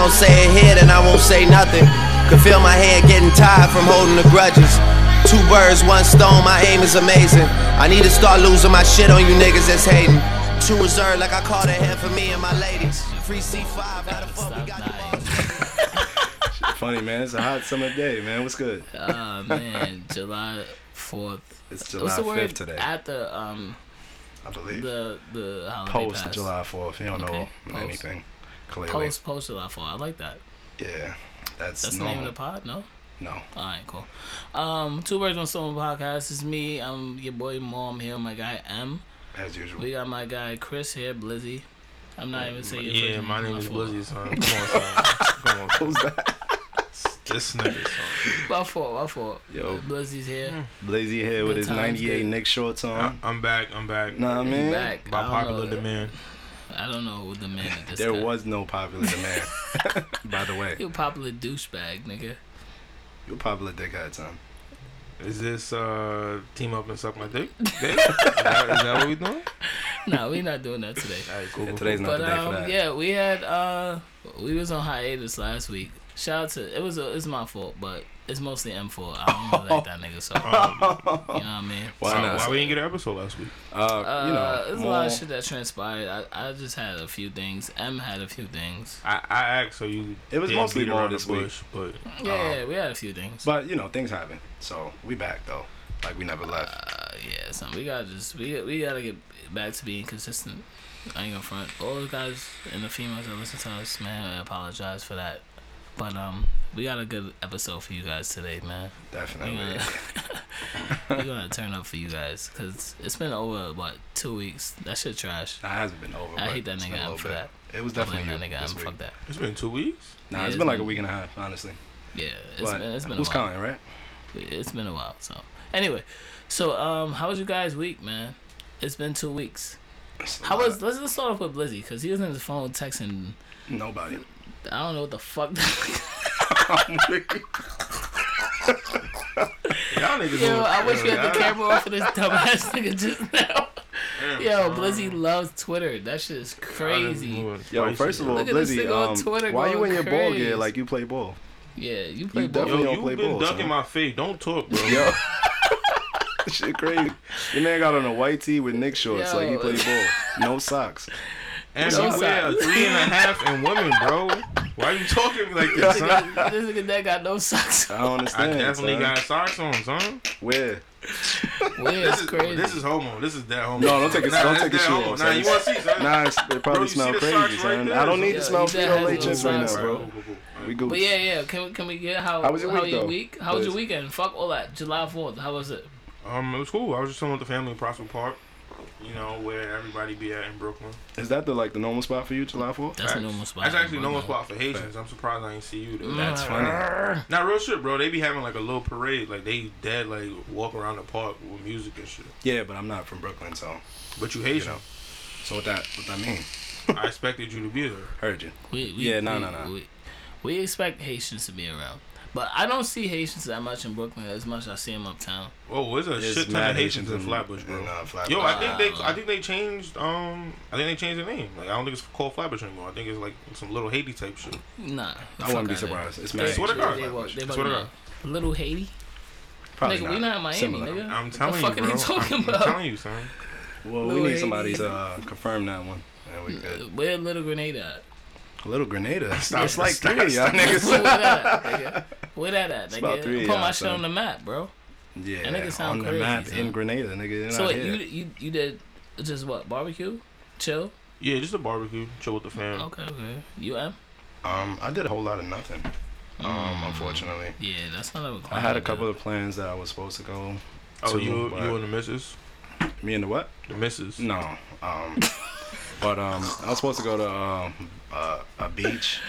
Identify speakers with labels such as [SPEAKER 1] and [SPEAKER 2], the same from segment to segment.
[SPEAKER 1] don't say it here, then I won't say nothing. Can feel my hand getting tired from holding the grudges. Two birds, one stone, my aim is amazing. I need to start losing my shit on you niggas that's hating. Too reserved, like I called a hand for me and my ladies. Free C5, how the fuck we got you on?
[SPEAKER 2] Funny man, it's a hot summer day, man. What's good?
[SPEAKER 3] Oh man, July fourth.
[SPEAKER 2] It's
[SPEAKER 3] What's
[SPEAKER 2] July
[SPEAKER 3] the word
[SPEAKER 2] fifth today,
[SPEAKER 3] after um
[SPEAKER 2] I believe.
[SPEAKER 3] the the holiday
[SPEAKER 2] post
[SPEAKER 3] pass?
[SPEAKER 2] July fourth. You don't
[SPEAKER 3] Okay,
[SPEAKER 2] know
[SPEAKER 3] post.
[SPEAKER 2] anything. Clearly,
[SPEAKER 3] Post post July fourth. I like that.
[SPEAKER 2] yeah. That's,
[SPEAKER 3] That's the
[SPEAKER 2] normal.
[SPEAKER 3] name of the pod. No.
[SPEAKER 2] No,
[SPEAKER 3] All right, cool. Um, two words on Stone podcast. It's me. I'm your boy Mom here. My guy M.
[SPEAKER 2] as usual.
[SPEAKER 3] We got my guy Chris here. Blizzy. I'm not even saying. your first
[SPEAKER 4] Yeah, my name is
[SPEAKER 3] fault.
[SPEAKER 4] Blizzy, son. Come on, son. Come on. Who's that? This nigga, son.
[SPEAKER 3] My fault. My fault.
[SPEAKER 2] Yo. Hmm.
[SPEAKER 3] Blizzy's here.
[SPEAKER 2] Blazy here with
[SPEAKER 3] Good
[SPEAKER 2] his
[SPEAKER 3] times,
[SPEAKER 2] '98
[SPEAKER 3] good.
[SPEAKER 2] Nick shorts on.
[SPEAKER 4] I'm back. I'm back.
[SPEAKER 2] Nah,
[SPEAKER 3] He's
[SPEAKER 2] man.
[SPEAKER 3] back.
[SPEAKER 4] By
[SPEAKER 3] I don't
[SPEAKER 4] popular
[SPEAKER 3] know-
[SPEAKER 4] demand.
[SPEAKER 3] I don't know what the man. This
[SPEAKER 2] There was no popular demand. By the way,
[SPEAKER 3] You a popular douchebag, nigga.
[SPEAKER 2] you're popular dickhead, son.
[SPEAKER 4] Is this uh team up and suck my dick? Dick? Is that, is that what we doing?
[SPEAKER 3] nah, we not doing that today.
[SPEAKER 4] All right, cool.
[SPEAKER 2] Yeah,
[SPEAKER 4] cool,
[SPEAKER 2] today's not
[SPEAKER 3] But
[SPEAKER 2] the day for
[SPEAKER 3] um,
[SPEAKER 2] that.
[SPEAKER 3] yeah, we had uh, we was on hiatus last week. Shout out to it was a, it's my fault, but it's mostly M four. I don't really like that nigga, so you know what I mean.
[SPEAKER 4] cool.
[SPEAKER 2] Why
[SPEAKER 4] Why,
[SPEAKER 2] not?
[SPEAKER 4] why we didn't get an episode last week?
[SPEAKER 2] uh, you
[SPEAKER 3] Uh,
[SPEAKER 2] know,
[SPEAKER 3] there's a
[SPEAKER 2] more,
[SPEAKER 3] lot of shit that transpired. I, I just had a few things. M had a few things.
[SPEAKER 4] I, I asked so you.
[SPEAKER 2] It was
[SPEAKER 4] didn't
[SPEAKER 2] mostly
[SPEAKER 4] beat
[SPEAKER 2] more
[SPEAKER 4] around the
[SPEAKER 2] this week.
[SPEAKER 4] bush, but
[SPEAKER 3] Yeah,
[SPEAKER 4] um,
[SPEAKER 3] yeah, we had a few things.
[SPEAKER 2] Uh-huh. but you know, things happen. So we back though, like we never left.
[SPEAKER 3] Uh, yeah, something we gotta just we we gotta get back to being consistent. I ain't gonna front. All the guys and the females that listen to us, man, I apologize for that. But um, we got a good episode for you guys today, man. We
[SPEAKER 2] Definitely.
[SPEAKER 3] gonna, we gonna turn up for you guys because it's been over what two weeks. That shit trash.
[SPEAKER 2] Nah, it hasn't been over.
[SPEAKER 3] I
[SPEAKER 2] but
[SPEAKER 3] hate that
[SPEAKER 2] it's been
[SPEAKER 3] nigga
[SPEAKER 2] a
[SPEAKER 3] M
[SPEAKER 2] little
[SPEAKER 3] for
[SPEAKER 2] bit.
[SPEAKER 3] that.
[SPEAKER 2] It was
[SPEAKER 3] I blame
[SPEAKER 2] definitely you.
[SPEAKER 3] that nigga
[SPEAKER 2] this
[SPEAKER 3] M.
[SPEAKER 2] week.
[SPEAKER 3] Fuck that.
[SPEAKER 4] it's been two weeks.
[SPEAKER 2] Nah,
[SPEAKER 3] Yeah,
[SPEAKER 2] it's
[SPEAKER 3] it's
[SPEAKER 2] been like a
[SPEAKER 3] been-
[SPEAKER 2] week and a half, honestly.
[SPEAKER 3] Yeah, it's
[SPEAKER 2] But
[SPEAKER 3] been it's been
[SPEAKER 2] who's
[SPEAKER 3] a while.
[SPEAKER 2] counting, right?
[SPEAKER 3] It's been a while. So anyway, so um, how was you guys week, man? It's been two weeks.
[SPEAKER 2] It's a
[SPEAKER 3] How
[SPEAKER 2] lot
[SPEAKER 3] was
[SPEAKER 2] of-
[SPEAKER 3] let's just start off with Blizzy because he was on his phone texting.
[SPEAKER 2] nobody?
[SPEAKER 3] I don't know what the fuck.
[SPEAKER 4] Y'all niggas.
[SPEAKER 3] Yo,
[SPEAKER 4] doing-
[SPEAKER 3] I wish we had the
[SPEAKER 4] y'all-
[SPEAKER 3] camera on for this dumbass nigga just now. Yo, Blizzy loves Twitter. That shit is
[SPEAKER 4] y'all niggas
[SPEAKER 3] crazy.
[SPEAKER 4] doing
[SPEAKER 2] Yo,
[SPEAKER 4] spicy.
[SPEAKER 2] first of all,
[SPEAKER 3] Look at this
[SPEAKER 2] Blizzy,
[SPEAKER 3] nigga on
[SPEAKER 2] um,
[SPEAKER 3] Twitter
[SPEAKER 2] why you
[SPEAKER 3] going
[SPEAKER 2] in your ball
[SPEAKER 3] crazy.
[SPEAKER 2] gear like you play ball?
[SPEAKER 3] Yeah, you play
[SPEAKER 2] You
[SPEAKER 3] ball.
[SPEAKER 2] definitely-
[SPEAKER 4] yo,
[SPEAKER 2] don't
[SPEAKER 4] you
[SPEAKER 2] play
[SPEAKER 4] been
[SPEAKER 2] ball,
[SPEAKER 4] ducking
[SPEAKER 2] son.
[SPEAKER 4] my face. Don't talk, bro.
[SPEAKER 2] Yo, shit crazy. Your man got on a white tee with Nick shorts, like he
[SPEAKER 3] Yo.
[SPEAKER 2] played ball, no socks.
[SPEAKER 4] And
[SPEAKER 3] Yo,
[SPEAKER 4] you wear a
[SPEAKER 3] son.
[SPEAKER 4] three and a half and women, bro. Why you talking like this, son?
[SPEAKER 3] this nigga that got no socks.
[SPEAKER 2] I don't
[SPEAKER 4] I
[SPEAKER 2] understand.
[SPEAKER 4] definitely
[SPEAKER 2] son.
[SPEAKER 4] got socks on, son.
[SPEAKER 2] where.
[SPEAKER 3] Weird,
[SPEAKER 4] This
[SPEAKER 3] it's
[SPEAKER 4] is
[SPEAKER 3] crazy.
[SPEAKER 4] this is homo. This is that homo.
[SPEAKER 2] No, don't take a
[SPEAKER 4] Nah,
[SPEAKER 2] don't
[SPEAKER 4] that's
[SPEAKER 2] take a
[SPEAKER 4] that
[SPEAKER 2] shoe
[SPEAKER 4] homo.
[SPEAKER 2] off.
[SPEAKER 4] Nah,
[SPEAKER 2] son.
[SPEAKER 4] you want to see, son?
[SPEAKER 2] Nah, it's, it probably
[SPEAKER 4] Bro, you
[SPEAKER 2] smell
[SPEAKER 4] see the
[SPEAKER 2] crazy,
[SPEAKER 4] socks right
[SPEAKER 2] son.
[SPEAKER 4] there,
[SPEAKER 2] I don't need
[SPEAKER 3] son. Yeah,
[SPEAKER 2] to smell
[SPEAKER 3] he
[SPEAKER 2] feet on
[SPEAKER 3] definitely
[SPEAKER 2] late chins right
[SPEAKER 3] socks,
[SPEAKER 2] now,
[SPEAKER 3] bro.
[SPEAKER 2] bro. We good.
[SPEAKER 3] but yeah, yeah. Can we can we get how?
[SPEAKER 2] How was your
[SPEAKER 3] how
[SPEAKER 2] week,
[SPEAKER 3] your
[SPEAKER 2] though?
[SPEAKER 3] week? How was your
[SPEAKER 2] Blizz?
[SPEAKER 3] weekend? Fuck all that. July Fourth. How was it?
[SPEAKER 4] Um, it was cool. I was just chilling with the family in Prospect Park. You know where everybody be at in Brooklyn.
[SPEAKER 2] Is that the like the normal spot for you, July 4th?
[SPEAKER 3] That's a
[SPEAKER 4] Facts.
[SPEAKER 3] normal spot.
[SPEAKER 4] That's actually
[SPEAKER 3] bro.
[SPEAKER 4] no one spot for Haitians. I'm surprised I ain't see you. Though.
[SPEAKER 3] That's
[SPEAKER 2] funny.
[SPEAKER 4] Not real shit, bro. They be having like a little parade. Like they dead like walk around the park with music and shit.
[SPEAKER 2] Yeah, but I'm not from Brooklyn, so
[SPEAKER 4] But you
[SPEAKER 2] you
[SPEAKER 4] Haitian.
[SPEAKER 2] know. So what that what that mean?
[SPEAKER 4] I expected you to be there.
[SPEAKER 2] Heard you.
[SPEAKER 3] We, we,
[SPEAKER 2] Yeah, no,
[SPEAKER 3] we,
[SPEAKER 2] no, no.
[SPEAKER 3] We, we expect Haitians to be around, but I don't see Haitians that much in Brooklyn as much as I see them uptown.
[SPEAKER 4] Oh, there's a
[SPEAKER 2] There's
[SPEAKER 4] shit ton
[SPEAKER 2] mad
[SPEAKER 4] of Haitians
[SPEAKER 2] Haitians
[SPEAKER 4] in
[SPEAKER 2] in-
[SPEAKER 4] Flatbush, bro.
[SPEAKER 2] in, uh, Flatbush.
[SPEAKER 4] Yo, I think they,
[SPEAKER 3] Wow.
[SPEAKER 4] I think they changed, um, I think they changed the name. Like, I don't think it's called Flatbush anymore. I think it's like some little Haiti type shit.
[SPEAKER 3] Nah,
[SPEAKER 2] I wouldn't be surprised. It's mad.
[SPEAKER 4] Swear to
[SPEAKER 2] shit.
[SPEAKER 4] God.
[SPEAKER 3] They, won't- they,
[SPEAKER 4] Swear
[SPEAKER 3] won't
[SPEAKER 4] to
[SPEAKER 3] know. Little Haiti,
[SPEAKER 2] Probably
[SPEAKER 3] nigga. We not in Miami,
[SPEAKER 2] Similar.
[SPEAKER 3] nigga.
[SPEAKER 4] I'm
[SPEAKER 3] What
[SPEAKER 4] telling
[SPEAKER 3] the fuck
[SPEAKER 4] you,
[SPEAKER 3] are
[SPEAKER 4] bro.
[SPEAKER 3] you talking
[SPEAKER 4] I'm,
[SPEAKER 3] about?
[SPEAKER 4] I'm telling you, son.
[SPEAKER 3] Lil'
[SPEAKER 2] Well, we need
[SPEAKER 3] Haiti.
[SPEAKER 2] somebody to uh, confirm that one. Yeah, we good.
[SPEAKER 3] Where Little Grenada?
[SPEAKER 2] Little Grenada.
[SPEAKER 4] Stop,
[SPEAKER 2] it's like
[SPEAKER 4] stop,
[SPEAKER 2] three of y'all
[SPEAKER 4] stop.
[SPEAKER 3] At?
[SPEAKER 2] niggas.
[SPEAKER 3] Where that at, nigga? Where that at, nigga?
[SPEAKER 2] about three
[SPEAKER 3] Put my
[SPEAKER 2] hours,
[SPEAKER 3] shit on
[SPEAKER 2] son.
[SPEAKER 3] the map, bro.
[SPEAKER 2] Yeah,
[SPEAKER 3] That nigga sound
[SPEAKER 2] on the
[SPEAKER 3] crazy,
[SPEAKER 2] map
[SPEAKER 3] son.
[SPEAKER 2] in Grenada, nigga. They're
[SPEAKER 3] So
[SPEAKER 2] not
[SPEAKER 3] wait, you
[SPEAKER 2] here.
[SPEAKER 3] you you did just what barbecue, chill?
[SPEAKER 4] Yeah, just a barbecue, chill with the fam.
[SPEAKER 3] Okay, okay. You am?
[SPEAKER 2] Um, I did a whole lot of nothing.
[SPEAKER 3] Mm.
[SPEAKER 2] Um, unfortunately, uh,
[SPEAKER 3] Yeah, that's not a requirement.
[SPEAKER 2] I had a couple of plans that I was supposed to go.
[SPEAKER 4] Oh,
[SPEAKER 2] to,
[SPEAKER 4] you,
[SPEAKER 2] but-
[SPEAKER 4] you and the missus?
[SPEAKER 2] Me and the what?
[SPEAKER 4] The missus.
[SPEAKER 2] No. Um, but um, I was supposed to go to um, uh, a beach.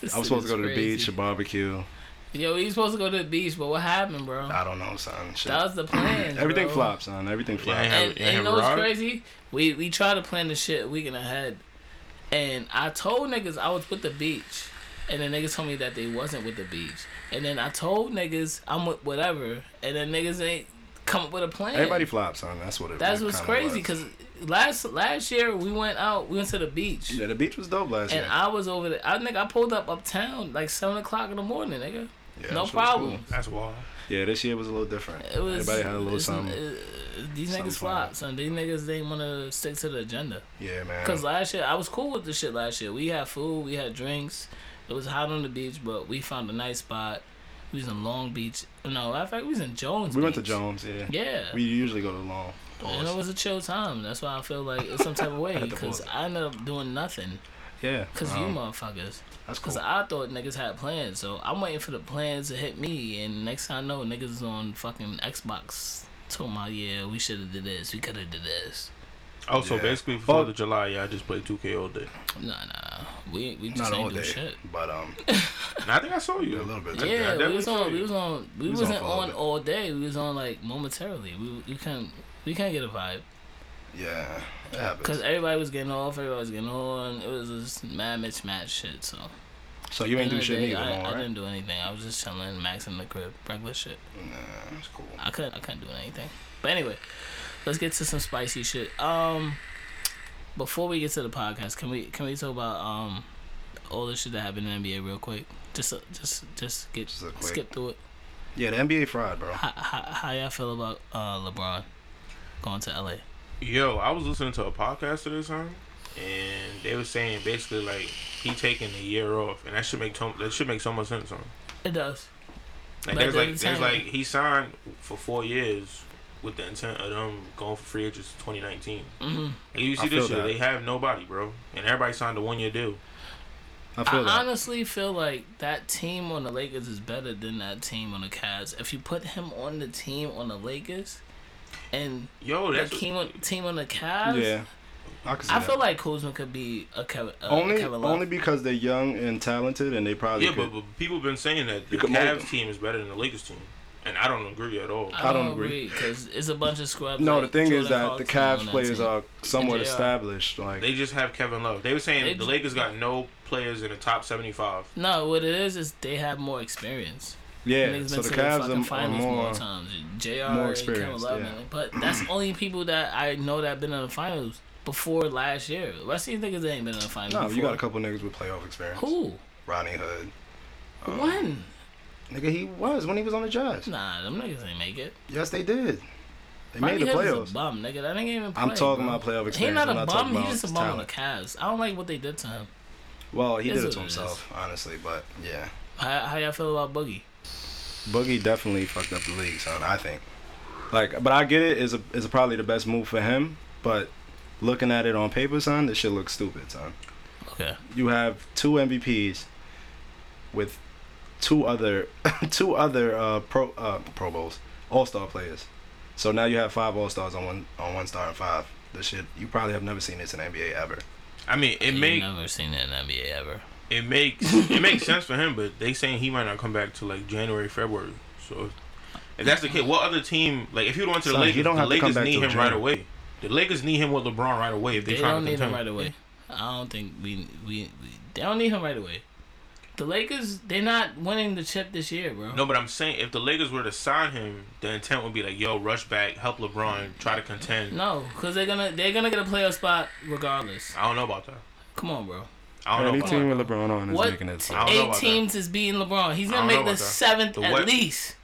[SPEAKER 3] This
[SPEAKER 2] I was supposed to
[SPEAKER 3] shit
[SPEAKER 2] go
[SPEAKER 3] is
[SPEAKER 2] to the
[SPEAKER 3] crazy.
[SPEAKER 2] beach, a barbecue.
[SPEAKER 3] Yo, we supposed to go to the beach, but what happened, bro?
[SPEAKER 2] I don't know, son. Shit.
[SPEAKER 3] That was the plan.
[SPEAKER 2] Everything
[SPEAKER 3] bro.
[SPEAKER 2] flops, son. Everything flops.
[SPEAKER 4] Yeah.
[SPEAKER 3] And,
[SPEAKER 4] Yeah,
[SPEAKER 3] and you know
[SPEAKER 4] right.
[SPEAKER 3] what's crazy? We we tried to plan this shit a weekend ahead, and I told niggas I was with the beach, and then niggas told me that they wasn't with the beach, and then I told niggas I'm with whatever, and then niggas ain't come up with a plan.
[SPEAKER 2] Everybody flops, son. That's what it.
[SPEAKER 3] That's
[SPEAKER 2] it
[SPEAKER 3] what's
[SPEAKER 2] kinda
[SPEAKER 3] crazy
[SPEAKER 2] was.
[SPEAKER 3] because last last year we went out. We went to the beach.
[SPEAKER 2] Yeah, the beach was dope last
[SPEAKER 3] And
[SPEAKER 2] year.
[SPEAKER 3] I was over there. I think I pulled up uptown like seven o'clock in the morning, nigga. no
[SPEAKER 2] Yeah, that shit was
[SPEAKER 3] problem.
[SPEAKER 4] That's wild.
[SPEAKER 2] yeah, this year was a little different.
[SPEAKER 3] It was.
[SPEAKER 2] Everybody had a little
[SPEAKER 3] it's-
[SPEAKER 2] something.
[SPEAKER 3] uh, these
[SPEAKER 2] something
[SPEAKER 3] niggas flop, son. These niggas they want to stick to the agenda.
[SPEAKER 2] yeah, man.
[SPEAKER 3] Cause last year I was cool with the shit. Last year we had food, we had drinks. It was hot on the beach, but we found a nice spot. We was in Long Beach. No, in fact we was in Jones.
[SPEAKER 2] we went to
[SPEAKER 3] Beach.
[SPEAKER 2] Jones. Yeah.
[SPEAKER 3] Yeah.
[SPEAKER 2] We usually go to Long.
[SPEAKER 3] and it was a chill time. That's why I feel like it's some type of way
[SPEAKER 2] the
[SPEAKER 3] because
[SPEAKER 2] point.
[SPEAKER 3] I ended up doing nothing
[SPEAKER 2] Yeah.
[SPEAKER 3] because
[SPEAKER 2] um,
[SPEAKER 3] you motherfuckers.
[SPEAKER 2] That's cool.
[SPEAKER 3] Because I thought niggas had plans, so I'm waiting for the plans to hit me. And next time I know, niggas is on fucking Xbox. Told my yeah, we should have did this. We could have did this.
[SPEAKER 4] Oh, so
[SPEAKER 2] Yeah.
[SPEAKER 4] basically for the July, yeah, I just played 2K all day.
[SPEAKER 3] Nah, nah, we we just
[SPEAKER 2] not all
[SPEAKER 3] ain't
[SPEAKER 2] day,
[SPEAKER 3] do shit.
[SPEAKER 2] but um,
[SPEAKER 4] And I think I saw
[SPEAKER 2] a
[SPEAKER 4] you.
[SPEAKER 2] little bit.
[SPEAKER 4] I
[SPEAKER 3] Yeah, we
[SPEAKER 4] definitely
[SPEAKER 3] was
[SPEAKER 4] saw
[SPEAKER 3] on. We
[SPEAKER 4] you.
[SPEAKER 3] was on. We,
[SPEAKER 2] was on
[SPEAKER 3] wasn't
[SPEAKER 2] for a little
[SPEAKER 3] on
[SPEAKER 2] bit.
[SPEAKER 3] all day. We was on like momentarily. We we couldn't we couldn't get a vibe
[SPEAKER 2] Yeah, it happens.
[SPEAKER 3] because everybody was getting off. Everybody was getting on. It was just mad mismatch shit. So
[SPEAKER 2] So you
[SPEAKER 3] End
[SPEAKER 2] ain't do
[SPEAKER 3] of the
[SPEAKER 2] shit
[SPEAKER 3] day,
[SPEAKER 2] neither,
[SPEAKER 3] I,
[SPEAKER 2] long,
[SPEAKER 3] I
[SPEAKER 2] right?
[SPEAKER 3] didn't do anything. I was just chilling, maxing the crib, regular shit.
[SPEAKER 2] Nah, that's cool.
[SPEAKER 3] I couldn't I couldn't do anything. But anyway, let's get to some spicy shit. Um before we get to the podcast, can we can we talk about um all the shit that happened in the NBA real quick? Just uh, just just get
[SPEAKER 2] Just a quick-
[SPEAKER 3] skip through it.
[SPEAKER 2] Yeah, the NBA fried, bro.
[SPEAKER 3] How, how, how y'all feel about uh LeBron going to LA?
[SPEAKER 4] Yo, I was listening to a podcast today, son, and they were saying basically like he taking a year off, and that should make to- that should make so much sense, son.
[SPEAKER 3] It does.
[SPEAKER 4] Like
[SPEAKER 3] But
[SPEAKER 4] there's
[SPEAKER 3] at the
[SPEAKER 4] like there's
[SPEAKER 3] same-
[SPEAKER 4] like he signed for four years with the intent of them going for free agents 2019.
[SPEAKER 3] Mhm.
[SPEAKER 4] And you
[SPEAKER 2] I
[SPEAKER 4] see this
[SPEAKER 2] feel
[SPEAKER 4] year,
[SPEAKER 2] that.
[SPEAKER 4] they have nobody, bro, and everybody signed a one year deal.
[SPEAKER 2] I
[SPEAKER 3] I
[SPEAKER 2] feel that.
[SPEAKER 3] honestly feel like that team on the Lakers is better than that team on the Cavs. If you put him on the team on the Lakers and
[SPEAKER 2] Oh,
[SPEAKER 4] Yo,
[SPEAKER 3] the
[SPEAKER 4] that's
[SPEAKER 3] team on, team on the Cavs,
[SPEAKER 2] Yeah, I can see
[SPEAKER 3] I
[SPEAKER 2] that.
[SPEAKER 3] feel like Kuzma could be a Kevin. A
[SPEAKER 2] only
[SPEAKER 3] Kevin Love.
[SPEAKER 2] only because they're young and talented, and they probably
[SPEAKER 4] yeah, but,
[SPEAKER 2] could.
[SPEAKER 4] but people been saying that the
[SPEAKER 2] could mold
[SPEAKER 4] Cavs
[SPEAKER 2] them.
[SPEAKER 4] team is better than the Lakers team, and I don't agree at all.
[SPEAKER 2] I don't agree.
[SPEAKER 3] because it's a bunch of scrubs.
[SPEAKER 2] no,
[SPEAKER 3] like
[SPEAKER 2] the thing is
[SPEAKER 3] Jordan
[SPEAKER 2] that the
[SPEAKER 3] Clarkson on
[SPEAKER 2] Cavs
[SPEAKER 3] that
[SPEAKER 2] players
[SPEAKER 3] team.
[SPEAKER 2] are somewhat
[SPEAKER 3] They are.
[SPEAKER 2] established. Like
[SPEAKER 4] They just have Kevin Love. They were saying
[SPEAKER 3] They
[SPEAKER 4] the
[SPEAKER 3] just-
[SPEAKER 4] Lakers got no players in the top 75.
[SPEAKER 3] No, what it is is they have more experience.
[SPEAKER 2] yeah,
[SPEAKER 3] Niggas been
[SPEAKER 2] so the
[SPEAKER 3] to the
[SPEAKER 2] Cavs
[SPEAKER 3] fucking
[SPEAKER 2] are, are
[SPEAKER 3] finals more
[SPEAKER 2] more.
[SPEAKER 3] times. Jr.
[SPEAKER 2] more
[SPEAKER 3] and Kevin
[SPEAKER 2] experienced,
[SPEAKER 3] Love,
[SPEAKER 2] yeah.
[SPEAKER 3] and- but that's only people that I know that been in the finals before last year. The rest of these niggas ain't been in the finals.
[SPEAKER 2] No,
[SPEAKER 3] before.
[SPEAKER 2] you got a couple niggas with playoff experience.
[SPEAKER 3] Who?
[SPEAKER 2] Rodney Hood. Uh,
[SPEAKER 3] when?
[SPEAKER 2] Nigga, he was when he was on the Jazz.
[SPEAKER 3] Nah, them niggas ain't make it.
[SPEAKER 2] Yes, they did. They
[SPEAKER 3] Rodney
[SPEAKER 2] made the
[SPEAKER 3] Hood is a
[SPEAKER 2] playoffs.
[SPEAKER 3] bum, nigga. That nigga ain't even play,
[SPEAKER 2] I'm talking
[SPEAKER 3] bro.
[SPEAKER 2] about playoff experience.
[SPEAKER 3] He not
[SPEAKER 2] I'm
[SPEAKER 3] a bum.
[SPEAKER 2] talking
[SPEAKER 3] He
[SPEAKER 2] about
[SPEAKER 3] just a
[SPEAKER 2] his
[SPEAKER 3] bum on the
[SPEAKER 2] talent.
[SPEAKER 3] Cavs. I don't like what they did to him.
[SPEAKER 2] Well, he
[SPEAKER 3] It
[SPEAKER 2] did
[SPEAKER 3] is
[SPEAKER 2] it to
[SPEAKER 3] what it is.
[SPEAKER 2] himself, honestly. But yeah,
[SPEAKER 3] How, how y'all feel about Boogie?
[SPEAKER 2] Boogie definitely fucked up the league, son. I think. Like, but I get it. Is a is probably the best move for him. But looking at it on paper, son, this shit looks stupid, son.
[SPEAKER 3] Okay.
[SPEAKER 2] You have two MVPs with two other two other uh, pro uh, Pro Bowls All Star players. So now you have five All Stars on one on one star and five. This shit you probably have never seen this in the NBA ever.
[SPEAKER 4] I mean, it
[SPEAKER 3] You've
[SPEAKER 4] make
[SPEAKER 3] never seen that in NBA ever.
[SPEAKER 4] it makes it makes sense for him, but they saying he might not come back to like January, February. So if, if that's the case, what other team like if you went to the
[SPEAKER 2] Son, he
[SPEAKER 4] Lakers,
[SPEAKER 2] don't
[SPEAKER 4] the
[SPEAKER 2] have to come
[SPEAKER 4] Lakers
[SPEAKER 2] back
[SPEAKER 4] need
[SPEAKER 2] till
[SPEAKER 4] him
[SPEAKER 2] June.
[SPEAKER 4] right away. The Lakers need him with LeBron right away if they,
[SPEAKER 3] They
[SPEAKER 4] trying
[SPEAKER 3] don't
[SPEAKER 4] to
[SPEAKER 3] need him
[SPEAKER 4] contend.
[SPEAKER 3] right away. I don't think we, we we they don't need him right away. The Lakers they're not winning the chip this year, bro.
[SPEAKER 4] No, but I'm saying if the Lakers were to sign him, the intent would be like, yo, rush back, help LeBron, try to contend.
[SPEAKER 3] No, because they're gonna they're gonna get a playoff spot regardless.
[SPEAKER 4] I don't know about that.
[SPEAKER 3] Come on, bro.
[SPEAKER 4] I don't know about
[SPEAKER 3] team
[SPEAKER 4] that.
[SPEAKER 3] with
[SPEAKER 2] LeBron on
[SPEAKER 3] What t-
[SPEAKER 4] I don't know
[SPEAKER 3] eight
[SPEAKER 4] about
[SPEAKER 3] teams is beating LeBron? He's
[SPEAKER 4] I
[SPEAKER 3] gonna
[SPEAKER 4] don't know
[SPEAKER 3] make the
[SPEAKER 4] about that.
[SPEAKER 3] seventh
[SPEAKER 4] The
[SPEAKER 3] at
[SPEAKER 4] West-
[SPEAKER 3] least.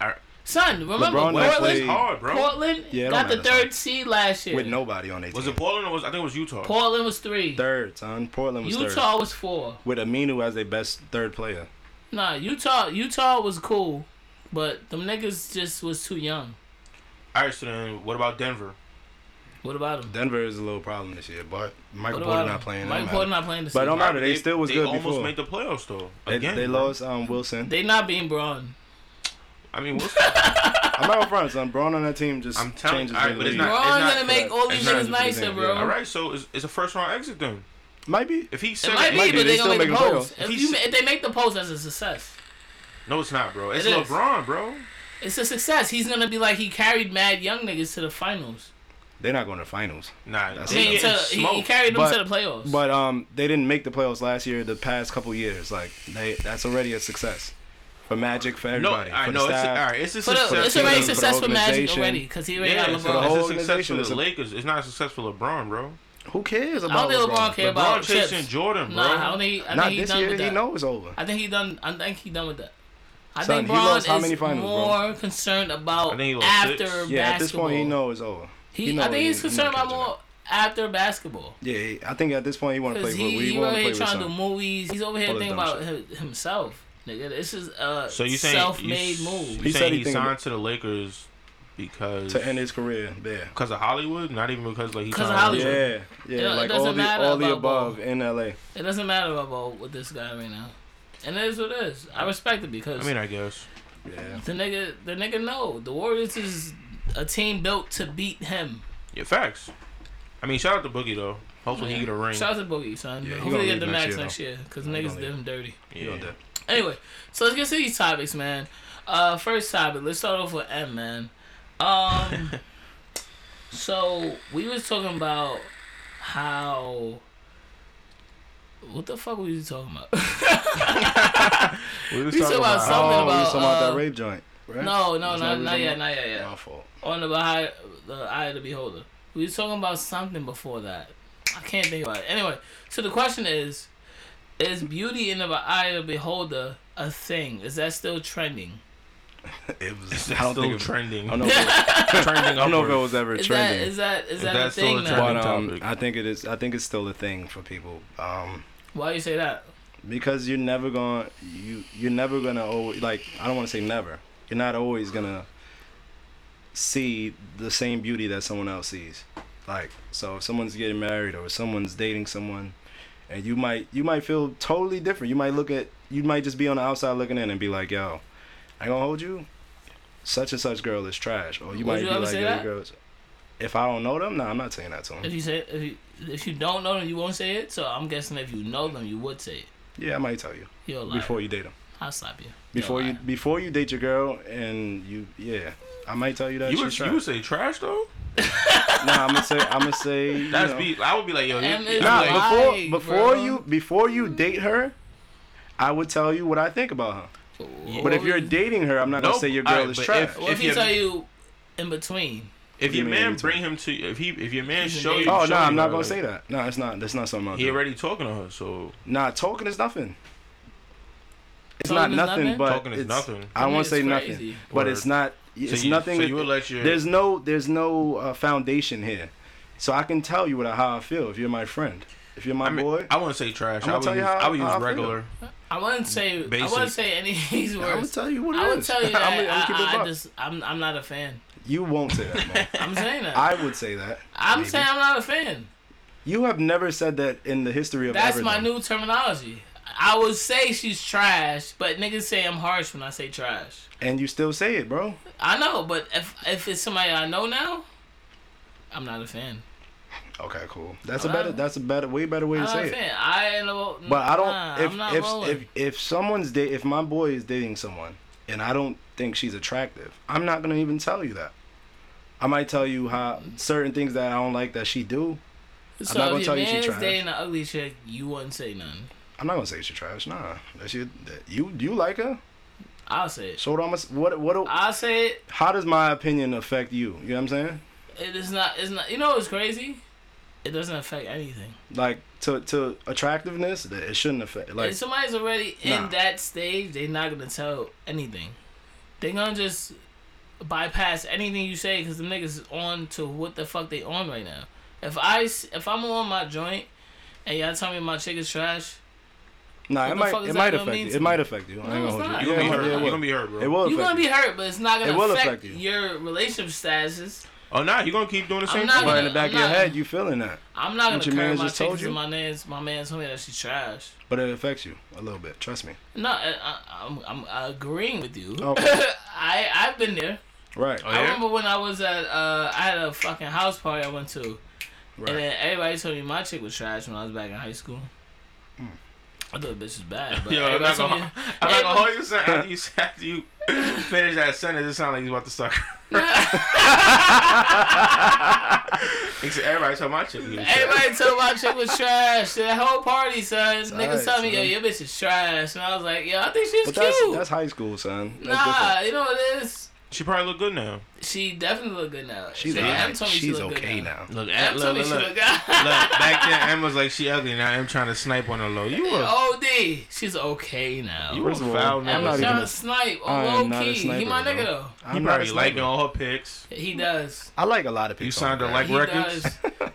[SPEAKER 4] I-
[SPEAKER 3] Son, remember
[SPEAKER 2] LeBron Wait.
[SPEAKER 4] West was
[SPEAKER 2] played-
[SPEAKER 3] Portland?
[SPEAKER 4] hard, bro.
[SPEAKER 3] Portland
[SPEAKER 2] Yeah, it
[SPEAKER 3] got the
[SPEAKER 2] don't matter,
[SPEAKER 3] third seed last year.
[SPEAKER 2] with nobody on their
[SPEAKER 4] Was
[SPEAKER 2] team.
[SPEAKER 4] it Portland or was I think it was Utah?
[SPEAKER 3] Portland was three.
[SPEAKER 2] third, son? Portland was third.
[SPEAKER 3] Utah was four.
[SPEAKER 2] with Aminu as their best third player.
[SPEAKER 3] Nah, Utah Utah was cool, but them niggas just was too young.
[SPEAKER 4] All right, so then what about Denver?
[SPEAKER 3] What about them?
[SPEAKER 2] Denver is a little problem this year, but Michael
[SPEAKER 3] What
[SPEAKER 2] Porter
[SPEAKER 3] about
[SPEAKER 2] not playing.
[SPEAKER 3] Michael
[SPEAKER 2] don't
[SPEAKER 3] Porter
[SPEAKER 2] matter.
[SPEAKER 3] not playing this
[SPEAKER 2] But
[SPEAKER 3] season.
[SPEAKER 2] don't matter. They, still was
[SPEAKER 4] they
[SPEAKER 2] good
[SPEAKER 4] almost
[SPEAKER 2] before.
[SPEAKER 4] made the playoffs though.
[SPEAKER 2] they
[SPEAKER 4] Again,
[SPEAKER 2] they
[SPEAKER 4] bro.
[SPEAKER 2] lost um, Wilson.
[SPEAKER 3] They not being Braun.
[SPEAKER 4] I mean, what's
[SPEAKER 2] I'm not front, son. Braun on that team just
[SPEAKER 4] I'm telling-
[SPEAKER 2] changes
[SPEAKER 4] alright,
[SPEAKER 2] the
[SPEAKER 4] but it's
[SPEAKER 2] league.
[SPEAKER 4] not-
[SPEAKER 3] Braun's gonna
[SPEAKER 4] for
[SPEAKER 3] make
[SPEAKER 4] that.
[SPEAKER 3] all these
[SPEAKER 2] It's not
[SPEAKER 3] niggas
[SPEAKER 2] for the
[SPEAKER 3] nicer,
[SPEAKER 2] thing,
[SPEAKER 3] bro.
[SPEAKER 2] yeah.
[SPEAKER 4] All right, so it's, it's a first round exit then.
[SPEAKER 2] Might be.
[SPEAKER 4] If
[SPEAKER 3] Mm-hmm.
[SPEAKER 4] he
[SPEAKER 3] It
[SPEAKER 4] said
[SPEAKER 3] might be,
[SPEAKER 2] might be.
[SPEAKER 3] but
[SPEAKER 2] They
[SPEAKER 3] they
[SPEAKER 2] still
[SPEAKER 3] gonna make the
[SPEAKER 2] making
[SPEAKER 3] post.
[SPEAKER 2] playoffs.
[SPEAKER 3] If,
[SPEAKER 4] He's-
[SPEAKER 3] you, ma- if they make the post, that's a success.
[SPEAKER 4] no, it's not, bro. It's
[SPEAKER 3] It is.
[SPEAKER 4] LeBron, bro.
[SPEAKER 3] It's a success. He's gonna be like he carried mad young niggas to the finals.
[SPEAKER 2] They're not going to finals.
[SPEAKER 4] Nah,
[SPEAKER 2] That's
[SPEAKER 4] they
[SPEAKER 3] I mean,
[SPEAKER 4] getting
[SPEAKER 3] to- he, he
[SPEAKER 4] smoked.
[SPEAKER 3] carried them
[SPEAKER 2] But-
[SPEAKER 3] to the playoffs.
[SPEAKER 2] But um, they didn't make the playoffs last year. The past couple years, like they, that's already a success. for Magic for
[SPEAKER 4] No, all
[SPEAKER 2] everybody.
[SPEAKER 4] right,
[SPEAKER 2] for the
[SPEAKER 4] no, it's all
[SPEAKER 2] staff.
[SPEAKER 4] right. It's a
[SPEAKER 3] But uh,
[SPEAKER 4] success.
[SPEAKER 3] it's
[SPEAKER 2] for
[SPEAKER 3] already
[SPEAKER 2] the
[SPEAKER 3] successful Magic
[SPEAKER 2] organization.
[SPEAKER 3] already because he already
[SPEAKER 4] Yeah,
[SPEAKER 3] got
[SPEAKER 4] it's, a-
[SPEAKER 2] whole
[SPEAKER 3] LeBron.
[SPEAKER 4] it's a success
[SPEAKER 2] organization
[SPEAKER 4] for
[SPEAKER 2] is a-
[SPEAKER 4] the Lakers. It's not success for LeBron, bro.
[SPEAKER 2] Who
[SPEAKER 3] I
[SPEAKER 2] cares
[SPEAKER 3] don't
[SPEAKER 2] about
[SPEAKER 3] think LeBron cares about
[SPEAKER 4] LeBron chasing
[SPEAKER 3] chips.
[SPEAKER 4] Jordan, bro.
[SPEAKER 3] Nah, I don't think, I
[SPEAKER 2] Not
[SPEAKER 3] think he's
[SPEAKER 2] this
[SPEAKER 3] done
[SPEAKER 2] year.
[SPEAKER 3] with
[SPEAKER 2] He
[SPEAKER 3] that.
[SPEAKER 2] knows over.
[SPEAKER 3] I think he done. I think he done with that. I
[SPEAKER 2] Son,
[SPEAKER 3] think
[SPEAKER 2] he
[SPEAKER 3] Bron
[SPEAKER 2] lost how
[SPEAKER 3] is
[SPEAKER 2] many finals, bro?
[SPEAKER 3] more concerned
[SPEAKER 4] I
[SPEAKER 3] about
[SPEAKER 4] think he lost
[SPEAKER 3] after
[SPEAKER 4] six.
[SPEAKER 3] basketball.
[SPEAKER 2] Yeah, at this point, he know it's over.
[SPEAKER 3] He,
[SPEAKER 2] know
[SPEAKER 3] I think
[SPEAKER 2] he-
[SPEAKER 3] he's
[SPEAKER 2] he
[SPEAKER 3] concerned
[SPEAKER 2] can't
[SPEAKER 3] about
[SPEAKER 2] do that.
[SPEAKER 3] more after basketball.
[SPEAKER 2] Yeah, he- I think at this point he want to play
[SPEAKER 3] Cause
[SPEAKER 2] with.
[SPEAKER 3] he,
[SPEAKER 2] We
[SPEAKER 3] he
[SPEAKER 2] want
[SPEAKER 3] over
[SPEAKER 2] to
[SPEAKER 3] here
[SPEAKER 2] play with
[SPEAKER 3] trying to do
[SPEAKER 2] something.
[SPEAKER 3] movies. He's over here
[SPEAKER 2] All this
[SPEAKER 3] thinking
[SPEAKER 2] dumb
[SPEAKER 3] about hi- himself, nigga. This is a
[SPEAKER 4] So you saying
[SPEAKER 3] self-made
[SPEAKER 4] you,
[SPEAKER 3] move.
[SPEAKER 4] He
[SPEAKER 2] He
[SPEAKER 4] said
[SPEAKER 2] said he
[SPEAKER 4] he
[SPEAKER 2] think
[SPEAKER 4] signed
[SPEAKER 2] about-
[SPEAKER 4] to the Lakers because
[SPEAKER 2] to end his career. Yeah,
[SPEAKER 4] because of Hollywood, not even because like he
[SPEAKER 3] 'Cause of
[SPEAKER 4] signed-
[SPEAKER 3] Hollywood.
[SPEAKER 2] yeah, yeah.
[SPEAKER 3] Yeah, it
[SPEAKER 2] like
[SPEAKER 3] doesn't
[SPEAKER 2] all the
[SPEAKER 3] matter
[SPEAKER 2] all the
[SPEAKER 3] about
[SPEAKER 2] above
[SPEAKER 3] ball.
[SPEAKER 2] in L.A.
[SPEAKER 3] It doesn't matter about with this guy right now, and it is what it is. I respect it because
[SPEAKER 4] I mean, I guess.
[SPEAKER 2] Yeah,
[SPEAKER 3] the nigga, the nigga, know the Warriors is a team built to beat him.
[SPEAKER 4] Yeah, facts. I mean, shout out to Boogie though. Hopefully he get a ring.
[SPEAKER 3] Shout out to Boogie, son.
[SPEAKER 2] Yeah, he
[SPEAKER 3] Hopefully
[SPEAKER 2] gonna
[SPEAKER 3] they get
[SPEAKER 2] leave
[SPEAKER 3] the
[SPEAKER 2] next
[SPEAKER 3] max
[SPEAKER 2] year,
[SPEAKER 3] next year because
[SPEAKER 2] he
[SPEAKER 3] niggas
[SPEAKER 2] gonna
[SPEAKER 3] did
[SPEAKER 2] leave.
[SPEAKER 3] him dirty.
[SPEAKER 2] you know
[SPEAKER 4] yeah.
[SPEAKER 2] that.
[SPEAKER 3] Anyway, so let's get to these topics, man. Uh, first topic. Let's start off with M, man. Um, so we was talking about how. What the fuck were we talking about?
[SPEAKER 4] We was
[SPEAKER 3] We
[SPEAKER 4] talking
[SPEAKER 3] still
[SPEAKER 4] about
[SPEAKER 3] outside.
[SPEAKER 4] how-
[SPEAKER 2] oh,
[SPEAKER 3] Something
[SPEAKER 2] we was
[SPEAKER 3] about,
[SPEAKER 2] talking about
[SPEAKER 3] uh,
[SPEAKER 2] that rape joint, right?
[SPEAKER 3] no, no,
[SPEAKER 2] That's
[SPEAKER 3] not,
[SPEAKER 2] what we
[SPEAKER 3] not
[SPEAKER 2] talking
[SPEAKER 3] yet,
[SPEAKER 2] about?
[SPEAKER 3] not yet,
[SPEAKER 2] My
[SPEAKER 3] yet.
[SPEAKER 2] fault.
[SPEAKER 3] On the behind the eye of the beholder. We was talking about something before that. I can't think about it. Anyway, so the question is: Is beauty in the eye of the beholder a thing? Is that still trending?
[SPEAKER 2] It
[SPEAKER 4] It's
[SPEAKER 2] was. I
[SPEAKER 4] still
[SPEAKER 2] don't think. It,
[SPEAKER 4] trending.
[SPEAKER 2] I don't know. If it, was-
[SPEAKER 4] trending.
[SPEAKER 2] I don't know if it was ever
[SPEAKER 3] Is
[SPEAKER 2] trending.
[SPEAKER 3] that is that is
[SPEAKER 4] Is
[SPEAKER 3] that
[SPEAKER 4] that
[SPEAKER 3] a
[SPEAKER 4] still a
[SPEAKER 3] thing now?
[SPEAKER 4] trend?
[SPEAKER 2] but um,
[SPEAKER 4] topic.
[SPEAKER 2] I think it is. I think it's still a thing for people. Um,
[SPEAKER 3] Why you say that?
[SPEAKER 2] because you're never gonna you you're never gonna always like I don't want to say never. You're not always gonna see the same beauty that someone else sees. Like so, if someone's getting married or someone's dating someone, and you might you might feel totally different. You might look at you might just be on the outside looking in and be like, "Yo, I gonna hold you." Such and such girl is trash, or you
[SPEAKER 3] Would
[SPEAKER 2] might
[SPEAKER 3] you
[SPEAKER 2] be
[SPEAKER 3] ever
[SPEAKER 2] like,
[SPEAKER 3] say
[SPEAKER 2] "Yo,
[SPEAKER 3] that?
[SPEAKER 2] that? girls." If I don't know them, nah, I'm not saying that to them.
[SPEAKER 3] If you say if you, if you don't know them, you won't say it. So I'm guessing if you know them, you would say it.
[SPEAKER 2] Yeah, I might tell you
[SPEAKER 3] You're a liar.
[SPEAKER 2] before you date them.
[SPEAKER 3] I'll slap you. You're a
[SPEAKER 2] Before you
[SPEAKER 3] liar.
[SPEAKER 2] before you date your girl and you yeah, I might tell you that
[SPEAKER 4] You
[SPEAKER 2] she's
[SPEAKER 4] would, you
[SPEAKER 2] trash.
[SPEAKER 4] would say trash though?
[SPEAKER 2] nah, I'm gonna say I'm gonna say you
[SPEAKER 4] That's
[SPEAKER 2] know.
[SPEAKER 4] be. I would be like, yo, you,
[SPEAKER 3] And
[SPEAKER 4] you
[SPEAKER 3] it's
[SPEAKER 2] Nah,
[SPEAKER 4] like,
[SPEAKER 3] like- Why,
[SPEAKER 2] before before
[SPEAKER 3] bro?
[SPEAKER 2] you before you date her, I would tell you what I think about her.
[SPEAKER 3] What
[SPEAKER 2] but if
[SPEAKER 3] would
[SPEAKER 2] you're
[SPEAKER 3] you-
[SPEAKER 2] dating her, I'm not
[SPEAKER 4] Nope.
[SPEAKER 2] gonna say your girl
[SPEAKER 4] Alright,
[SPEAKER 2] is
[SPEAKER 4] but
[SPEAKER 2] trash.
[SPEAKER 4] if-
[SPEAKER 3] what if,
[SPEAKER 4] if
[SPEAKER 3] he
[SPEAKER 4] you-
[SPEAKER 3] tell you in between?
[SPEAKER 4] if
[SPEAKER 2] you
[SPEAKER 4] your
[SPEAKER 2] mean
[SPEAKER 4] man
[SPEAKER 2] anytime.
[SPEAKER 4] bring him to, if he, if your man
[SPEAKER 3] He's
[SPEAKER 4] show you,
[SPEAKER 3] engaged.
[SPEAKER 2] oh no,
[SPEAKER 4] show
[SPEAKER 2] nah,
[SPEAKER 4] you
[SPEAKER 2] I'm not
[SPEAKER 4] her,
[SPEAKER 2] gonna say that. No, nah, it's not that's not something I'll
[SPEAKER 4] He
[SPEAKER 2] do.
[SPEAKER 4] already talking to her, so
[SPEAKER 2] Nah, talking is nothing. It's
[SPEAKER 3] Talking
[SPEAKER 2] not
[SPEAKER 3] is
[SPEAKER 2] nothing,
[SPEAKER 3] nothing?
[SPEAKER 2] but
[SPEAKER 4] Talking is
[SPEAKER 2] it's,
[SPEAKER 4] nothing.
[SPEAKER 2] I won't
[SPEAKER 3] It's
[SPEAKER 2] say nothing,
[SPEAKER 3] crazy.
[SPEAKER 2] but
[SPEAKER 4] Word.
[SPEAKER 2] it's not. It's
[SPEAKER 4] you-
[SPEAKER 2] nothing.
[SPEAKER 4] so you would let your-
[SPEAKER 2] there's no there's no uh, foundation here, so I can tell you what how I feel if you're my friend, if you're my
[SPEAKER 4] I mean,
[SPEAKER 2] boy.
[SPEAKER 4] I wouldn't say trash.
[SPEAKER 2] I'ma
[SPEAKER 4] I would use,
[SPEAKER 2] tell you how-
[SPEAKER 4] I would use
[SPEAKER 2] how I feel.
[SPEAKER 4] regular.
[SPEAKER 3] I wouldn't say I
[SPEAKER 4] Basic.
[SPEAKER 3] wouldn't say any of these
[SPEAKER 2] I'm gonna
[SPEAKER 3] words.
[SPEAKER 2] tell you what it
[SPEAKER 3] I would
[SPEAKER 2] is.
[SPEAKER 3] tell you that
[SPEAKER 2] I'ma- I'ma keep it
[SPEAKER 3] I, I,
[SPEAKER 2] buck.
[SPEAKER 3] just I'm I'm not a fan.
[SPEAKER 2] You won't say that. Mo.
[SPEAKER 3] I'm saying that. I,
[SPEAKER 2] I would say that.
[SPEAKER 3] am
[SPEAKER 2] maybe.
[SPEAKER 3] saying I'm not a fan.
[SPEAKER 2] You have never said that in the history of
[SPEAKER 3] That's my
[SPEAKER 2] everything.
[SPEAKER 3] new terminology. I would say she's trash, but niggas say I'm harsh when I say trash.
[SPEAKER 2] and you still say it, bro.
[SPEAKER 3] I know, but if if it's somebody I know now, I'm not a fan.
[SPEAKER 2] Okay, cool. That's
[SPEAKER 3] I'm
[SPEAKER 2] a
[SPEAKER 3] not-
[SPEAKER 2] better. That's a better, way better way
[SPEAKER 3] I'm
[SPEAKER 2] to
[SPEAKER 3] not
[SPEAKER 2] say
[SPEAKER 3] a
[SPEAKER 2] it.
[SPEAKER 3] fan. I ain't no.
[SPEAKER 2] But I don't.
[SPEAKER 3] Nah,
[SPEAKER 2] if,
[SPEAKER 3] I'm not
[SPEAKER 2] if,
[SPEAKER 3] rolling.
[SPEAKER 2] if if someone's date, if my boy is dating someone, and I don't think she's attractive, I'm not gonna even tell you that. I might tell you how certain things that I don't like that she do.
[SPEAKER 3] so
[SPEAKER 2] not
[SPEAKER 3] if
[SPEAKER 2] gonna
[SPEAKER 3] your
[SPEAKER 2] tell you she
[SPEAKER 3] man's
[SPEAKER 2] trash.
[SPEAKER 3] dating an ugly chick, you wouldn't say nothing.
[SPEAKER 2] I'm not gonna say she trash. Nah, that she that you you like her.
[SPEAKER 3] I'll say it.
[SPEAKER 2] So what? I'm gonna- What? What? do-
[SPEAKER 3] I'll say it.
[SPEAKER 2] How does my opinion affect you? You know what I'm saying?
[SPEAKER 3] It is not. It's not. You know what's crazy? It doesn't affect anything.
[SPEAKER 2] Like to to attractiveness, that it shouldn't affect. Like
[SPEAKER 3] if somebody's already in
[SPEAKER 2] Nah.
[SPEAKER 3] that stage, they're not gonna tell anything. They're gonna just bypass anything you say because the niggas is on to what the fuck they on right now. If I s- if I'm on my joint and y'all tell me my chick is trash,
[SPEAKER 2] nah,
[SPEAKER 3] what the
[SPEAKER 2] it might
[SPEAKER 3] fuck is
[SPEAKER 2] it
[SPEAKER 3] that
[SPEAKER 2] might
[SPEAKER 3] gonna
[SPEAKER 2] affect
[SPEAKER 3] mean
[SPEAKER 2] you.
[SPEAKER 3] to
[SPEAKER 2] It
[SPEAKER 3] me?
[SPEAKER 2] might affect you. I
[SPEAKER 3] No,
[SPEAKER 2] ain't
[SPEAKER 3] it's
[SPEAKER 2] gonna
[SPEAKER 3] not.
[SPEAKER 2] hold you.
[SPEAKER 4] You're
[SPEAKER 2] Yeah,
[SPEAKER 4] gonna be
[SPEAKER 2] it will.
[SPEAKER 4] hurt. You're gonna be hurt,
[SPEAKER 2] It
[SPEAKER 4] bro.
[SPEAKER 2] will.
[SPEAKER 3] you're
[SPEAKER 2] affect
[SPEAKER 3] gonna
[SPEAKER 2] you.
[SPEAKER 3] be hurt, but it's not gonna
[SPEAKER 2] It will
[SPEAKER 3] affect
[SPEAKER 2] affect you.
[SPEAKER 3] your relationship statuses.
[SPEAKER 4] Oh, nah, you're gonna keep doing the
[SPEAKER 3] I'm
[SPEAKER 4] same
[SPEAKER 3] not
[SPEAKER 4] thing.
[SPEAKER 2] But in the
[SPEAKER 3] I'm
[SPEAKER 2] back of your
[SPEAKER 3] not-
[SPEAKER 2] head, you feeling that.
[SPEAKER 3] I'm not
[SPEAKER 2] What
[SPEAKER 3] gonna
[SPEAKER 2] your
[SPEAKER 3] curb
[SPEAKER 2] man
[SPEAKER 3] my
[SPEAKER 2] just
[SPEAKER 3] chick
[SPEAKER 2] told
[SPEAKER 3] 'cause
[SPEAKER 2] you?
[SPEAKER 3] my man's my man told me that she's trash.
[SPEAKER 2] But it affects you a little bit. Trust me.
[SPEAKER 3] No, I, I, I'm I'm agreeing with you.
[SPEAKER 2] Okay.
[SPEAKER 3] I I've been there.
[SPEAKER 2] right.
[SPEAKER 4] Oh,
[SPEAKER 3] I
[SPEAKER 4] yeah?
[SPEAKER 3] remember when I was at uh, I had a fucking house party I went to,
[SPEAKER 2] Right. Hmm.
[SPEAKER 3] and then everybody told me my chick was trash when I was back in high school. I thought the bitch was bad, but
[SPEAKER 4] Yo, I'm
[SPEAKER 3] everybody
[SPEAKER 4] not
[SPEAKER 3] told me-
[SPEAKER 4] gonna, I'm not gonna hold you, son. After you, after you finish that sentence, it sounds like you about to suck. he said, everybody told my chick you was trash."
[SPEAKER 3] Everybody told my chick was trash. That whole party, son. Niggas
[SPEAKER 2] alright,
[SPEAKER 3] tell me, yo,
[SPEAKER 2] son.
[SPEAKER 3] your bitch is trash. And I was like, yo, I think she's
[SPEAKER 2] But
[SPEAKER 3] cute.
[SPEAKER 2] that's that's high school, son. That's
[SPEAKER 3] nah, you know what it is?
[SPEAKER 4] She probably look good now.
[SPEAKER 3] She definitely look good now.
[SPEAKER 2] She's
[SPEAKER 3] She-
[SPEAKER 2] alright.
[SPEAKER 3] Em told me she
[SPEAKER 2] She's
[SPEAKER 3] look good
[SPEAKER 2] okay now.
[SPEAKER 4] Look, eh,
[SPEAKER 3] Em
[SPEAKER 4] look,
[SPEAKER 3] told me
[SPEAKER 4] look,
[SPEAKER 3] she
[SPEAKER 4] look.
[SPEAKER 3] look good.
[SPEAKER 4] Look, back then, Em was like, she ugly. Now Em trying to snipe on her low. You were,
[SPEAKER 3] OD, she's okay now.
[SPEAKER 4] you were
[SPEAKER 2] First of all,
[SPEAKER 4] foul.
[SPEAKER 2] I'm
[SPEAKER 3] I'm not
[SPEAKER 2] not
[SPEAKER 4] nigga.
[SPEAKER 2] even
[SPEAKER 3] trying
[SPEAKER 2] a-
[SPEAKER 3] Oh. to snipe
[SPEAKER 2] I am
[SPEAKER 3] on
[SPEAKER 2] not
[SPEAKER 3] low
[SPEAKER 2] a
[SPEAKER 3] key.
[SPEAKER 2] sniper,
[SPEAKER 3] he my
[SPEAKER 2] bro.
[SPEAKER 3] nigga though.
[SPEAKER 2] I'm
[SPEAKER 4] You
[SPEAKER 2] not
[SPEAKER 4] probably
[SPEAKER 2] a
[SPEAKER 4] liking
[SPEAKER 2] sniper.
[SPEAKER 4] all her pics.
[SPEAKER 3] He does.
[SPEAKER 2] I like a lot of people.
[SPEAKER 4] You sounded
[SPEAKER 2] man.
[SPEAKER 4] like
[SPEAKER 3] He does.
[SPEAKER 4] records.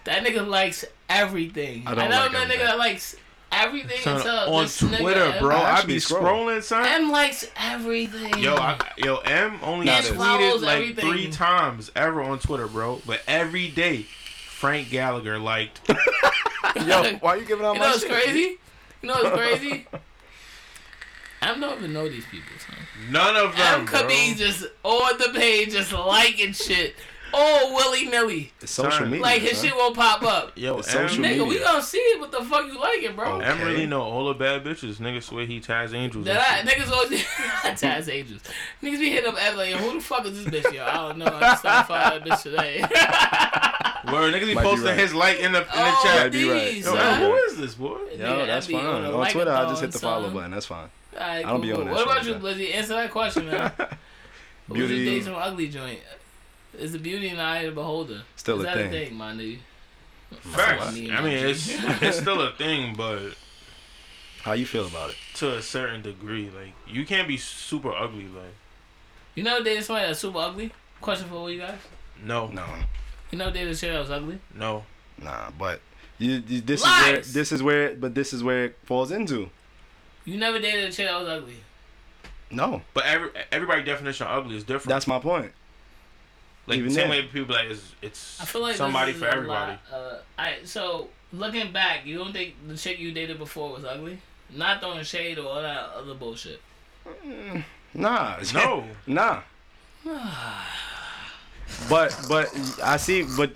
[SPEAKER 3] That nigga likes everything.
[SPEAKER 2] I
[SPEAKER 3] I,
[SPEAKER 2] don't
[SPEAKER 3] know
[SPEAKER 2] like
[SPEAKER 3] that
[SPEAKER 2] everything.
[SPEAKER 3] nigga that likes everything
[SPEAKER 4] Son,
[SPEAKER 3] until
[SPEAKER 4] on
[SPEAKER 3] this nigga
[SPEAKER 4] Twitter,
[SPEAKER 3] M-
[SPEAKER 4] bro,
[SPEAKER 2] I
[SPEAKER 4] I
[SPEAKER 2] actually
[SPEAKER 4] be
[SPEAKER 2] scroll.
[SPEAKER 4] scrolling, son.
[SPEAKER 3] M likes everything.
[SPEAKER 4] Yo, I, yo, M only
[SPEAKER 3] He
[SPEAKER 4] tweeted
[SPEAKER 3] follows
[SPEAKER 4] like
[SPEAKER 3] everything.
[SPEAKER 4] three times ever on Twitter, bro. But every day, Frank Gallagher liked.
[SPEAKER 2] Yo, why you giving out
[SPEAKER 3] You
[SPEAKER 2] my
[SPEAKER 3] know what's
[SPEAKER 2] shit?
[SPEAKER 3] crazy? You know what's crazy? I don't even know these people. Son.
[SPEAKER 4] None of them,
[SPEAKER 3] M could
[SPEAKER 4] bro.
[SPEAKER 3] be just on the page, just liking shit, all willy nilly.
[SPEAKER 2] It's social
[SPEAKER 4] Son.
[SPEAKER 2] media.
[SPEAKER 3] Like his
[SPEAKER 2] son.
[SPEAKER 3] shit won't pop up.
[SPEAKER 4] Yo,
[SPEAKER 2] It's
[SPEAKER 4] M,
[SPEAKER 2] social
[SPEAKER 3] Nigga, we
[SPEAKER 2] media.
[SPEAKER 3] gonna see it. What the fuck you liking, bro?
[SPEAKER 2] Oh,
[SPEAKER 4] M really
[SPEAKER 2] Okay.
[SPEAKER 4] know all the bad bitches. Nigga swear he ties angels. and
[SPEAKER 3] That I,
[SPEAKER 4] shit.
[SPEAKER 3] niggas always Taz Angels. Niggas be hitting up Ed like, yo, who the fuck is this bitch, yo? I don't know. I just started following that bitch today.
[SPEAKER 4] Word, niggas be
[SPEAKER 2] Might be
[SPEAKER 4] posting
[SPEAKER 2] right.
[SPEAKER 4] his like in the in the
[SPEAKER 3] Oh,
[SPEAKER 4] chat.
[SPEAKER 2] Might be right.
[SPEAKER 3] these,
[SPEAKER 4] Yo,
[SPEAKER 3] huh?
[SPEAKER 4] M, who is this boy?
[SPEAKER 2] Yo,
[SPEAKER 3] Nigga,
[SPEAKER 2] that's
[SPEAKER 3] I be
[SPEAKER 2] fine.
[SPEAKER 3] on the
[SPEAKER 2] On
[SPEAKER 3] like
[SPEAKER 2] Twitter, I
[SPEAKER 3] button,
[SPEAKER 2] just hit the follow
[SPEAKER 3] son.
[SPEAKER 2] button. That's fine.
[SPEAKER 3] Alright,
[SPEAKER 2] I don't be
[SPEAKER 3] cool.
[SPEAKER 2] on that
[SPEAKER 3] What about you,
[SPEAKER 2] shit like
[SPEAKER 3] Blizzy? Answer that question, man. Who's
[SPEAKER 2] Beauty-
[SPEAKER 3] the days from ugly joint? Is the beauty in the eye of the beholder?
[SPEAKER 2] Still
[SPEAKER 3] Is
[SPEAKER 2] a
[SPEAKER 3] that
[SPEAKER 2] thing.
[SPEAKER 3] a thing, my nigga?
[SPEAKER 4] Facts.
[SPEAKER 3] I
[SPEAKER 4] I
[SPEAKER 3] mean,
[SPEAKER 4] mean, it's it's still a thing, but
[SPEAKER 2] How you feel about it?
[SPEAKER 4] to a certain degree, like you can't be super ugly. Like
[SPEAKER 3] You know dated somebody that's super ugly? Question for all you guys.
[SPEAKER 4] no, no,
[SPEAKER 2] No,
[SPEAKER 3] You know dated a chick that was ugly?
[SPEAKER 4] no.
[SPEAKER 2] nah. But you, you, this is where
[SPEAKER 3] Lies!
[SPEAKER 2] this is where but this is where it falls into.
[SPEAKER 3] You never dated a chick that was ugly.
[SPEAKER 2] No,
[SPEAKER 4] But every everybody definition of ugly is different.
[SPEAKER 2] that's my point.
[SPEAKER 4] Like
[SPEAKER 2] Even
[SPEAKER 4] the same
[SPEAKER 2] then.
[SPEAKER 4] way people like it's, it's
[SPEAKER 3] I feel like
[SPEAKER 4] somebody
[SPEAKER 3] this is
[SPEAKER 4] for
[SPEAKER 3] a
[SPEAKER 4] everybody.
[SPEAKER 3] lot, Uh, I so looking back, you don't think the chick you dated before was ugly? Not throwing shade or all that other bullshit.
[SPEAKER 2] Nah,
[SPEAKER 4] No,
[SPEAKER 2] nah. but but I see. But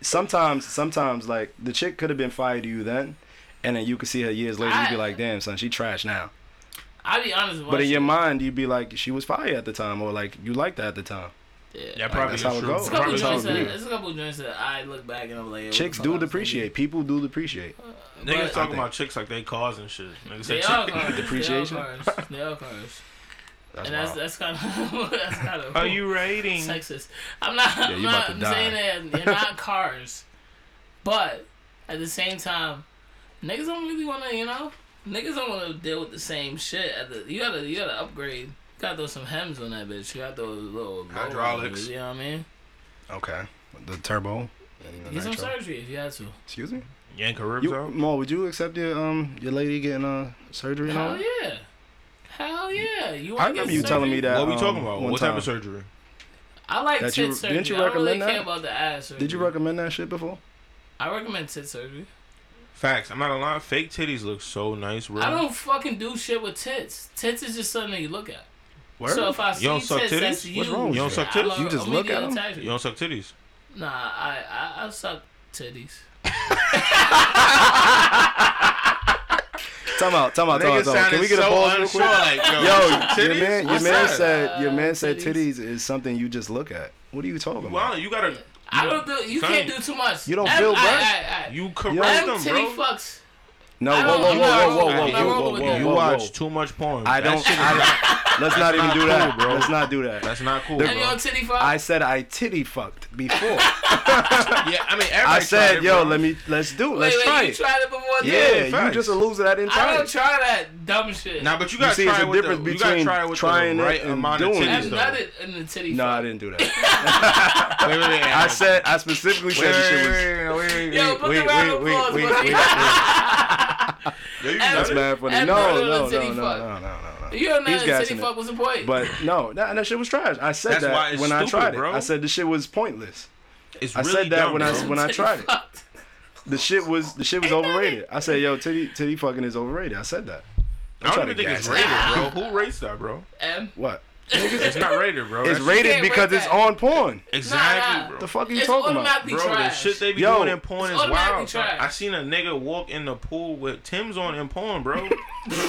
[SPEAKER 2] sometimes sometimes like the chick could have been fired to you then, and then you could see her years later. You'd be
[SPEAKER 3] I-
[SPEAKER 2] like, damn son, she trash now.
[SPEAKER 3] I'll be honest with
[SPEAKER 2] But in
[SPEAKER 3] you.
[SPEAKER 2] your mind, you'd be like, she was fired at the time, or like you liked her at the time.
[SPEAKER 3] Yeah.
[SPEAKER 4] yeah, probably
[SPEAKER 2] that's
[SPEAKER 4] is
[SPEAKER 2] how it
[SPEAKER 4] true.
[SPEAKER 2] goes.
[SPEAKER 3] There's a couple
[SPEAKER 4] Probably
[SPEAKER 2] That's how
[SPEAKER 3] joints
[SPEAKER 4] is
[SPEAKER 2] it
[SPEAKER 4] true.
[SPEAKER 3] that
[SPEAKER 2] goes.
[SPEAKER 3] there's a couple joints that I look back and I'm like, yo, what
[SPEAKER 2] Chicks
[SPEAKER 3] the fuck I
[SPEAKER 2] do
[SPEAKER 3] was
[SPEAKER 2] depreciate. People do depreciate.
[SPEAKER 3] thinking.
[SPEAKER 4] Niggas
[SPEAKER 3] But-
[SPEAKER 4] talking
[SPEAKER 2] I
[SPEAKER 4] about chicks like they cars and shit. Niggas say
[SPEAKER 3] They
[SPEAKER 4] chick-
[SPEAKER 3] are cars.
[SPEAKER 2] Depreciation?
[SPEAKER 3] They are cars. They are cars.
[SPEAKER 2] That's
[SPEAKER 3] and that's
[SPEAKER 2] wild.
[SPEAKER 3] that's kind of that's kind of
[SPEAKER 4] Are Oh, you rating?
[SPEAKER 3] sexist? I'm not.
[SPEAKER 2] Yeah,
[SPEAKER 3] I'm
[SPEAKER 2] you about
[SPEAKER 3] not
[SPEAKER 2] to
[SPEAKER 3] I'm
[SPEAKER 2] die.
[SPEAKER 3] saying that they're not cars, but at the same time, niggas don't really want to. You know, niggas don't want to deal with the same shit. At the, you gotta you gotta upgrade. You gotta throw some hems on that bitch. You gotta throw a little blow on it,
[SPEAKER 4] Hydraulics.
[SPEAKER 3] You know what I mean?
[SPEAKER 2] Okay. The turbo. and the
[SPEAKER 3] Get some
[SPEAKER 2] nitro.
[SPEAKER 3] surgery if you had to.
[SPEAKER 2] Excuse me.
[SPEAKER 4] Yank her ribs
[SPEAKER 2] You,
[SPEAKER 4] out.
[SPEAKER 2] Mo, would you accept your um your lady getting uh surgery? and all
[SPEAKER 3] Hell
[SPEAKER 2] that?
[SPEAKER 3] yeah. Hell yeah! You
[SPEAKER 2] I
[SPEAKER 3] want
[SPEAKER 2] remember you telling me that.
[SPEAKER 4] what we
[SPEAKER 2] um,
[SPEAKER 4] talking about?
[SPEAKER 2] one
[SPEAKER 4] What type
[SPEAKER 2] time.
[SPEAKER 4] of surgery?
[SPEAKER 3] I like
[SPEAKER 2] that
[SPEAKER 3] tit
[SPEAKER 2] you-
[SPEAKER 3] surgery.
[SPEAKER 2] didn't you
[SPEAKER 3] I don't really
[SPEAKER 2] recommend that?
[SPEAKER 3] care about the ass surgery.
[SPEAKER 2] Did you recommend that shit before?
[SPEAKER 3] I recommend tit surgery.
[SPEAKER 4] Facts. I'm not gonna lie. Fake titties look so nice, bro.
[SPEAKER 3] I don't fucking do shit with tits. Tits is just something that you look at.
[SPEAKER 2] Word?
[SPEAKER 3] So if I see
[SPEAKER 4] You don't
[SPEAKER 3] tits,
[SPEAKER 4] suck titties?
[SPEAKER 3] that's you.
[SPEAKER 2] What's wrong with
[SPEAKER 4] You don't
[SPEAKER 2] you?
[SPEAKER 4] suck titties?
[SPEAKER 2] You just look at 'em?
[SPEAKER 4] You don't suck titties.
[SPEAKER 3] Nah, I, I I suck titties.
[SPEAKER 2] Time out, time out, time out,
[SPEAKER 4] Niggas
[SPEAKER 2] time out. Can we get a pause real quick?
[SPEAKER 4] yo,
[SPEAKER 2] Yo, your
[SPEAKER 4] titties?
[SPEAKER 2] man, your
[SPEAKER 4] What's
[SPEAKER 2] man
[SPEAKER 4] that?
[SPEAKER 2] said, your
[SPEAKER 3] Uh,
[SPEAKER 2] man said
[SPEAKER 3] titties.
[SPEAKER 2] titties is something you just look at. What are you talking
[SPEAKER 4] Wow,
[SPEAKER 2] about?
[SPEAKER 4] you gotta.
[SPEAKER 3] I don't do. You
[SPEAKER 4] Son,
[SPEAKER 3] can't do too much.
[SPEAKER 2] you don't feel
[SPEAKER 3] I,
[SPEAKER 2] bad?
[SPEAKER 3] I, I,
[SPEAKER 4] You correct
[SPEAKER 3] I,
[SPEAKER 4] them,
[SPEAKER 3] titty
[SPEAKER 4] bro.
[SPEAKER 3] fucks.
[SPEAKER 2] No,
[SPEAKER 3] I
[SPEAKER 2] whoa,
[SPEAKER 3] don't-
[SPEAKER 2] whoa, whoa,
[SPEAKER 3] I'm not
[SPEAKER 2] whoa,
[SPEAKER 3] wrong-
[SPEAKER 2] whoa,
[SPEAKER 3] I'm not
[SPEAKER 2] whoa,
[SPEAKER 3] wrong
[SPEAKER 2] whoa,
[SPEAKER 3] with
[SPEAKER 2] whoa,
[SPEAKER 3] that.
[SPEAKER 4] You
[SPEAKER 2] whoa,
[SPEAKER 4] watch
[SPEAKER 2] whoa.
[SPEAKER 4] too much porn.
[SPEAKER 2] I
[SPEAKER 4] That
[SPEAKER 2] don't.
[SPEAKER 4] shit is-
[SPEAKER 2] I don't let's not even
[SPEAKER 4] not
[SPEAKER 2] do that,
[SPEAKER 4] cool, bro.
[SPEAKER 2] Let's not do that.
[SPEAKER 4] that's not cool,
[SPEAKER 2] The-
[SPEAKER 4] bro.
[SPEAKER 3] And you don't titty fuck.
[SPEAKER 2] I said I titty fucked before.
[SPEAKER 4] Yeah, I mean, everybody
[SPEAKER 2] I
[SPEAKER 4] tried
[SPEAKER 2] said,
[SPEAKER 4] it,
[SPEAKER 2] yo,
[SPEAKER 4] bro.
[SPEAKER 2] let me, let's do,
[SPEAKER 3] wait,
[SPEAKER 2] it. let's
[SPEAKER 3] wait,
[SPEAKER 2] try
[SPEAKER 3] you
[SPEAKER 2] it.
[SPEAKER 3] tried it before?
[SPEAKER 2] yeah,
[SPEAKER 3] too?
[SPEAKER 2] you
[SPEAKER 4] facts.
[SPEAKER 2] just a loser that didn't
[SPEAKER 3] I
[SPEAKER 2] try
[SPEAKER 3] don't
[SPEAKER 2] it.
[SPEAKER 3] try that dumb shit.
[SPEAKER 4] Nah, but you
[SPEAKER 2] You
[SPEAKER 4] gotta
[SPEAKER 2] see,
[SPEAKER 4] try
[SPEAKER 2] it's
[SPEAKER 4] it
[SPEAKER 2] a
[SPEAKER 4] with
[SPEAKER 2] difference
[SPEAKER 4] the, you gotta
[SPEAKER 2] between
[SPEAKER 4] try it with
[SPEAKER 2] trying
[SPEAKER 4] the
[SPEAKER 2] it
[SPEAKER 4] right
[SPEAKER 2] and
[SPEAKER 4] amount of
[SPEAKER 2] doing
[SPEAKER 4] titties,
[SPEAKER 3] That's
[SPEAKER 2] it.
[SPEAKER 4] though.
[SPEAKER 3] not it in the titty.
[SPEAKER 2] No,
[SPEAKER 3] fuck.
[SPEAKER 2] I didn't do that.
[SPEAKER 4] Wait, wait, wait.
[SPEAKER 2] I said, I specifically
[SPEAKER 4] Wait,
[SPEAKER 2] said the shit was.
[SPEAKER 4] wait, wait, wait,
[SPEAKER 3] Yo,
[SPEAKER 4] wait,
[SPEAKER 3] put
[SPEAKER 4] wait,
[SPEAKER 3] the round
[SPEAKER 4] wait,
[SPEAKER 3] of
[SPEAKER 4] wait,
[SPEAKER 3] applause.
[SPEAKER 4] wait,
[SPEAKER 3] for
[SPEAKER 4] wait.
[SPEAKER 3] me.
[SPEAKER 4] Yo, you
[SPEAKER 3] That's
[SPEAKER 4] got
[SPEAKER 2] That's
[SPEAKER 4] it.
[SPEAKER 2] mad funny. No,
[SPEAKER 3] And
[SPEAKER 2] no,
[SPEAKER 3] brother,
[SPEAKER 2] no,
[SPEAKER 3] titty
[SPEAKER 2] no, no,
[SPEAKER 3] fuck.
[SPEAKER 2] no, no, no.
[SPEAKER 3] You don't know
[SPEAKER 2] He's
[SPEAKER 3] that titty
[SPEAKER 2] gassing it.
[SPEAKER 3] fuck was the point.
[SPEAKER 2] But no, that, that shit was trash. I said
[SPEAKER 4] That's why
[SPEAKER 2] that
[SPEAKER 4] it's
[SPEAKER 2] when I
[SPEAKER 4] stupid,
[SPEAKER 2] tried it.
[SPEAKER 4] bro.
[SPEAKER 2] I said the shit was pointless.
[SPEAKER 4] It's
[SPEAKER 2] I said
[SPEAKER 4] really
[SPEAKER 2] that
[SPEAKER 4] dumb,
[SPEAKER 2] when I-
[SPEAKER 4] bro.
[SPEAKER 2] when I
[SPEAKER 3] Titty
[SPEAKER 2] tried it.
[SPEAKER 3] fucked.
[SPEAKER 2] The shit was the shit was overrated. I said, yo, titty titty fucking is overrated. I said that.
[SPEAKER 4] I
[SPEAKER 2] trying
[SPEAKER 4] don't
[SPEAKER 2] to
[SPEAKER 4] even think it's
[SPEAKER 2] gas
[SPEAKER 4] rated, bro. Who rates that, bro?
[SPEAKER 3] And
[SPEAKER 2] What?
[SPEAKER 4] It's not rated, bro.
[SPEAKER 2] It's
[SPEAKER 4] That
[SPEAKER 2] rated
[SPEAKER 5] can't rate
[SPEAKER 2] because it's
[SPEAKER 5] that.
[SPEAKER 2] on porn.
[SPEAKER 4] shit- Exactly,
[SPEAKER 5] Nah, nah.
[SPEAKER 4] bro.
[SPEAKER 2] The fuck are you
[SPEAKER 5] It's
[SPEAKER 2] talking about?
[SPEAKER 5] automatically
[SPEAKER 4] Bro, the
[SPEAKER 5] trash.
[SPEAKER 4] shit they be
[SPEAKER 2] Yo.
[SPEAKER 4] doing in porn
[SPEAKER 5] It's
[SPEAKER 4] is wild.
[SPEAKER 5] automatically trash.
[SPEAKER 4] I seen a nigga walk in the pool with Tim's on in porn, bro.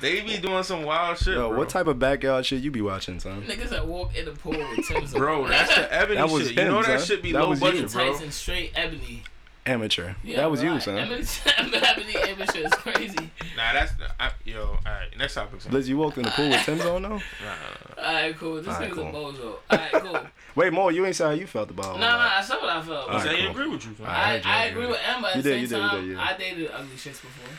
[SPEAKER 4] they be doing some wild shit,
[SPEAKER 2] Yo,
[SPEAKER 4] bro.
[SPEAKER 2] what type of backyard shit you be watching, son?
[SPEAKER 5] Niggas that walk in the pool with Tim's on.
[SPEAKER 4] Bro, that's the ebony
[SPEAKER 2] That was
[SPEAKER 4] shit. you know
[SPEAKER 2] him,
[SPEAKER 4] that
[SPEAKER 2] son.
[SPEAKER 4] shit be
[SPEAKER 2] That
[SPEAKER 4] low
[SPEAKER 2] was
[SPEAKER 4] budget,
[SPEAKER 2] you.
[SPEAKER 4] bro.
[SPEAKER 3] Tyson straight ebony.
[SPEAKER 2] Amateur.
[SPEAKER 3] Yeah,
[SPEAKER 2] that was you,
[SPEAKER 3] right.
[SPEAKER 2] son.
[SPEAKER 3] Ebony, ebony, ebony shit is crazy.
[SPEAKER 4] Nah, that's I, yo. All right, next topic. son.
[SPEAKER 2] Liz, you walked in the pool with Tim's on though?
[SPEAKER 3] Alright, cool. This
[SPEAKER 2] Alright,
[SPEAKER 3] nigga's
[SPEAKER 2] cool.
[SPEAKER 3] a bozo. Alright, cool. nah,
[SPEAKER 2] Wait, Mo, you ain't say how you felt about all
[SPEAKER 3] nah,
[SPEAKER 2] that.
[SPEAKER 3] I said what I felt.
[SPEAKER 2] Alright,
[SPEAKER 4] I
[SPEAKER 2] cool.
[SPEAKER 4] agree with you. son.
[SPEAKER 2] Alright.
[SPEAKER 3] I,
[SPEAKER 2] heard you, I
[SPEAKER 3] I
[SPEAKER 2] heard
[SPEAKER 3] agree
[SPEAKER 2] you.
[SPEAKER 3] with Emma. At
[SPEAKER 2] You
[SPEAKER 3] the
[SPEAKER 2] did,
[SPEAKER 3] same
[SPEAKER 2] you did, you
[SPEAKER 3] time,
[SPEAKER 2] did, yeah.
[SPEAKER 3] I dated ugly shits before.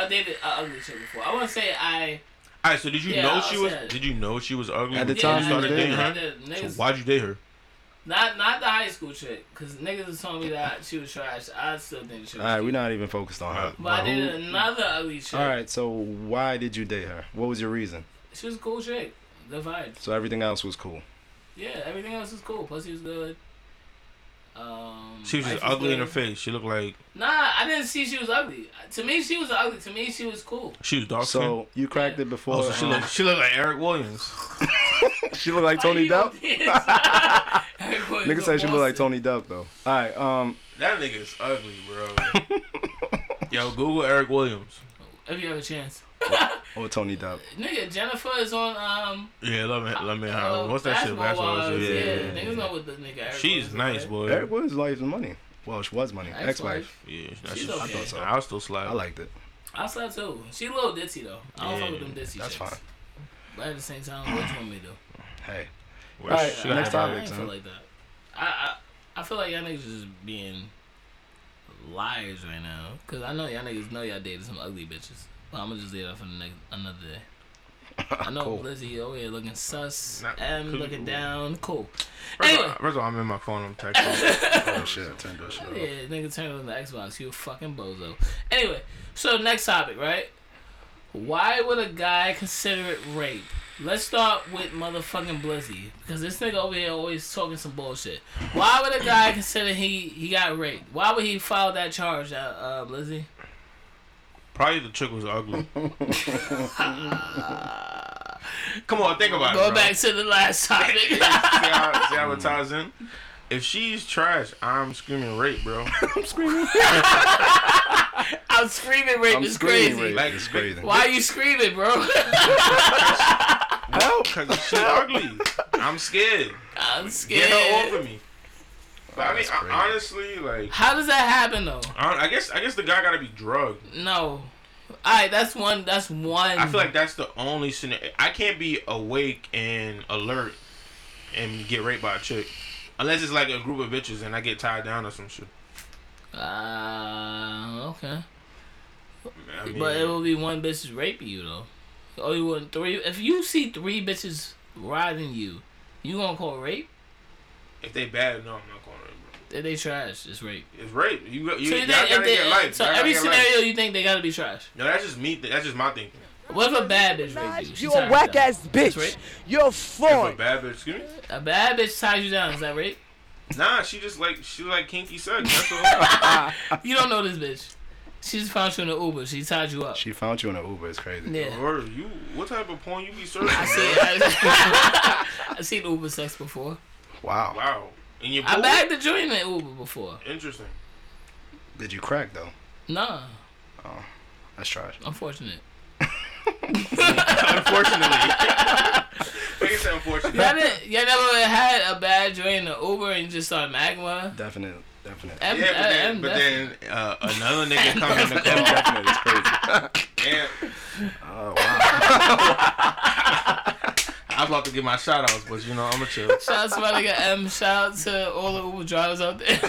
[SPEAKER 3] I dated a ugly shit before. I want to say I.
[SPEAKER 4] All right, so did you
[SPEAKER 3] Yeah,
[SPEAKER 4] know
[SPEAKER 3] I'll
[SPEAKER 4] she
[SPEAKER 3] say
[SPEAKER 4] was?
[SPEAKER 3] it.
[SPEAKER 4] Did you know she was ugly
[SPEAKER 2] At the
[SPEAKER 4] when
[SPEAKER 2] time
[SPEAKER 4] you
[SPEAKER 2] you
[SPEAKER 4] started
[SPEAKER 2] was
[SPEAKER 4] dating
[SPEAKER 2] dating
[SPEAKER 4] her? So
[SPEAKER 3] Niggas,
[SPEAKER 4] why'd you date her?
[SPEAKER 3] not not the high school chick, cause niggas was telling me that she was trash. I still think she was.
[SPEAKER 2] All right, we're not even focused on her.
[SPEAKER 4] Alright.
[SPEAKER 3] But I
[SPEAKER 2] Who-
[SPEAKER 3] dated another ugly chick.
[SPEAKER 2] all right, so why did you date her? What was your reason?
[SPEAKER 3] She was a cool chick. The vibes.
[SPEAKER 2] So everything else was cool.
[SPEAKER 3] Yeah, everything else was cool. Pussy was good. Um,
[SPEAKER 4] She was just
[SPEAKER 3] life
[SPEAKER 4] ugly in her
[SPEAKER 3] good.
[SPEAKER 4] face. She looked like
[SPEAKER 3] Nah, I didn't see she was ugly. To me, she was ugly. To me, she was cool.
[SPEAKER 4] she was dark skinned.
[SPEAKER 2] So you cracked it before.
[SPEAKER 4] Oh, so she
[SPEAKER 2] um,
[SPEAKER 4] looked she looked like Eric Williams.
[SPEAKER 2] she looked like Tony Duff. Nigga
[SPEAKER 3] Nigga
[SPEAKER 2] said she looked like Tony Duff though. All right, um,
[SPEAKER 4] That nigga is ugly, bro. Yo, Google Eric Williams.
[SPEAKER 3] If you have a chance,
[SPEAKER 2] or Tony Duff.
[SPEAKER 3] nigga, Jennifer is on um.
[SPEAKER 4] Yeah, let me let me
[SPEAKER 3] uh,
[SPEAKER 4] have what's that shit?
[SPEAKER 3] Basketball
[SPEAKER 4] Basketball.
[SPEAKER 3] Wives,
[SPEAKER 4] Yeah,
[SPEAKER 3] Yeah,
[SPEAKER 4] yeah, yeah.
[SPEAKER 3] niggas know what the nigga. Eric
[SPEAKER 4] She's
[SPEAKER 3] Williams
[SPEAKER 4] nice,
[SPEAKER 3] is,
[SPEAKER 4] boy.
[SPEAKER 2] Eric was life and money. Well, she was money.
[SPEAKER 3] right?
[SPEAKER 2] Ex-wife.
[SPEAKER 4] Yeah, that's
[SPEAKER 3] She's
[SPEAKER 4] just,
[SPEAKER 3] okay.
[SPEAKER 4] I thought so. I'll still slide.
[SPEAKER 2] I liked it.
[SPEAKER 3] I saw too. She a little ditzy though. I don't
[SPEAKER 4] Yeah,
[SPEAKER 3] fuck with them ditzy. chicks.
[SPEAKER 2] that's fine.
[SPEAKER 3] But at the same time, what you want me to do?
[SPEAKER 2] Hey,
[SPEAKER 4] Where
[SPEAKER 2] Alright,
[SPEAKER 3] I,
[SPEAKER 4] she got
[SPEAKER 2] next
[SPEAKER 3] I,
[SPEAKER 4] that-
[SPEAKER 2] topic,
[SPEAKER 3] I ain't
[SPEAKER 2] son.
[SPEAKER 3] feel like that. I, I I feel like y'all niggas is being liars right now. Cause I know y'all niggas know y'all dated some ugly bitches. But I'm gonna just leave that for the next, another day. I know
[SPEAKER 2] Cool.
[SPEAKER 3] Lizzie over here looking sus,
[SPEAKER 4] Not
[SPEAKER 3] M
[SPEAKER 4] cool.
[SPEAKER 3] looking down, cool.
[SPEAKER 4] First, of all-
[SPEAKER 3] Anyway.
[SPEAKER 4] first of all, I'm in my phone. I'm texting.
[SPEAKER 2] oh shit, turned that shit off.
[SPEAKER 3] Yeah, nigga turned on the Xbox. You a fucking bozo. Anyway, so next topic, right? Why would a guy consider it rape? Let's start with motherfucking Blizzy because this nigga over here always talking some bullshit. Why would a guy consider he he got raped? Why would he file that charge, uh, uh Blizzy?
[SPEAKER 4] Probably the chick was ugly. Come on, think
[SPEAKER 3] Going
[SPEAKER 4] about it. bro.
[SPEAKER 3] back to the last topic.
[SPEAKER 4] See how, see how it ties in? If she's trash, I'm screaming rape, bro.
[SPEAKER 2] I'm screaming.
[SPEAKER 3] I'm screaming rape
[SPEAKER 2] I'm
[SPEAKER 3] is
[SPEAKER 2] screaming.
[SPEAKER 3] crazy.
[SPEAKER 2] Rape.
[SPEAKER 4] Like,
[SPEAKER 2] it's crazy.
[SPEAKER 3] Why are you screaming, bro?
[SPEAKER 2] Help!
[SPEAKER 4] Because she's ugly. I'm scared.
[SPEAKER 3] I'm
[SPEAKER 4] Get her
[SPEAKER 3] scared.
[SPEAKER 4] off of me. But I
[SPEAKER 2] Oh,
[SPEAKER 4] mean,
[SPEAKER 2] that's
[SPEAKER 4] I-
[SPEAKER 2] crazy.
[SPEAKER 4] honestly, like,
[SPEAKER 3] How does that happen though?
[SPEAKER 4] I, don't, I guess I guess the guy gotta be drugged.
[SPEAKER 3] No. All right, that's one. That's one.
[SPEAKER 4] I feel like that's the only scenario. I can't be awake and alert and get raped by a chick, unless it's like a group of bitches and I get tied down or some shit.
[SPEAKER 3] Uh, okay.
[SPEAKER 4] I mean,
[SPEAKER 3] But it will be one bitch raping you though. Oh, you want three? If you see three bitches riding you, you gonna call rape?
[SPEAKER 4] if they bad, no, I'm not calling rape. Bro.
[SPEAKER 3] If they trash, it's rape.
[SPEAKER 4] It's rape. You go- you,
[SPEAKER 3] So, you
[SPEAKER 4] you all
[SPEAKER 3] think,
[SPEAKER 4] gotta
[SPEAKER 3] if they,
[SPEAKER 4] get life.
[SPEAKER 3] so
[SPEAKER 4] Y'all gotta
[SPEAKER 3] every
[SPEAKER 4] get
[SPEAKER 3] scenario,
[SPEAKER 4] Life.
[SPEAKER 3] you think they gotta be trash?
[SPEAKER 4] No, that's just me. That's just my thinking.
[SPEAKER 3] What if a bad bitch rapes you?
[SPEAKER 6] Minaj,
[SPEAKER 3] She
[SPEAKER 6] you
[SPEAKER 3] ties
[SPEAKER 6] a whack
[SPEAKER 3] down.
[SPEAKER 6] ass
[SPEAKER 3] That's
[SPEAKER 6] bitch.
[SPEAKER 3] rape?
[SPEAKER 6] You're a
[SPEAKER 4] If a
[SPEAKER 6] fraud.
[SPEAKER 4] bad bitch, excuse me.
[SPEAKER 3] A bad bitch ties you down. Is that rape?
[SPEAKER 4] Nah, she just like she like kinky sex. That's all.
[SPEAKER 3] You don't know this bitch. She just found you in an Uber. She tied you up.
[SPEAKER 2] She found you in an Uber. It's crazy.
[SPEAKER 3] yeah.
[SPEAKER 4] Or you, what type of porn you be serving?
[SPEAKER 3] I see. I, I've seen Uber sex before.
[SPEAKER 2] Wow.
[SPEAKER 4] Wow. In your
[SPEAKER 3] I
[SPEAKER 4] pool?
[SPEAKER 3] bagged a joint in Uber before.
[SPEAKER 4] Interesting.
[SPEAKER 2] Did you crack though?
[SPEAKER 3] Nah,
[SPEAKER 2] That's trash.
[SPEAKER 3] unfortunate.
[SPEAKER 4] Unfortunately. Like I said, unfortunately.
[SPEAKER 3] Y'all, didn't, y'all never had a bad joint in the Uber and you just started magma?
[SPEAKER 2] Definite. Definite.
[SPEAKER 3] Em-
[SPEAKER 4] yeah, but then,
[SPEAKER 3] em-
[SPEAKER 4] but
[SPEAKER 3] em-
[SPEAKER 4] then uh, another nigga come in the car.
[SPEAKER 2] definite. It's crazy.
[SPEAKER 4] And
[SPEAKER 2] Oh wow.
[SPEAKER 4] I was about to give my shout outs, but you know, I'm a chill.
[SPEAKER 3] Shout out to my nigga M. Shout out to all the Uber drivers out there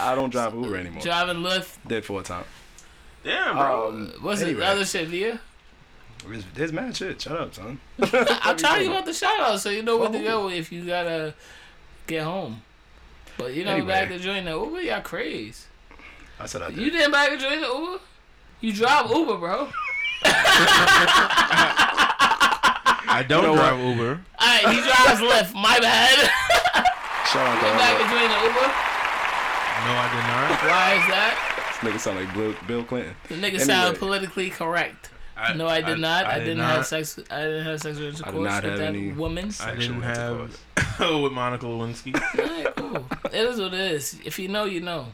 [SPEAKER 2] I don't drive Uber anymore.
[SPEAKER 3] driving Lyft.
[SPEAKER 2] Did for a time.
[SPEAKER 4] Damn,
[SPEAKER 2] Oh,
[SPEAKER 4] bro.
[SPEAKER 3] What's
[SPEAKER 2] anyway.
[SPEAKER 3] the other shit, Via?
[SPEAKER 2] There's, there's mad shit. Shut up, son.
[SPEAKER 3] I'm telling you about the shout out so you know what to go
[SPEAKER 2] Oh.
[SPEAKER 3] if you gotta get home. But you know,
[SPEAKER 2] Anyway.
[SPEAKER 3] back to join the Uber, y'all crazy.
[SPEAKER 2] I said I did.
[SPEAKER 3] You didn't back to join the Uber? You drive Uber, bro.
[SPEAKER 4] I don't
[SPEAKER 2] You know
[SPEAKER 4] drive Uber.
[SPEAKER 3] Alright, he drives Lyft. My bad.
[SPEAKER 2] Shout out to
[SPEAKER 3] back to
[SPEAKER 2] all
[SPEAKER 3] join the Uber.
[SPEAKER 4] No, I did not.
[SPEAKER 3] Why is that?
[SPEAKER 2] This nigga sound like Bill, Bill Clinton.
[SPEAKER 3] The nigga sound
[SPEAKER 2] Anyway.
[SPEAKER 3] politically correct. No, I did not. I, didn't have sex. I didn't have sexual intercourse
[SPEAKER 2] not
[SPEAKER 3] with
[SPEAKER 2] have
[SPEAKER 3] that
[SPEAKER 2] any
[SPEAKER 3] woman.
[SPEAKER 4] I
[SPEAKER 2] Sexual
[SPEAKER 4] didn't have with Monica Lewinsky.
[SPEAKER 3] Alright, cool. It is what it is. If you know, you know.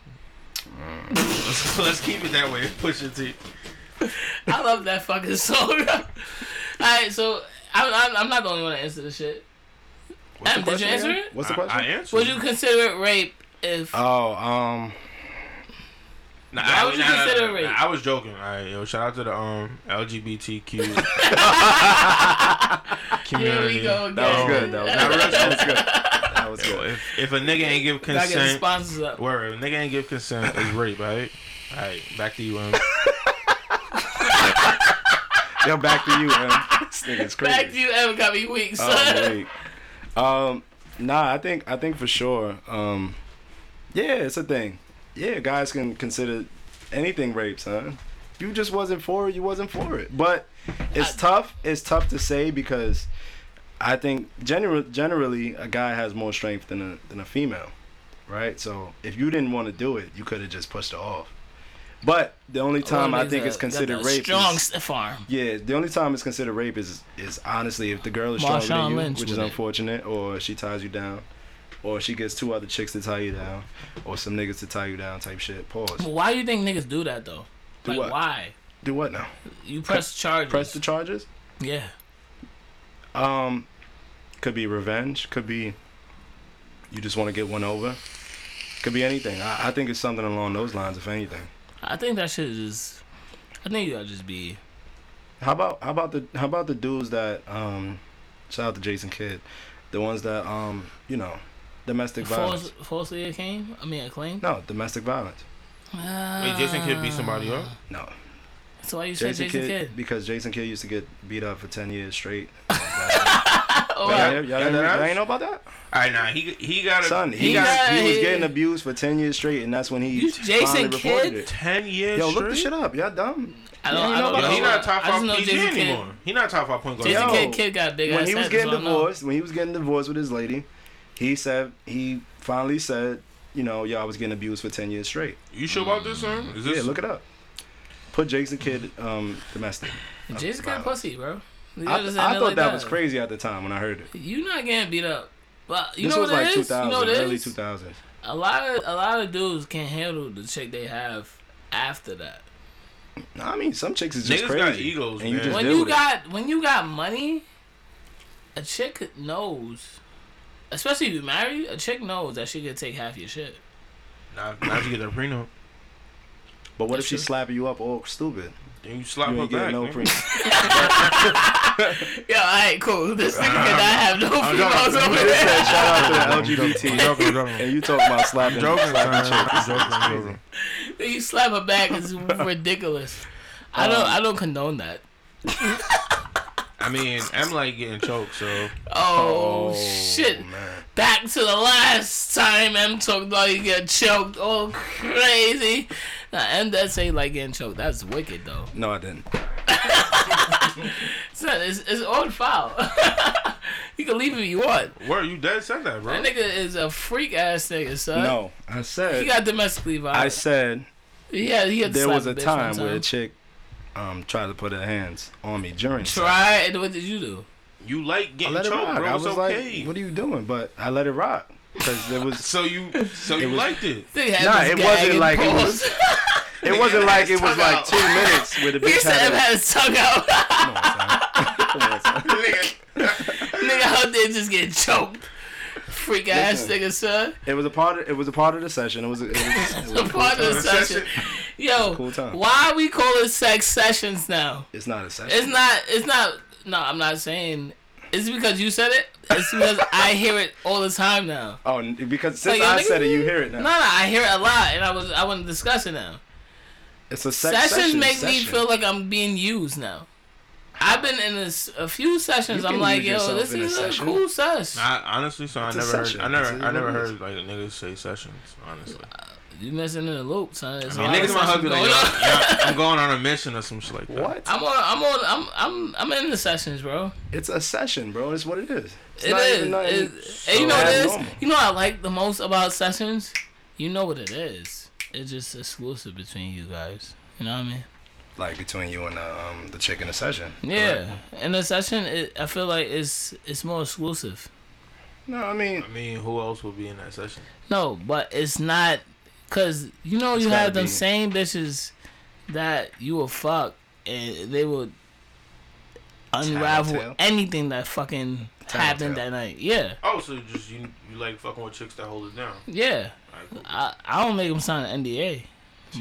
[SPEAKER 4] let's, let's keep it that way. Push it to.
[SPEAKER 3] I love that fucking song. Alright, so I'm, I'm I'm not the only one to answer this shit.
[SPEAKER 2] What's the
[SPEAKER 3] Em, did you
[SPEAKER 2] question
[SPEAKER 3] answer
[SPEAKER 2] again?
[SPEAKER 3] it?
[SPEAKER 2] What's the
[SPEAKER 4] I, I
[SPEAKER 2] question?
[SPEAKER 4] answered.
[SPEAKER 3] Would you consider it rape if
[SPEAKER 2] Oh, um,
[SPEAKER 4] Nah,
[SPEAKER 3] Why
[SPEAKER 4] I,
[SPEAKER 3] would you
[SPEAKER 4] nah, nah, nah,
[SPEAKER 3] consider
[SPEAKER 4] nah,
[SPEAKER 3] rape?
[SPEAKER 4] I was joking. All right, yo, shout out to the um LGBTQ
[SPEAKER 3] Here
[SPEAKER 4] community.
[SPEAKER 3] we go again.
[SPEAKER 2] that was good. That was, that was, that was good. That was
[SPEAKER 4] Yo,
[SPEAKER 2] good.
[SPEAKER 4] if, if a nigga ain't give
[SPEAKER 3] Gotta get the
[SPEAKER 4] consent,
[SPEAKER 3] sponsors up.
[SPEAKER 4] word, if a nigga ain't give consent, it's rape, right? All right, back to you, um.
[SPEAKER 2] Yo, back to you, man. This nigga's crazy.
[SPEAKER 3] Back to you every couple weeks.
[SPEAKER 2] Oh,
[SPEAKER 3] son.
[SPEAKER 2] wait. Um, nah, I think I think for sure. Um, yeah, it's a thing. Yeah, guys can consider anything rape, son. You just wasn't for it. You wasn't for it. But it's tough. It's tough to say because I think general generally a guy has more strength than a than a female, right? So if you didn't want to do it, you could have just pushed her off. But the only time I
[SPEAKER 3] Women's,
[SPEAKER 2] think
[SPEAKER 3] uh,
[SPEAKER 2] it's
[SPEAKER 3] got
[SPEAKER 2] considered
[SPEAKER 3] that
[SPEAKER 2] rape
[SPEAKER 3] Strong
[SPEAKER 2] is,
[SPEAKER 3] stiff arm.
[SPEAKER 2] yeah, the only time it's considered rape is is honestly if the girl is stronger
[SPEAKER 3] Marshawn
[SPEAKER 2] than you,
[SPEAKER 3] Lynch
[SPEAKER 2] which is
[SPEAKER 3] with it.
[SPEAKER 2] unfortunate, or she ties you down, or she gets two other chicks to tie you down, or some niggas to tie you down type shit. Pause.
[SPEAKER 3] Why do you think niggas do that though?
[SPEAKER 2] Do
[SPEAKER 3] like
[SPEAKER 2] what?
[SPEAKER 3] why?
[SPEAKER 2] Do what now?
[SPEAKER 3] You press charges.
[SPEAKER 2] Press the charges.
[SPEAKER 3] yeah.
[SPEAKER 2] Um, could be revenge. Could be you just want to get one over. Could be anything. I, I think it's something along those lines, if anything.
[SPEAKER 3] I think that shit is just. I think you gotta just be.
[SPEAKER 2] How about how about the how about the dudes that um, shout out to Jason Kidd, the ones that um, you know, domestic violence.
[SPEAKER 3] False, falsely acclaimed? I mean, acclaimed?
[SPEAKER 2] No, domestic violence.
[SPEAKER 4] Wait, Jason Kidd beat somebody up.
[SPEAKER 2] No.
[SPEAKER 3] Uh, So why you said Jason, Kidd?
[SPEAKER 2] Because Jason Kidd used to get beat up for 10 years straight.
[SPEAKER 3] Oh,
[SPEAKER 2] Y'all-
[SPEAKER 3] wow.
[SPEAKER 2] y'all- y'all ain't- y'all ain't know about that?
[SPEAKER 4] All right, nah, he he got a,
[SPEAKER 2] Son, he,
[SPEAKER 3] He
[SPEAKER 2] got,
[SPEAKER 3] got-
[SPEAKER 2] he was
[SPEAKER 3] he-
[SPEAKER 2] getting abused for 10 years straight, and that's when he
[SPEAKER 3] You- Jason
[SPEAKER 2] finally reported
[SPEAKER 3] Kidd?
[SPEAKER 2] it.
[SPEAKER 4] ten years.
[SPEAKER 2] Yo, look
[SPEAKER 4] straight?
[SPEAKER 2] this shit up. Y'all dumb.
[SPEAKER 3] I don't,
[SPEAKER 2] you
[SPEAKER 3] I
[SPEAKER 2] know
[SPEAKER 3] don't
[SPEAKER 2] about-
[SPEAKER 4] Yo,
[SPEAKER 3] know.
[SPEAKER 4] he not a top
[SPEAKER 3] I just
[SPEAKER 4] five
[SPEAKER 3] know
[SPEAKER 4] PG
[SPEAKER 3] Jason Kidd.
[SPEAKER 4] anymore. He not a top five point guard.
[SPEAKER 3] Jason
[SPEAKER 2] Yo,
[SPEAKER 3] Kidd, Kidd got big
[SPEAKER 2] When
[SPEAKER 3] ass
[SPEAKER 2] he was
[SPEAKER 3] head,
[SPEAKER 2] getting
[SPEAKER 3] so I know.
[SPEAKER 2] divorced, when he was getting divorced with his lady, he said, he finally said, you know, y'all was getting abused for 10 years straight.
[SPEAKER 4] You sure about this, son? Is this
[SPEAKER 2] Yeah, look it up. Put Jason Kidd um, domestic.
[SPEAKER 3] Jason Kidd
[SPEAKER 2] Violence.
[SPEAKER 3] pussy, bro. You
[SPEAKER 2] I,
[SPEAKER 3] understand
[SPEAKER 2] I thought
[SPEAKER 3] like
[SPEAKER 2] that, was crazy at the time when I heard it.
[SPEAKER 3] You not getting beat up. But you
[SPEAKER 2] this
[SPEAKER 3] know
[SPEAKER 2] was
[SPEAKER 3] what it
[SPEAKER 2] like
[SPEAKER 3] is?
[SPEAKER 2] 2000,
[SPEAKER 3] you know what it
[SPEAKER 2] early
[SPEAKER 3] is?
[SPEAKER 2] 2000s.
[SPEAKER 3] A lot of a lot of dudes can't handle the chick they have after that.
[SPEAKER 2] Nah, I mean, some chicks is just
[SPEAKER 4] Niggas
[SPEAKER 2] crazy.
[SPEAKER 4] got egos,
[SPEAKER 2] and you
[SPEAKER 4] man.
[SPEAKER 2] just
[SPEAKER 3] when
[SPEAKER 2] deal
[SPEAKER 3] you
[SPEAKER 2] with it.
[SPEAKER 3] got when you got money, a chick knows. Especially if you marry, a chick knows that she could take half your shit.
[SPEAKER 4] Nah, now you get a prenup.
[SPEAKER 2] But what if she
[SPEAKER 3] That's true.
[SPEAKER 2] slapping you up all stupid?
[SPEAKER 4] Then you slap
[SPEAKER 2] You
[SPEAKER 4] her
[SPEAKER 2] ain't getting
[SPEAKER 4] back.
[SPEAKER 2] no
[SPEAKER 4] nigga.
[SPEAKER 2] free.
[SPEAKER 3] Yo, alright, cool. This nigga cannot have no
[SPEAKER 4] I'm joking.
[SPEAKER 3] females
[SPEAKER 4] I'm
[SPEAKER 3] over
[SPEAKER 4] joking.
[SPEAKER 3] there.
[SPEAKER 2] Shout out
[SPEAKER 4] I'm
[SPEAKER 2] to the
[SPEAKER 4] joking. I'm
[SPEAKER 2] LGBT.
[SPEAKER 4] joking, I'm joking.
[SPEAKER 2] And you talking about slapping,
[SPEAKER 4] Joking,
[SPEAKER 2] slapping
[SPEAKER 4] son.
[SPEAKER 2] chicks.
[SPEAKER 4] Joking,
[SPEAKER 2] It's
[SPEAKER 4] joking.
[SPEAKER 2] crazy.
[SPEAKER 3] You slap her back is ridiculous. I don't I don't condone that.
[SPEAKER 4] I mean, I'm like getting choked, so
[SPEAKER 3] Oh, shit.
[SPEAKER 2] man.
[SPEAKER 3] Back to the last time M talked about you get choked. Oh crazy. Now M does say he like getting choked. That's wicked though.
[SPEAKER 2] No, I didn't.
[SPEAKER 3] Son, it's it's on file. you can leave if you want.
[SPEAKER 4] where you dead said that, bro.
[SPEAKER 3] That nigga is a freak ass nigga, son.
[SPEAKER 2] No, I
[SPEAKER 3] He
[SPEAKER 2] said.
[SPEAKER 3] Uh, got domestically
[SPEAKER 2] I
[SPEAKER 3] violent.
[SPEAKER 2] said
[SPEAKER 3] Yeah, he had to
[SPEAKER 2] there
[SPEAKER 3] slap
[SPEAKER 2] was a
[SPEAKER 3] bitch
[SPEAKER 2] time
[SPEAKER 3] one
[SPEAKER 2] where a chick um tried to put her hands on me during. sex.
[SPEAKER 3] Try and what did you do?
[SPEAKER 4] You like
[SPEAKER 2] I
[SPEAKER 4] getting
[SPEAKER 2] let it
[SPEAKER 4] choked,
[SPEAKER 2] rock.
[SPEAKER 4] bro.
[SPEAKER 2] I
[SPEAKER 4] It's
[SPEAKER 2] was
[SPEAKER 4] okay.
[SPEAKER 2] like, "What are you doing?" But I let it rock because it was.
[SPEAKER 4] so you, so you
[SPEAKER 2] was-
[SPEAKER 4] liked it.
[SPEAKER 3] They had
[SPEAKER 2] Nah,
[SPEAKER 3] this
[SPEAKER 2] it
[SPEAKER 3] gag
[SPEAKER 2] wasn't
[SPEAKER 3] and
[SPEAKER 2] like it was-
[SPEAKER 3] pause.
[SPEAKER 2] It wasn't like it was
[SPEAKER 4] Tongue
[SPEAKER 2] like
[SPEAKER 4] out.
[SPEAKER 2] two minutes where the
[SPEAKER 3] He
[SPEAKER 2] bitch
[SPEAKER 3] said M
[SPEAKER 2] had. a-
[SPEAKER 3] had his tongue out.
[SPEAKER 2] Come on, son. Come on, son.
[SPEAKER 3] nigga out there just getting choked. Freak ass
[SPEAKER 2] Listen.
[SPEAKER 3] nigga, son.
[SPEAKER 2] It was a part. Of, it was a part of the session. It was. A, it was, it was
[SPEAKER 3] The part of the session.
[SPEAKER 4] session.
[SPEAKER 3] Yo,
[SPEAKER 2] cool time.
[SPEAKER 3] why we call it sex sessions now?
[SPEAKER 2] It's not a session.
[SPEAKER 3] It's not. It's not. No, I'm not saying. It's because you said it. It's because I hear it all the time now.
[SPEAKER 2] Oh, n- because since
[SPEAKER 3] yo,
[SPEAKER 2] I
[SPEAKER 3] nigga,
[SPEAKER 2] said it, you hear it now.
[SPEAKER 3] No, no, I hear it a lot, and I was I want to discuss it now.
[SPEAKER 2] it's a sex
[SPEAKER 3] Sessions
[SPEAKER 2] session.
[SPEAKER 3] make me
[SPEAKER 2] session.
[SPEAKER 3] feel like I'm being used now. I've been in a, s- a few sessions.
[SPEAKER 2] You
[SPEAKER 3] I'm
[SPEAKER 2] can
[SPEAKER 3] like,
[SPEAKER 2] use
[SPEAKER 3] yo,
[SPEAKER 2] yourself
[SPEAKER 3] this
[SPEAKER 2] in a
[SPEAKER 3] is a
[SPEAKER 2] session.
[SPEAKER 3] cool sesh.
[SPEAKER 4] I honestly, so I
[SPEAKER 2] It's a
[SPEAKER 4] never
[SPEAKER 2] session.
[SPEAKER 4] heard. I
[SPEAKER 2] It's
[SPEAKER 4] never,
[SPEAKER 2] a-
[SPEAKER 4] I never heard like niggas say sessions. Honestly,
[SPEAKER 3] You messing in the loop, son. It's
[SPEAKER 4] I mean,
[SPEAKER 3] all
[SPEAKER 4] niggas in my hood be like,
[SPEAKER 3] going
[SPEAKER 4] yo,
[SPEAKER 3] on.
[SPEAKER 4] yo, I'm going on a mission or some shit like that.
[SPEAKER 2] What?
[SPEAKER 3] I'm on. I'm on. I'm. I'm. I'm in the sessions, bro.
[SPEAKER 2] It's a session, bro. It's what it is. It's
[SPEAKER 3] It is. It's- and you know what it is.
[SPEAKER 2] abnormal.
[SPEAKER 3] You know what I like the most about sessions. You know what it is. It's just exclusive between you guys. You know what I mean?
[SPEAKER 2] like between you and the, um, the chick in the session.
[SPEAKER 3] Yeah, and the session, it, I feel like it's it's more exclusive.
[SPEAKER 2] No, I mean
[SPEAKER 4] I mean, who else would be in that session?
[SPEAKER 3] No, but it's not because you know
[SPEAKER 2] It's
[SPEAKER 3] you
[SPEAKER 2] gotta
[SPEAKER 3] have them
[SPEAKER 2] be.
[SPEAKER 3] same bitches that you will fuck and they will unravel
[SPEAKER 2] Tattletale?
[SPEAKER 3] anything that fucking happened
[SPEAKER 2] Tattletale.
[SPEAKER 3] that night. Yeah,
[SPEAKER 4] Oh, so just you you like fucking with chicks that hold it down.
[SPEAKER 3] yeah.
[SPEAKER 4] All right, cool.
[SPEAKER 3] I I don't make them sign an NDA,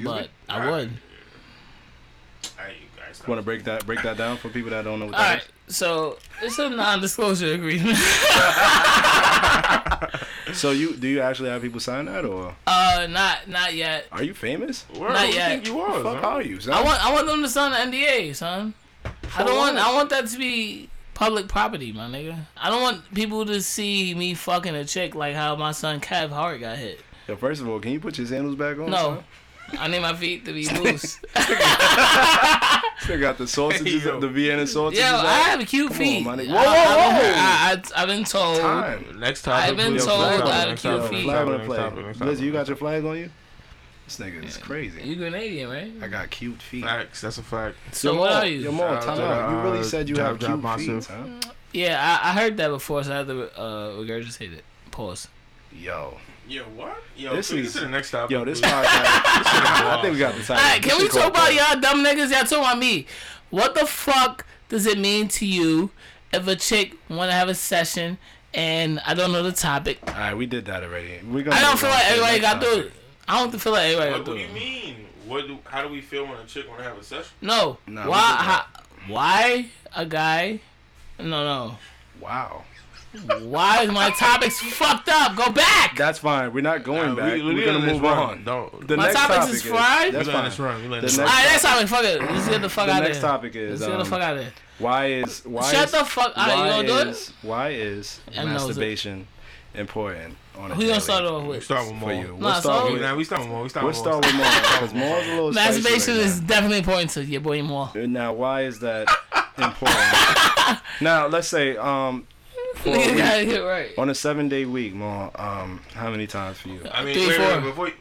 [SPEAKER 3] but
[SPEAKER 2] me?
[SPEAKER 3] I would.
[SPEAKER 4] All right, you guys. stop.
[SPEAKER 2] want to break that break that down for people that don't know what
[SPEAKER 3] All
[SPEAKER 2] that
[SPEAKER 3] right, so it's a non-disclosure agreement.
[SPEAKER 2] is. So you do you actually have people sign that or
[SPEAKER 3] uh, not not yet.
[SPEAKER 2] are you famous?
[SPEAKER 4] Where
[SPEAKER 3] Not
[SPEAKER 4] do you
[SPEAKER 3] yet.
[SPEAKER 4] think you are?
[SPEAKER 2] Fuck
[SPEAKER 4] son?
[SPEAKER 2] are you? Son?
[SPEAKER 3] I want I want them to sign an NDA, son. I don't want I want that to be public property, my nigga. I don't want people to see me fucking a chick like how my son Cav Hart got hit.
[SPEAKER 2] Yo, first of all, can you put your sandals back on?
[SPEAKER 3] No. I need my feet to be loose.
[SPEAKER 2] Son? They got the sausages,
[SPEAKER 4] Yo.
[SPEAKER 2] the Vienna sausages.
[SPEAKER 3] Yo,
[SPEAKER 2] out.
[SPEAKER 3] I have cute
[SPEAKER 2] Come on,
[SPEAKER 3] feet.
[SPEAKER 2] my nigga.
[SPEAKER 3] I-
[SPEAKER 2] Whoa, whoa, whoa.
[SPEAKER 3] I, I, I, have been told.
[SPEAKER 2] Time.
[SPEAKER 4] Next topic.
[SPEAKER 3] I've been
[SPEAKER 4] please.
[SPEAKER 3] told
[SPEAKER 4] Next topic,
[SPEAKER 3] I had
[SPEAKER 4] next
[SPEAKER 3] cute
[SPEAKER 4] topic,
[SPEAKER 3] feet.
[SPEAKER 2] Flag
[SPEAKER 4] next
[SPEAKER 2] on
[SPEAKER 4] topic,
[SPEAKER 2] the
[SPEAKER 4] next
[SPEAKER 2] play.
[SPEAKER 4] topic, next
[SPEAKER 2] Listen, you got
[SPEAKER 4] topic.
[SPEAKER 2] your flag on you? This nigga is crazy.
[SPEAKER 3] You Grenadian, right?
[SPEAKER 2] I got cute feet.
[SPEAKER 4] Facts. That's a fact.
[SPEAKER 3] So
[SPEAKER 2] Yo,
[SPEAKER 3] what
[SPEAKER 2] Ma,
[SPEAKER 3] are
[SPEAKER 2] Yo,
[SPEAKER 3] you?
[SPEAKER 2] Ma,
[SPEAKER 4] Shout out
[SPEAKER 2] time
[SPEAKER 4] to,
[SPEAKER 2] out. You
[SPEAKER 4] uh,
[SPEAKER 2] really said you
[SPEAKER 4] Job
[SPEAKER 2] have
[SPEAKER 4] Job
[SPEAKER 2] cute
[SPEAKER 4] Massive.
[SPEAKER 2] feet, huh?
[SPEAKER 3] Yeah, I, I heard that before, so I had to uh, regurgitate it. Pause.
[SPEAKER 2] Yo.
[SPEAKER 4] Yo, what? Yo,
[SPEAKER 2] This
[SPEAKER 4] this
[SPEAKER 2] is-
[SPEAKER 4] is to the next topic.
[SPEAKER 2] Yo, this
[SPEAKER 4] please.
[SPEAKER 2] podcast. I think we got the title.
[SPEAKER 3] All right, can
[SPEAKER 2] This
[SPEAKER 3] we
[SPEAKER 2] shit
[SPEAKER 3] talk
[SPEAKER 2] called-
[SPEAKER 3] about y'all dumb niggas? Y'all talking about me. What the fuck does it mean to you if a chick want to have a session and I don't know the topic?
[SPEAKER 2] All right, we did that already. We're gonna
[SPEAKER 3] I don't
[SPEAKER 2] move
[SPEAKER 3] feel
[SPEAKER 2] on
[SPEAKER 3] like
[SPEAKER 2] to the
[SPEAKER 3] everybody
[SPEAKER 2] next
[SPEAKER 3] got through
[SPEAKER 2] topic.
[SPEAKER 3] it. I don't feel like everybody got
[SPEAKER 4] What do
[SPEAKER 3] through
[SPEAKER 4] you
[SPEAKER 3] it.
[SPEAKER 4] mean? What? Do, how do we feel when a chick want to have a session?
[SPEAKER 3] No.
[SPEAKER 2] Nah, we
[SPEAKER 3] why?
[SPEAKER 2] did that.
[SPEAKER 3] How, why a guy? No,
[SPEAKER 2] Wow.
[SPEAKER 3] no. Why is my topics fucked up? Go back.
[SPEAKER 2] That's fine. We're not going
[SPEAKER 4] Nah,
[SPEAKER 2] back.
[SPEAKER 4] we- we
[SPEAKER 2] We, are
[SPEAKER 4] letting
[SPEAKER 2] gonna
[SPEAKER 4] this
[SPEAKER 2] move
[SPEAKER 4] run.
[SPEAKER 2] on.
[SPEAKER 4] Don't-
[SPEAKER 2] The
[SPEAKER 3] My
[SPEAKER 2] next
[SPEAKER 3] topics
[SPEAKER 2] topic
[SPEAKER 3] is fried?
[SPEAKER 2] That's
[SPEAKER 4] We letting
[SPEAKER 2] fine.
[SPEAKER 4] this run. We letting
[SPEAKER 2] The
[SPEAKER 4] this
[SPEAKER 3] All right,
[SPEAKER 2] next
[SPEAKER 4] run.
[SPEAKER 3] that's
[SPEAKER 2] topic-
[SPEAKER 3] topic. Fuck it. Let's get the fuck
[SPEAKER 2] the
[SPEAKER 3] out
[SPEAKER 2] next
[SPEAKER 3] of here.
[SPEAKER 2] topic is
[SPEAKER 3] Let's get the
[SPEAKER 2] um,
[SPEAKER 3] fuck out of here.
[SPEAKER 2] why is why
[SPEAKER 3] Shut
[SPEAKER 2] is,
[SPEAKER 3] the fuck out. You
[SPEAKER 2] why
[SPEAKER 3] gonna do it?
[SPEAKER 2] is, Why is
[SPEAKER 3] Em knows it.
[SPEAKER 2] masturbation important on a
[SPEAKER 3] Who you gonna
[SPEAKER 2] daily-
[SPEAKER 3] start off with?
[SPEAKER 4] Start with
[SPEAKER 2] for you?
[SPEAKER 4] more.
[SPEAKER 2] We'll
[SPEAKER 3] Nah,
[SPEAKER 2] start
[SPEAKER 3] so-
[SPEAKER 2] with
[SPEAKER 4] Nah, we start with more. We start
[SPEAKER 2] we'll
[SPEAKER 4] with more.
[SPEAKER 2] start with more because more's a little spicy
[SPEAKER 3] Masturbation
[SPEAKER 2] right
[SPEAKER 3] is definitely important to your boy more.
[SPEAKER 2] now. now. Why is that important? now let's say um for a
[SPEAKER 3] Nigga
[SPEAKER 2] week-
[SPEAKER 3] gotta get right.
[SPEAKER 2] on a seven day week, Ma, um how many times for you?
[SPEAKER 4] I mean,
[SPEAKER 3] Three,
[SPEAKER 4] wait, wait,
[SPEAKER 3] four.
[SPEAKER 4] wait, before. You,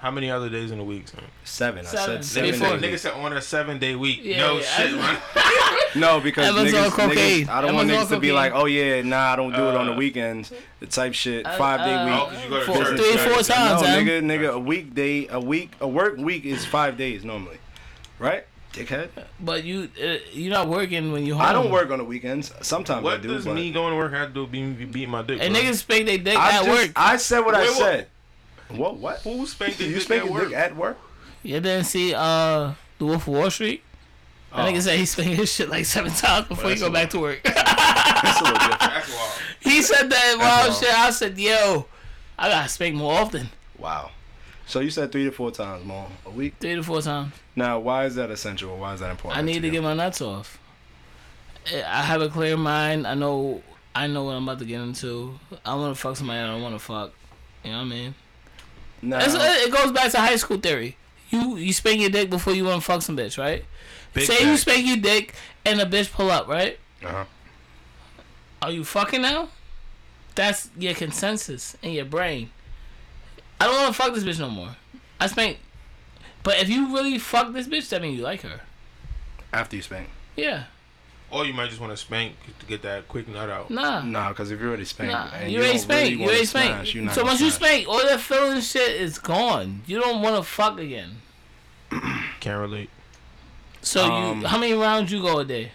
[SPEAKER 4] how many other days in the week? Son?
[SPEAKER 2] Seven. I
[SPEAKER 3] Seven.
[SPEAKER 2] said
[SPEAKER 3] Three,
[SPEAKER 2] seven.
[SPEAKER 4] Nigga
[SPEAKER 3] four.
[SPEAKER 4] said-
[SPEAKER 2] days.
[SPEAKER 4] Nigga said on a seven day week.
[SPEAKER 3] Yeah,
[SPEAKER 4] no
[SPEAKER 3] yeah,
[SPEAKER 4] shit,
[SPEAKER 3] I-
[SPEAKER 4] man.
[SPEAKER 2] No, because
[SPEAKER 3] Emma's
[SPEAKER 2] niggas,
[SPEAKER 3] on cocaine.
[SPEAKER 2] niggas- I don't want
[SPEAKER 3] Emma's on
[SPEAKER 2] niggas to be
[SPEAKER 3] cocaine.
[SPEAKER 2] like, oh yeah, nah, I don't do it on the
[SPEAKER 4] Uh,
[SPEAKER 2] weekends. The type shit.
[SPEAKER 3] uh,
[SPEAKER 2] Five day
[SPEAKER 3] uh,
[SPEAKER 2] week.
[SPEAKER 4] Oh, 'cause you go to
[SPEAKER 3] Four-
[SPEAKER 4] church.
[SPEAKER 3] three, four
[SPEAKER 4] Saturday.
[SPEAKER 3] times.
[SPEAKER 2] No,
[SPEAKER 3] Sam.
[SPEAKER 2] nigga, nigga, a weekday, a week, a work week is five days normally, right? Dickhead.
[SPEAKER 3] But you, uh, you're not working when you home.
[SPEAKER 2] I don't work on the weekends. Sometimes I
[SPEAKER 4] What
[SPEAKER 2] do.
[SPEAKER 4] does
[SPEAKER 2] but
[SPEAKER 4] me going to work have to do with be, be beating my dick?
[SPEAKER 3] And
[SPEAKER 4] bro?
[SPEAKER 3] niggas spank they dick
[SPEAKER 2] I
[SPEAKER 3] at
[SPEAKER 2] just,
[SPEAKER 3] work.
[SPEAKER 2] I said what I
[SPEAKER 4] Wait, what-
[SPEAKER 2] said. What? What?
[SPEAKER 4] who spanked
[SPEAKER 2] you
[SPEAKER 4] his dick
[SPEAKER 2] spank
[SPEAKER 4] at
[SPEAKER 2] your
[SPEAKER 4] work?
[SPEAKER 2] dick at work?
[SPEAKER 3] You didn't see uh the Wolf of Wall Street? That
[SPEAKER 2] Oh.
[SPEAKER 3] nigga said he spanked his shit like seven times before he go back to work.
[SPEAKER 2] That's a little different.
[SPEAKER 4] That's wild.
[SPEAKER 3] he said that wild
[SPEAKER 2] wild.
[SPEAKER 3] shit. I said, yo, I gotta spank more often,
[SPEAKER 2] Wow. So you said three to four times, mom, a week.
[SPEAKER 3] three to four times.
[SPEAKER 2] Now, why is that essential? Why is that important?
[SPEAKER 3] I need to
[SPEAKER 2] you?
[SPEAKER 3] get my nuts off. I I have a clear mind. I know. I know what I'm about to get into. I want to fuck somebody. I don't want to fuck. You know what I mean?
[SPEAKER 2] Now,
[SPEAKER 3] It's, it goes back to high school theory. You you spank your dick before you want to fuck some bitch, right?
[SPEAKER 2] Big
[SPEAKER 3] Say you
[SPEAKER 2] facts.
[SPEAKER 3] spank your dick and a bitch pull up, right?
[SPEAKER 2] Uh-huh.
[SPEAKER 3] Are you fucking now? That's your consensus in your brain. I don't want to fuck this bitch no more. I spank. But if you really fuck this bitch, that means you like her.
[SPEAKER 2] After you spank.
[SPEAKER 3] Yeah.
[SPEAKER 4] Or you might just want to spank to get that quick nut out.
[SPEAKER 3] Nah.
[SPEAKER 2] Nah, because if you already spanked,
[SPEAKER 3] Nah,
[SPEAKER 2] and
[SPEAKER 3] you, ain't
[SPEAKER 2] don't
[SPEAKER 3] spank.
[SPEAKER 2] really
[SPEAKER 3] you
[SPEAKER 2] wanna
[SPEAKER 3] ain't
[SPEAKER 2] smash,
[SPEAKER 3] spank.
[SPEAKER 2] you're not
[SPEAKER 3] so
[SPEAKER 2] gonna
[SPEAKER 3] once you
[SPEAKER 2] smash.
[SPEAKER 3] spank, all that feeling shit is gone. You don't want to fuck again.
[SPEAKER 4] Can't relate.
[SPEAKER 3] So
[SPEAKER 2] Um,
[SPEAKER 3] you, how many rounds you go a day?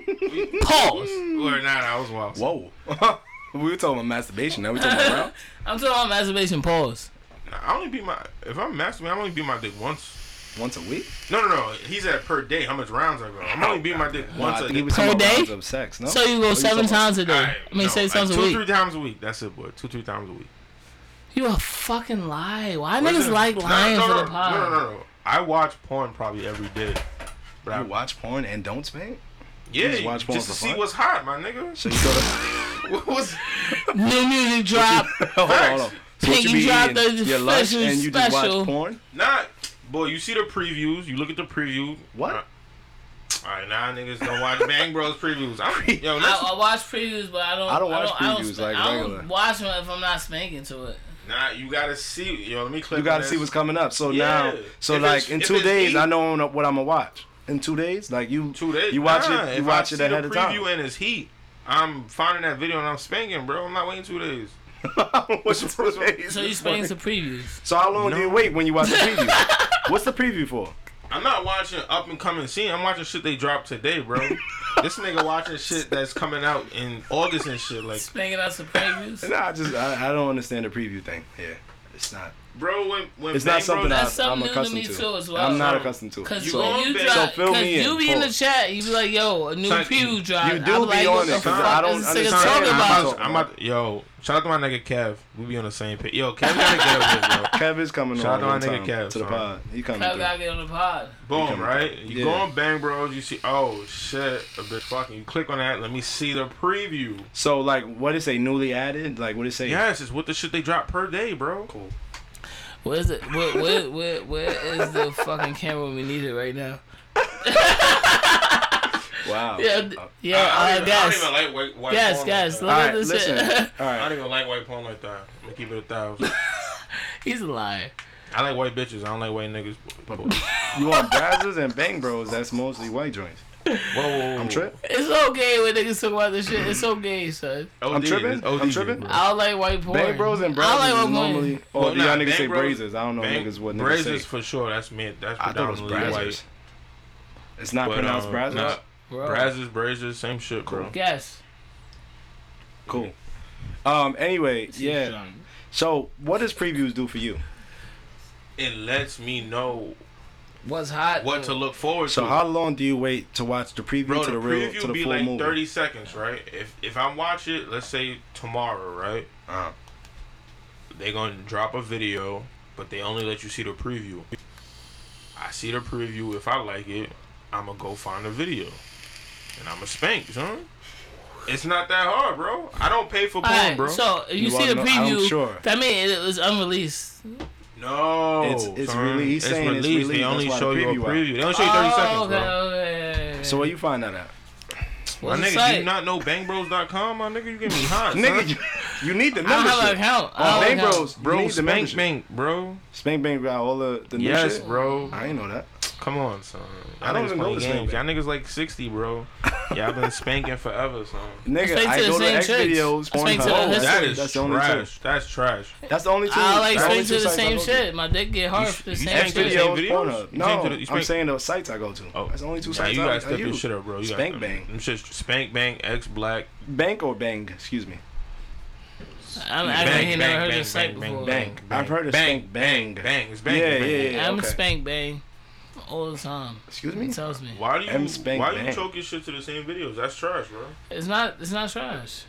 [SPEAKER 3] Pause.
[SPEAKER 4] Or nah, nah, I was wild.
[SPEAKER 2] Whoa. we were talking about masturbation. Now we talking about round.
[SPEAKER 3] I'm talking about masturbation. Pause.
[SPEAKER 4] Nah, I only beat my if I'm masturbating, I only beat my dick once.
[SPEAKER 2] once a week.
[SPEAKER 4] No, no, no. He's at per day. How much rounds I go? I'm only beating my dick
[SPEAKER 2] No,
[SPEAKER 4] once
[SPEAKER 2] I
[SPEAKER 4] a
[SPEAKER 2] think he
[SPEAKER 4] day.
[SPEAKER 2] was
[SPEAKER 3] Per
[SPEAKER 2] talking about
[SPEAKER 3] day?
[SPEAKER 2] rounds of sex. No.
[SPEAKER 3] So you go
[SPEAKER 2] What
[SPEAKER 3] seven
[SPEAKER 2] Oh, talking about?
[SPEAKER 3] times a day.
[SPEAKER 4] Alright,
[SPEAKER 3] I mean,
[SPEAKER 4] no,
[SPEAKER 3] seven
[SPEAKER 4] like
[SPEAKER 3] times
[SPEAKER 4] two,
[SPEAKER 3] a week.
[SPEAKER 4] three times a week. That's it, boy. Two, three times a week.
[SPEAKER 3] You a fucking lie. Why
[SPEAKER 4] Where's
[SPEAKER 3] niggas
[SPEAKER 4] the-
[SPEAKER 3] like
[SPEAKER 4] No,
[SPEAKER 3] lying
[SPEAKER 4] no,
[SPEAKER 3] for
[SPEAKER 4] no,
[SPEAKER 3] the pod?
[SPEAKER 4] No, no, no, no. I watch porn probably every day. But I
[SPEAKER 2] You watch porn and don't spank?
[SPEAKER 4] yeah,
[SPEAKER 2] just
[SPEAKER 4] just,
[SPEAKER 2] watch porn
[SPEAKER 4] to
[SPEAKER 2] for
[SPEAKER 4] see
[SPEAKER 2] fun?
[SPEAKER 4] what's hot, my nigga.
[SPEAKER 2] So you go to
[SPEAKER 4] What was
[SPEAKER 3] New music drop.
[SPEAKER 2] hold on, hold on. So what
[SPEAKER 3] Pinky
[SPEAKER 2] you be
[SPEAKER 3] drop
[SPEAKER 2] eating,
[SPEAKER 3] the
[SPEAKER 2] your lunch
[SPEAKER 3] special
[SPEAKER 2] and you just
[SPEAKER 3] special.
[SPEAKER 2] watch porn?
[SPEAKER 4] not? Boy, you see the previews. You look at the preview.
[SPEAKER 2] What?
[SPEAKER 4] All right, now niggas don't watch Bang Bros previews. I'm, yo,
[SPEAKER 3] I,
[SPEAKER 4] that's,
[SPEAKER 3] I watch previews, but I don't.
[SPEAKER 2] I don't watch
[SPEAKER 3] I don't
[SPEAKER 2] previews,
[SPEAKER 3] spank-
[SPEAKER 2] like,
[SPEAKER 3] I don't
[SPEAKER 2] regular.
[SPEAKER 3] watch them if I'm not spanking to it.
[SPEAKER 4] Nah, you gotta see. Yo, let me click.
[SPEAKER 2] You
[SPEAKER 4] on
[SPEAKER 2] gotta
[SPEAKER 4] that.
[SPEAKER 2] see what's coming up. So
[SPEAKER 4] Yeah.
[SPEAKER 2] now, so
[SPEAKER 4] If it's-
[SPEAKER 2] like in
[SPEAKER 4] if
[SPEAKER 2] two
[SPEAKER 4] it's
[SPEAKER 2] days,
[SPEAKER 4] deep-
[SPEAKER 2] I know what I'm gonna watch. In two days, like you,
[SPEAKER 4] Two days.
[SPEAKER 2] you watch
[SPEAKER 4] Nah,
[SPEAKER 2] it, you
[SPEAKER 4] if
[SPEAKER 2] watch
[SPEAKER 4] I
[SPEAKER 2] it
[SPEAKER 4] see
[SPEAKER 2] ahead
[SPEAKER 4] the
[SPEAKER 2] of time.
[SPEAKER 4] Preview and it's heat. I'm finding that video and I'm spanking, bro. I'm not waiting two days.
[SPEAKER 2] What's the preview?
[SPEAKER 3] So you spending some previews.
[SPEAKER 2] So how long do you
[SPEAKER 4] No.
[SPEAKER 2] wait when you watch the preview? What's the preview for?
[SPEAKER 4] I'm not watching up and coming scene. I'm watching shit they dropped today, bro. this nigga watching shit that's coming out in August and shit. Like,
[SPEAKER 3] Spending out some previews.
[SPEAKER 2] Nah, I just I, I don't understand the preview thing. Yeah, it's not.
[SPEAKER 4] bro, when when
[SPEAKER 2] It's not
[SPEAKER 4] Bang Bros-
[SPEAKER 2] something I,
[SPEAKER 3] that's something
[SPEAKER 2] I'm
[SPEAKER 3] new to
[SPEAKER 2] accustomed
[SPEAKER 3] me
[SPEAKER 2] to.
[SPEAKER 3] too as well.
[SPEAKER 2] I'm not
[SPEAKER 4] So-
[SPEAKER 2] accustomed to. it.
[SPEAKER 3] Cause
[SPEAKER 4] You
[SPEAKER 3] when
[SPEAKER 4] on
[SPEAKER 3] you
[SPEAKER 4] bed.
[SPEAKER 3] drop,
[SPEAKER 2] So fill
[SPEAKER 3] cause
[SPEAKER 2] me in,
[SPEAKER 3] you be in the
[SPEAKER 2] pause.
[SPEAKER 3] chat, you be like, "Yo, a new
[SPEAKER 4] Son,
[SPEAKER 3] preview
[SPEAKER 4] you-
[SPEAKER 3] drop."
[SPEAKER 2] you do
[SPEAKER 3] I'm
[SPEAKER 2] be
[SPEAKER 3] like,
[SPEAKER 2] on
[SPEAKER 3] what
[SPEAKER 2] it,
[SPEAKER 3] the
[SPEAKER 2] 'cause
[SPEAKER 3] fuck
[SPEAKER 2] I don't
[SPEAKER 3] is this nigga
[SPEAKER 2] understand.
[SPEAKER 3] talking
[SPEAKER 4] I'm
[SPEAKER 2] about-
[SPEAKER 4] about, I'm about, yo, shout out to my nigga Kev. We be on the same page. Yo, Kev gotta get up here, bro.
[SPEAKER 2] Kev is coming
[SPEAKER 4] Shout
[SPEAKER 2] on one
[SPEAKER 4] out to my
[SPEAKER 2] time
[SPEAKER 4] nigga Kev,
[SPEAKER 2] to the
[SPEAKER 4] son.
[SPEAKER 2] pod. He coming.
[SPEAKER 3] How
[SPEAKER 2] through.
[SPEAKER 3] gotta get on the pod?
[SPEAKER 4] Boom, right? You
[SPEAKER 2] Yeah.
[SPEAKER 4] go on Bang Bros, you see, oh shit, a bitch fucking. You click on that, let me see the preview.
[SPEAKER 2] So like, what it say? Newly added? Like, what it say?
[SPEAKER 4] Yes, it's what the shit they drop per day, bro. Cool.
[SPEAKER 3] Where's it? Where, where, where, where is the fucking camera we need it right now?
[SPEAKER 2] Wow.
[SPEAKER 3] Yeah, d-
[SPEAKER 2] All
[SPEAKER 3] yeah,
[SPEAKER 4] I,
[SPEAKER 3] uh,
[SPEAKER 4] don't even, I don't
[SPEAKER 3] guys,
[SPEAKER 4] even like white, white
[SPEAKER 3] guys,
[SPEAKER 4] porn
[SPEAKER 3] guys. Look at
[SPEAKER 4] Like that.
[SPEAKER 3] this
[SPEAKER 2] right, listen.
[SPEAKER 3] shit.
[SPEAKER 2] All
[SPEAKER 4] I
[SPEAKER 2] right.
[SPEAKER 4] don't even like white porn like that. I'm gonna keep it a thousand.
[SPEAKER 3] He's a liar.
[SPEAKER 4] I like white bitches. I don't like white niggas. Whoa, whoa,
[SPEAKER 2] You want Brazzers and Bang Bros? That's mostly white joints.
[SPEAKER 4] whoa.
[SPEAKER 2] I'm tripping.
[SPEAKER 3] It's okay when niggas talk about this shit. It's okay, son.
[SPEAKER 4] OD,
[SPEAKER 2] I'm tripping.
[SPEAKER 4] it's OD,
[SPEAKER 2] I'm tripping.
[SPEAKER 4] bro.
[SPEAKER 3] I don't like white porn.
[SPEAKER 2] Bang Bros and Brazzers
[SPEAKER 3] I
[SPEAKER 2] is
[SPEAKER 3] like white porn.
[SPEAKER 2] normally. Oh,
[SPEAKER 4] Well,
[SPEAKER 2] do y'all
[SPEAKER 4] nah,
[SPEAKER 2] niggas
[SPEAKER 4] Bang
[SPEAKER 2] say
[SPEAKER 4] Bros-
[SPEAKER 2] Brazers? I don't know
[SPEAKER 4] Bang-
[SPEAKER 2] niggas what niggas
[SPEAKER 4] Brazers
[SPEAKER 2] say.
[SPEAKER 4] for sure. That's me. That's
[SPEAKER 2] I thought it was
[SPEAKER 4] predominantly
[SPEAKER 2] Brazzers.
[SPEAKER 4] white.
[SPEAKER 2] It's not
[SPEAKER 4] But,
[SPEAKER 2] pronounced
[SPEAKER 4] um,
[SPEAKER 2] Brazzers.
[SPEAKER 4] nah,
[SPEAKER 3] Bro.
[SPEAKER 4] Brazzers, Brazers, same shit, bro.
[SPEAKER 3] Yes.
[SPEAKER 2] Cool. Um. Anyway,
[SPEAKER 3] He's
[SPEAKER 2] yeah.
[SPEAKER 3] drunk.
[SPEAKER 2] So, what does previews do for you?
[SPEAKER 4] It lets me know
[SPEAKER 3] What's hot?
[SPEAKER 4] what to look forward
[SPEAKER 2] So,
[SPEAKER 4] to.
[SPEAKER 2] how long do you wait to watch the preview
[SPEAKER 4] bro,
[SPEAKER 2] to
[SPEAKER 4] the,
[SPEAKER 2] the, real
[SPEAKER 4] preview
[SPEAKER 2] to the
[SPEAKER 4] be
[SPEAKER 2] full
[SPEAKER 4] like
[SPEAKER 2] movie?
[SPEAKER 4] 30 seconds, right? If if I watch it, let's say tomorrow, right?
[SPEAKER 2] Uh-huh.
[SPEAKER 4] They gonna drop a video, but they only let you see the preview. I see the preview. If I like it, I'ma go find the video, and I'ma spank, son. It's not that hard, bro. I don't pay for porn,
[SPEAKER 3] Alright,
[SPEAKER 4] bro.
[SPEAKER 3] so you,
[SPEAKER 2] You
[SPEAKER 3] see
[SPEAKER 2] wanna
[SPEAKER 3] the
[SPEAKER 2] know- I'm
[SPEAKER 3] preview.
[SPEAKER 2] sure.
[SPEAKER 3] That mean it was unreleased.
[SPEAKER 4] no,
[SPEAKER 2] It's- it's
[SPEAKER 4] son.
[SPEAKER 2] released. He's saying it's
[SPEAKER 4] They
[SPEAKER 2] released.
[SPEAKER 4] only
[SPEAKER 2] That's why
[SPEAKER 4] show
[SPEAKER 2] the
[SPEAKER 4] you a
[SPEAKER 2] preview out.
[SPEAKER 4] preview. They only show you 30 seconds,
[SPEAKER 3] Oh, okay,
[SPEAKER 4] bro.
[SPEAKER 3] okay, okay, okay.
[SPEAKER 2] So, where you find that at?
[SPEAKER 4] My
[SPEAKER 3] What's the
[SPEAKER 4] nigga, do
[SPEAKER 3] site?
[SPEAKER 4] you not know bangbros.com? My nigga, you get me hot, son.
[SPEAKER 2] Nigga, you, you need the
[SPEAKER 3] I don't
[SPEAKER 2] membership.
[SPEAKER 3] have an account. I
[SPEAKER 2] On
[SPEAKER 3] don't have
[SPEAKER 2] Bang
[SPEAKER 3] an account.
[SPEAKER 2] Oh, Bros, you
[SPEAKER 4] Bro,
[SPEAKER 2] need the
[SPEAKER 4] spank
[SPEAKER 2] membership.
[SPEAKER 4] bank, bro.
[SPEAKER 2] Spank Bang got all the the new
[SPEAKER 4] Yes,
[SPEAKER 2] shit.
[SPEAKER 4] bro.
[SPEAKER 2] I ain't know that.
[SPEAKER 4] Come on, son.
[SPEAKER 2] I
[SPEAKER 4] Y'all
[SPEAKER 2] don't
[SPEAKER 4] niggas
[SPEAKER 2] even
[SPEAKER 4] playing
[SPEAKER 2] know this
[SPEAKER 4] games. Y'all
[SPEAKER 2] nigga.
[SPEAKER 4] niggas like 60, bro. Y'all been spanking forever, son.
[SPEAKER 2] Nigga,
[SPEAKER 3] Spank to
[SPEAKER 2] I
[SPEAKER 3] the
[SPEAKER 2] go to
[SPEAKER 3] same
[SPEAKER 2] X
[SPEAKER 3] chicks.
[SPEAKER 2] videos.
[SPEAKER 3] Spank to the
[SPEAKER 2] Pornhub.
[SPEAKER 4] Oh,
[SPEAKER 3] That's-
[SPEAKER 4] that is
[SPEAKER 2] that's the only
[SPEAKER 4] trash.
[SPEAKER 2] two.
[SPEAKER 4] That's trash.
[SPEAKER 2] That's the only two.
[SPEAKER 3] I like
[SPEAKER 2] that's
[SPEAKER 3] same
[SPEAKER 2] only
[SPEAKER 3] to
[SPEAKER 2] two
[SPEAKER 3] the
[SPEAKER 2] sites I
[SPEAKER 3] same
[SPEAKER 2] go to.
[SPEAKER 3] shit. My dick get hard
[SPEAKER 4] You-
[SPEAKER 3] for the
[SPEAKER 4] you
[SPEAKER 3] same
[SPEAKER 4] spank
[SPEAKER 2] X
[SPEAKER 4] to the
[SPEAKER 3] shit.
[SPEAKER 4] same
[SPEAKER 2] videos, Pornhub.
[SPEAKER 4] videos? You spank to the-
[SPEAKER 2] No,
[SPEAKER 4] you
[SPEAKER 2] I'm
[SPEAKER 4] spank-
[SPEAKER 2] saying the sites I go to.
[SPEAKER 4] Oh,
[SPEAKER 2] That's the only two
[SPEAKER 4] Nah,
[SPEAKER 2] sites
[SPEAKER 4] you
[SPEAKER 2] I,
[SPEAKER 4] gotta
[SPEAKER 2] I
[SPEAKER 4] step your
[SPEAKER 2] use.
[SPEAKER 4] shit up, bro. You
[SPEAKER 2] Spank
[SPEAKER 4] gotta,
[SPEAKER 2] Bang.
[SPEAKER 4] Them shit, spank bang, X black,
[SPEAKER 2] Bank or Bang? Excuse me.
[SPEAKER 3] I'm
[SPEAKER 4] Bang,
[SPEAKER 3] actually
[SPEAKER 4] bang,
[SPEAKER 3] never heard
[SPEAKER 4] bang,
[SPEAKER 3] the site
[SPEAKER 4] bang, bang,
[SPEAKER 3] before.
[SPEAKER 2] Bang. I've heard of
[SPEAKER 4] bang,
[SPEAKER 2] Spank
[SPEAKER 4] bang,
[SPEAKER 2] Bang.
[SPEAKER 4] bang. It's bang,
[SPEAKER 2] Yeah,
[SPEAKER 4] bang.
[SPEAKER 2] yeah, yeah.
[SPEAKER 3] I'm
[SPEAKER 2] okay.
[SPEAKER 3] spank bang all the time.
[SPEAKER 2] Excuse
[SPEAKER 3] It
[SPEAKER 2] me.
[SPEAKER 3] tells me
[SPEAKER 4] Why do you
[SPEAKER 2] M spank
[SPEAKER 4] why you
[SPEAKER 2] bang.
[SPEAKER 4] choke your shit to the same videos? That's trash, bro.
[SPEAKER 3] it's not it's not trash.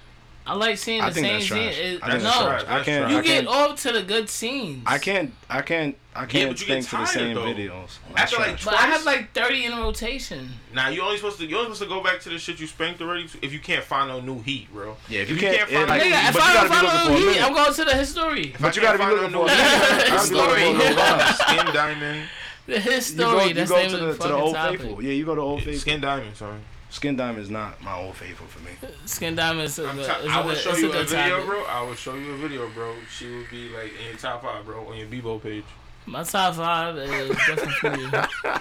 [SPEAKER 3] I like seeing the
[SPEAKER 2] I think
[SPEAKER 3] same
[SPEAKER 2] that's
[SPEAKER 3] scene.
[SPEAKER 2] trash.
[SPEAKER 3] It,
[SPEAKER 2] I
[SPEAKER 3] no,
[SPEAKER 2] think that's
[SPEAKER 4] trash.
[SPEAKER 2] trash. I can't.
[SPEAKER 4] You
[SPEAKER 2] I
[SPEAKER 3] you get
[SPEAKER 2] can't.
[SPEAKER 3] off to the good scenes.
[SPEAKER 2] I can't. I can't. I
[SPEAKER 4] Yeah,
[SPEAKER 2] can't
[SPEAKER 4] but you get
[SPEAKER 2] spank to the
[SPEAKER 4] tired,
[SPEAKER 2] same
[SPEAKER 4] though.
[SPEAKER 2] videos. That's
[SPEAKER 4] After like
[SPEAKER 2] trash.
[SPEAKER 3] But I have
[SPEAKER 4] twice-
[SPEAKER 3] like 30 in rotation.
[SPEAKER 4] Nah, you only supposed to you only supposed to go back to the shit you spanked already if you can't find no new heat, bro.
[SPEAKER 2] Yeah, if
[SPEAKER 4] If
[SPEAKER 2] you
[SPEAKER 4] you
[SPEAKER 2] can't,
[SPEAKER 4] can't
[SPEAKER 2] it,
[SPEAKER 4] find
[SPEAKER 2] like,
[SPEAKER 4] it-
[SPEAKER 3] Nigga, if
[SPEAKER 2] but you
[SPEAKER 3] I don't
[SPEAKER 2] gotta be looking
[SPEAKER 3] follow
[SPEAKER 2] for a
[SPEAKER 3] heat,
[SPEAKER 2] minute.
[SPEAKER 3] I'm going to the history.
[SPEAKER 2] But you gotta be looking for.
[SPEAKER 3] His
[SPEAKER 2] I'm
[SPEAKER 3] story.
[SPEAKER 2] looking for a little-
[SPEAKER 4] Skin diamond,
[SPEAKER 3] The his
[SPEAKER 2] You go,
[SPEAKER 3] story.
[SPEAKER 2] you
[SPEAKER 3] that's
[SPEAKER 2] go
[SPEAKER 3] the
[SPEAKER 2] to
[SPEAKER 3] name
[SPEAKER 2] the,
[SPEAKER 3] of
[SPEAKER 2] to
[SPEAKER 3] the
[SPEAKER 2] the
[SPEAKER 3] fucking
[SPEAKER 2] old
[SPEAKER 3] topic.
[SPEAKER 2] faithful. Yeah, you go to old faithful. Skin,
[SPEAKER 4] skin diamond, sorry.
[SPEAKER 2] diamond is not my old faithful for me.
[SPEAKER 3] Skin diamonds. Is a,
[SPEAKER 4] I'm
[SPEAKER 3] good-
[SPEAKER 4] t-
[SPEAKER 3] is
[SPEAKER 4] I
[SPEAKER 3] a
[SPEAKER 4] will
[SPEAKER 3] good,
[SPEAKER 4] show
[SPEAKER 3] it's
[SPEAKER 4] you
[SPEAKER 3] a
[SPEAKER 4] a,
[SPEAKER 3] good
[SPEAKER 4] video,
[SPEAKER 3] topic.
[SPEAKER 4] bro. I will show you a video, bro. She will be like in your top five, bro, on your Bebo page.
[SPEAKER 3] My top five is definitely for you.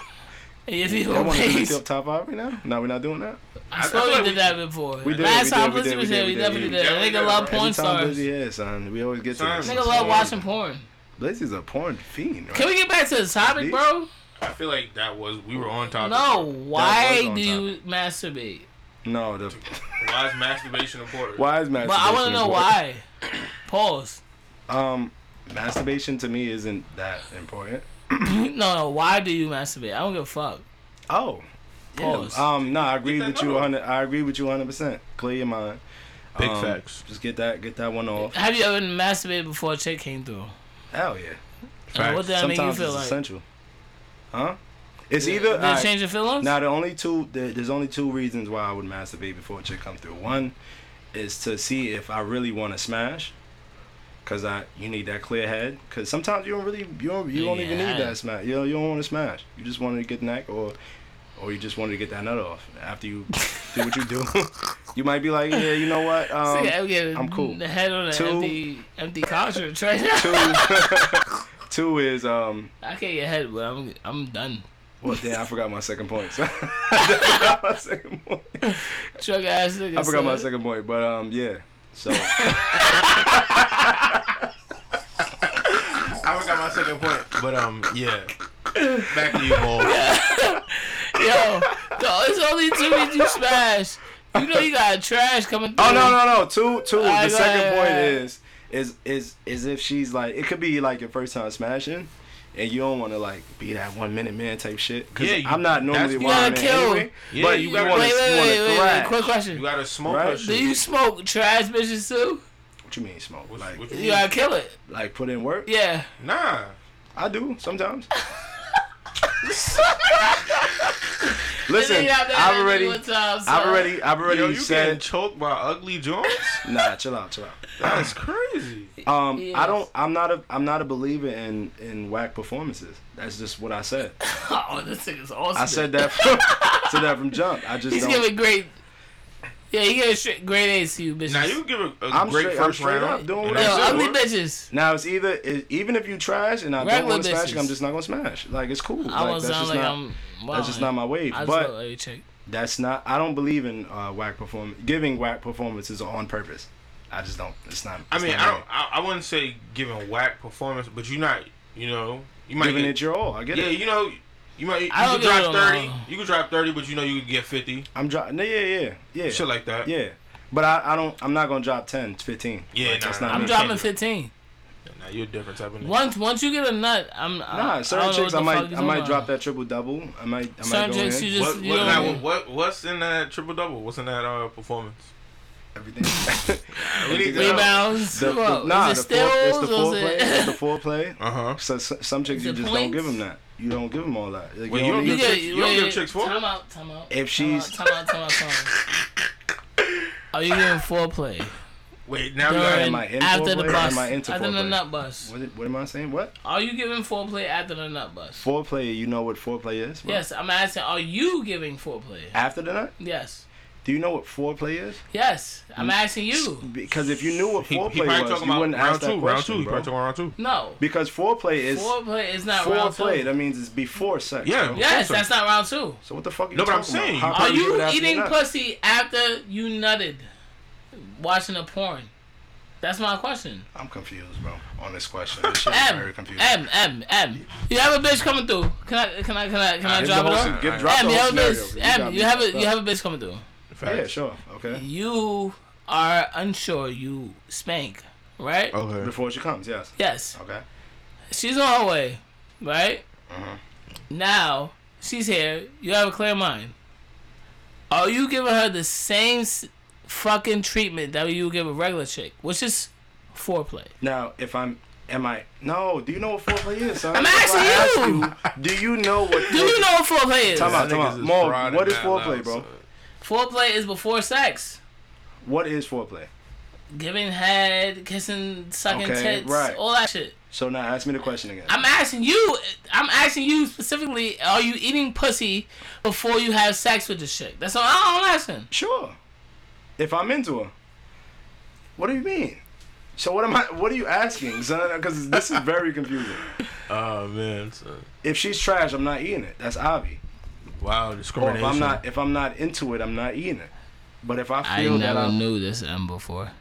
[SPEAKER 3] If you
[SPEAKER 2] Y'all want to do
[SPEAKER 3] always,
[SPEAKER 2] the top five right now? No, we're not doing that.
[SPEAKER 3] I
[SPEAKER 4] I
[SPEAKER 3] swear
[SPEAKER 4] feel like
[SPEAKER 3] we
[SPEAKER 4] we-
[SPEAKER 3] did that before.
[SPEAKER 2] we did,
[SPEAKER 3] Last
[SPEAKER 2] we
[SPEAKER 3] time
[SPEAKER 2] did, we
[SPEAKER 3] Pussy
[SPEAKER 2] did,
[SPEAKER 3] was
[SPEAKER 2] we
[SPEAKER 3] here,
[SPEAKER 2] did,
[SPEAKER 3] we
[SPEAKER 2] we
[SPEAKER 3] definitely
[SPEAKER 2] did.
[SPEAKER 3] did.
[SPEAKER 4] Yeah, we
[SPEAKER 3] Nigga
[SPEAKER 4] did,
[SPEAKER 3] love
[SPEAKER 4] bro.
[SPEAKER 3] porn
[SPEAKER 2] Anytime
[SPEAKER 3] stars.
[SPEAKER 2] Blizzy here, son, we always get to
[SPEAKER 4] Son.
[SPEAKER 2] this.
[SPEAKER 3] Nigga love
[SPEAKER 4] Porn.
[SPEAKER 3] watching porn.
[SPEAKER 2] Blizzy's a porn fiend, right?
[SPEAKER 3] Can we get back to the topic,
[SPEAKER 2] Bitch.
[SPEAKER 3] bro?
[SPEAKER 4] I feel like that was we were on topic.
[SPEAKER 3] No.
[SPEAKER 2] That was
[SPEAKER 3] Why
[SPEAKER 2] on
[SPEAKER 3] do you masturbate?
[SPEAKER 2] no, the,
[SPEAKER 4] Why is masturbation important?
[SPEAKER 2] why is masturbation?
[SPEAKER 3] But I want to know
[SPEAKER 2] important?
[SPEAKER 3] why. Pause.
[SPEAKER 2] Um, masturbation to me isn't that important.
[SPEAKER 3] no, no. Why do you masturbate? I don't give a fuck.
[SPEAKER 2] Oh,
[SPEAKER 3] Pause.
[SPEAKER 2] um, no, I agree
[SPEAKER 4] Get that
[SPEAKER 2] with you
[SPEAKER 4] note.
[SPEAKER 2] 100. I agree with you 100. percent Clear your mind.
[SPEAKER 4] Big
[SPEAKER 2] Um,
[SPEAKER 4] facts.
[SPEAKER 2] Just get that, get that one off.
[SPEAKER 3] Have you ever masturbated before a chick came through?
[SPEAKER 2] Hell yeah.
[SPEAKER 3] And what did that make you
[SPEAKER 2] Sometimes
[SPEAKER 3] feel
[SPEAKER 2] it's
[SPEAKER 3] like?
[SPEAKER 2] essential. Huh? It's
[SPEAKER 3] Did
[SPEAKER 2] either.
[SPEAKER 3] it
[SPEAKER 2] alright,
[SPEAKER 3] change your feelings?
[SPEAKER 2] Now the only two there, there's only two reasons why I would masturbate before a chick come through. One is to see if I really want to smash, cause I you need that clear head. Cause sometimes you don't really you don't you don't even
[SPEAKER 3] Yeah.
[SPEAKER 2] need that smash. You know, you don't want to smash. You just want to get neck or or you just wanted to get that nut off after you do what you do. you might be like, yeah, you know what? Um,
[SPEAKER 3] See, I'm, getting
[SPEAKER 2] I'm cool.
[SPEAKER 3] The head on an
[SPEAKER 2] Two.
[SPEAKER 3] empty, empty contract right now.
[SPEAKER 2] two, two is um.
[SPEAKER 3] I can't get head, but I'm, I'm done.
[SPEAKER 2] Well, damn, I forgot my second point. So I forgot my second point.
[SPEAKER 3] Drug ass nigga.
[SPEAKER 2] I forgot my
[SPEAKER 3] son.
[SPEAKER 2] second point, but um, yeah. So
[SPEAKER 4] I forgot my second point, but um, yeah. Back to you, Paul.
[SPEAKER 3] Yo, no, it's only two that you smash. You know you got trash coming through.
[SPEAKER 2] Oh no no no two two.
[SPEAKER 3] All right,
[SPEAKER 2] the
[SPEAKER 3] go
[SPEAKER 2] second
[SPEAKER 3] ahead,
[SPEAKER 2] point
[SPEAKER 3] all right.
[SPEAKER 2] is is is is if she's like it could be like your first time smashing, and you don't want to like be that one minute man type shit. Cause
[SPEAKER 4] Yeah, you-
[SPEAKER 2] I'm not normally a
[SPEAKER 4] that's- You
[SPEAKER 2] one
[SPEAKER 3] gotta
[SPEAKER 2] man
[SPEAKER 3] kill.
[SPEAKER 2] anyway.
[SPEAKER 4] Yeah,
[SPEAKER 2] but
[SPEAKER 4] you
[SPEAKER 2] you,
[SPEAKER 4] gotta-
[SPEAKER 2] want to
[SPEAKER 3] Wait, wait, wait, wait, wait.
[SPEAKER 2] thrash.
[SPEAKER 3] Quick question.
[SPEAKER 4] You gotta smoke
[SPEAKER 2] Right.
[SPEAKER 4] that shit.
[SPEAKER 3] Do you smoke trash bitches too?
[SPEAKER 2] What you mean smoke?
[SPEAKER 4] What-
[SPEAKER 2] like
[SPEAKER 4] what
[SPEAKER 3] You gotta kill it.
[SPEAKER 2] like put in work?
[SPEAKER 3] Yeah.
[SPEAKER 4] Nah.
[SPEAKER 2] I do sometimes.
[SPEAKER 3] Then
[SPEAKER 2] Listen,
[SPEAKER 3] you have that
[SPEAKER 2] I've
[SPEAKER 3] energy
[SPEAKER 2] already,
[SPEAKER 3] one time, so-
[SPEAKER 2] I've already, I've already
[SPEAKER 4] Yo, you getting
[SPEAKER 2] said.
[SPEAKER 4] choked by ugly joints?
[SPEAKER 2] Nah, chill out, chill out.
[SPEAKER 4] That's crazy.
[SPEAKER 2] Um,
[SPEAKER 3] Yes.
[SPEAKER 2] I don't. I'm not a. I'm not a believer in in whack performances. That's just what I said.
[SPEAKER 3] Oh, this nigga's awesome.
[SPEAKER 2] I said that. From, said that from jump. I just.
[SPEAKER 3] He's
[SPEAKER 2] don't,
[SPEAKER 3] giving great. Yeah, he giving straight great A's to you bitches.
[SPEAKER 4] Now you give a, a
[SPEAKER 2] I'm
[SPEAKER 4] great
[SPEAKER 2] straight- I'm
[SPEAKER 4] first
[SPEAKER 2] straight
[SPEAKER 4] round.
[SPEAKER 2] up doing
[SPEAKER 4] and
[SPEAKER 3] Yo,
[SPEAKER 2] what I
[SPEAKER 4] that's
[SPEAKER 2] said.
[SPEAKER 4] it,
[SPEAKER 3] ugly
[SPEAKER 4] boy.
[SPEAKER 3] bitches.
[SPEAKER 2] Now it's either it, even if you trash and I don't
[SPEAKER 3] Regular
[SPEAKER 2] want to smash,
[SPEAKER 3] bitches.
[SPEAKER 2] I'm just not gonna smash. Like it's
[SPEAKER 3] I
[SPEAKER 2] cool. like,
[SPEAKER 3] don't
[SPEAKER 2] that's
[SPEAKER 3] sound
[SPEAKER 2] just
[SPEAKER 3] like
[SPEAKER 2] not.
[SPEAKER 3] I'm.
[SPEAKER 2] that's just not
[SPEAKER 3] wilding.
[SPEAKER 2] my wave.
[SPEAKER 3] I just
[SPEAKER 2] But
[SPEAKER 3] love every chick.
[SPEAKER 2] that's not. I don't believe in uh, whack perform giving whack performances on purpose. I just don't. It's not.
[SPEAKER 4] I
[SPEAKER 2] it's
[SPEAKER 4] mean,
[SPEAKER 2] not
[SPEAKER 4] I
[SPEAKER 2] me.
[SPEAKER 4] don't. I, I wouldn't say giving whack performance, but you not. You know, you might
[SPEAKER 2] giving
[SPEAKER 4] get-
[SPEAKER 2] it your all. I get
[SPEAKER 4] Yeah,
[SPEAKER 2] it.
[SPEAKER 4] you know, you might. You
[SPEAKER 3] I
[SPEAKER 4] could
[SPEAKER 3] don't give
[SPEAKER 4] drop
[SPEAKER 3] it a
[SPEAKER 4] thirty.
[SPEAKER 3] lot.
[SPEAKER 4] You could drop thirty, but you know you could get fifty.
[SPEAKER 2] I'm dropping. No, yeah, yeah, yeah.
[SPEAKER 4] Shit like that.
[SPEAKER 2] yeah. But I, I don't. I'm not gonna drop 10, 15.
[SPEAKER 4] Yeah,
[SPEAKER 2] Like,
[SPEAKER 4] nah,
[SPEAKER 2] that's not
[SPEAKER 4] nah, I'm
[SPEAKER 2] me.
[SPEAKER 3] I'm
[SPEAKER 4] mean,
[SPEAKER 3] dropping
[SPEAKER 4] can't do
[SPEAKER 3] 15.
[SPEAKER 4] Now you're a different type of nigga.
[SPEAKER 3] Once once you get a nut, I'm.
[SPEAKER 2] Nah, certain chicks, I might, I might drop that triple double. I might, I
[SPEAKER 3] Certain
[SPEAKER 2] might go
[SPEAKER 3] chicks,
[SPEAKER 2] in.
[SPEAKER 3] you just-
[SPEAKER 4] What, what,
[SPEAKER 3] you don't
[SPEAKER 4] now,
[SPEAKER 3] know.
[SPEAKER 4] what what's in that triple double? What's in that uh, performance?
[SPEAKER 2] everything.
[SPEAKER 4] We need to uh, know.
[SPEAKER 3] Rebounds.
[SPEAKER 2] the, the,
[SPEAKER 3] Whoa,
[SPEAKER 2] nah,
[SPEAKER 3] is
[SPEAKER 2] the
[SPEAKER 3] it
[SPEAKER 2] fore, it's the
[SPEAKER 3] stills or is
[SPEAKER 2] foreplay.
[SPEAKER 3] it-
[SPEAKER 2] It's the foreplay.
[SPEAKER 4] Uh huh.
[SPEAKER 2] So, so some chicks
[SPEAKER 3] Is
[SPEAKER 2] you
[SPEAKER 3] it
[SPEAKER 2] just don't
[SPEAKER 3] points?
[SPEAKER 2] give them that. You don't give them all that. Like,
[SPEAKER 4] Well,
[SPEAKER 2] you
[SPEAKER 4] you
[SPEAKER 2] don't
[SPEAKER 4] don't
[SPEAKER 2] give-
[SPEAKER 4] give chicks- you don't give chicks four?
[SPEAKER 3] Time out, time out.
[SPEAKER 2] If
[SPEAKER 3] time out,
[SPEAKER 2] she's-
[SPEAKER 3] time out, time out, time out. Are you giving foreplay?
[SPEAKER 4] Wait, now you
[SPEAKER 3] During,
[SPEAKER 4] got
[SPEAKER 2] Am I in
[SPEAKER 3] after the
[SPEAKER 2] foreplay or
[SPEAKER 3] bus,
[SPEAKER 2] am I into
[SPEAKER 3] after the
[SPEAKER 2] foreplay?
[SPEAKER 3] nut bus.
[SPEAKER 2] what, what am I saying? What
[SPEAKER 3] Are you giving foreplay after the nut bus?
[SPEAKER 2] foreplay? You know what foreplay is? bro?
[SPEAKER 3] Yes, I'm asking. Are you giving foreplay?
[SPEAKER 2] After the nut,
[SPEAKER 3] Yes,
[SPEAKER 2] do you know what foreplay is?
[SPEAKER 3] yes. I'm
[SPEAKER 2] Mm.
[SPEAKER 3] asking you.
[SPEAKER 2] Because if you knew what
[SPEAKER 4] He, he
[SPEAKER 2] foreplay
[SPEAKER 4] probably
[SPEAKER 2] was,
[SPEAKER 4] talking
[SPEAKER 2] you
[SPEAKER 4] about
[SPEAKER 2] wouldn't ask
[SPEAKER 4] round
[SPEAKER 2] that
[SPEAKER 4] two. Round two.
[SPEAKER 2] question,
[SPEAKER 4] He probably talking
[SPEAKER 2] bro.
[SPEAKER 4] about round two.
[SPEAKER 3] No,
[SPEAKER 2] Because foreplay is
[SPEAKER 3] foreplay is not round two.
[SPEAKER 2] foreplay. That means it's before sex.
[SPEAKER 4] Yeah.
[SPEAKER 2] bro.
[SPEAKER 3] Yes, that's not round two.
[SPEAKER 2] So what the fuck? Are you
[SPEAKER 4] No, but I'm
[SPEAKER 2] talking about?
[SPEAKER 4] saying-
[SPEAKER 2] How
[SPEAKER 4] Are
[SPEAKER 3] Are
[SPEAKER 2] come give it
[SPEAKER 3] you
[SPEAKER 2] after the
[SPEAKER 3] eating
[SPEAKER 2] nut?
[SPEAKER 3] pussy after you nutted, watching a porn? That's my question.
[SPEAKER 2] I'm confused, bro, on this question. This shit is
[SPEAKER 3] M
[SPEAKER 2] very confusing.
[SPEAKER 3] M M M. You have a bitch coming through. Can I can I can I can I
[SPEAKER 2] Give
[SPEAKER 3] drop
[SPEAKER 2] the
[SPEAKER 3] it
[SPEAKER 2] whole,
[SPEAKER 3] off?
[SPEAKER 2] sce- give, drop
[SPEAKER 3] M,
[SPEAKER 2] the
[SPEAKER 3] you
[SPEAKER 2] whole
[SPEAKER 3] have a
[SPEAKER 2] scenario.
[SPEAKER 3] bitch.
[SPEAKER 2] got
[SPEAKER 3] M,
[SPEAKER 2] me
[SPEAKER 3] you have
[SPEAKER 2] fucked
[SPEAKER 3] a you
[SPEAKER 2] up.
[SPEAKER 3] have a bitch coming through.
[SPEAKER 2] Yeah, sure. Okay.
[SPEAKER 3] You are unsure. You spank, right?
[SPEAKER 2] Oh.
[SPEAKER 4] Okay.
[SPEAKER 2] Before she comes, yes.
[SPEAKER 3] Yes.
[SPEAKER 2] Okay.
[SPEAKER 3] She's on her way, right?
[SPEAKER 2] Mm-hmm.
[SPEAKER 3] Now she's here. You have a clear mind. Are you giving her the same s- fucking treatment that you would give a regular chick, which is foreplay?
[SPEAKER 2] Now, if I'm, am I? No. Do you know what foreplay is? Son?
[SPEAKER 3] I'm
[SPEAKER 2] If I
[SPEAKER 3] asking
[SPEAKER 2] ask
[SPEAKER 3] you.
[SPEAKER 2] Do you know what?
[SPEAKER 3] Do you know what foreplay is?
[SPEAKER 2] Time out.
[SPEAKER 4] That
[SPEAKER 2] Come
[SPEAKER 4] niggas
[SPEAKER 2] on,
[SPEAKER 4] is
[SPEAKER 2] Mo,
[SPEAKER 4] fried
[SPEAKER 2] what
[SPEAKER 4] and
[SPEAKER 2] is
[SPEAKER 4] mad
[SPEAKER 2] foreplay,
[SPEAKER 4] loud,
[SPEAKER 2] bro?
[SPEAKER 4] son.
[SPEAKER 3] Foreplay is before sex.
[SPEAKER 2] What is foreplay?
[SPEAKER 3] Giving head, kissing, sucking
[SPEAKER 2] Okay,
[SPEAKER 3] tits,
[SPEAKER 2] right.
[SPEAKER 3] all that shit.
[SPEAKER 2] So now ask me the question again.
[SPEAKER 3] I'm asking you. I'm asking you specifically. Are you eating pussy before you have sex with this chick? That's all I'm asking.
[SPEAKER 2] sure. If I'm into her. What do you mean? So what am I? What are you asking, son? Because this is very confusing.
[SPEAKER 4] Oh man. son.
[SPEAKER 2] If she's trash, I'm not eating it. That's obvious.
[SPEAKER 4] Wow.
[SPEAKER 2] Or if
[SPEAKER 4] Discrimination.
[SPEAKER 2] I'm not if I'm not into it, I'm not eating it. But if I
[SPEAKER 3] I
[SPEAKER 2] feel that
[SPEAKER 3] never
[SPEAKER 2] I'm,
[SPEAKER 3] knew this M before.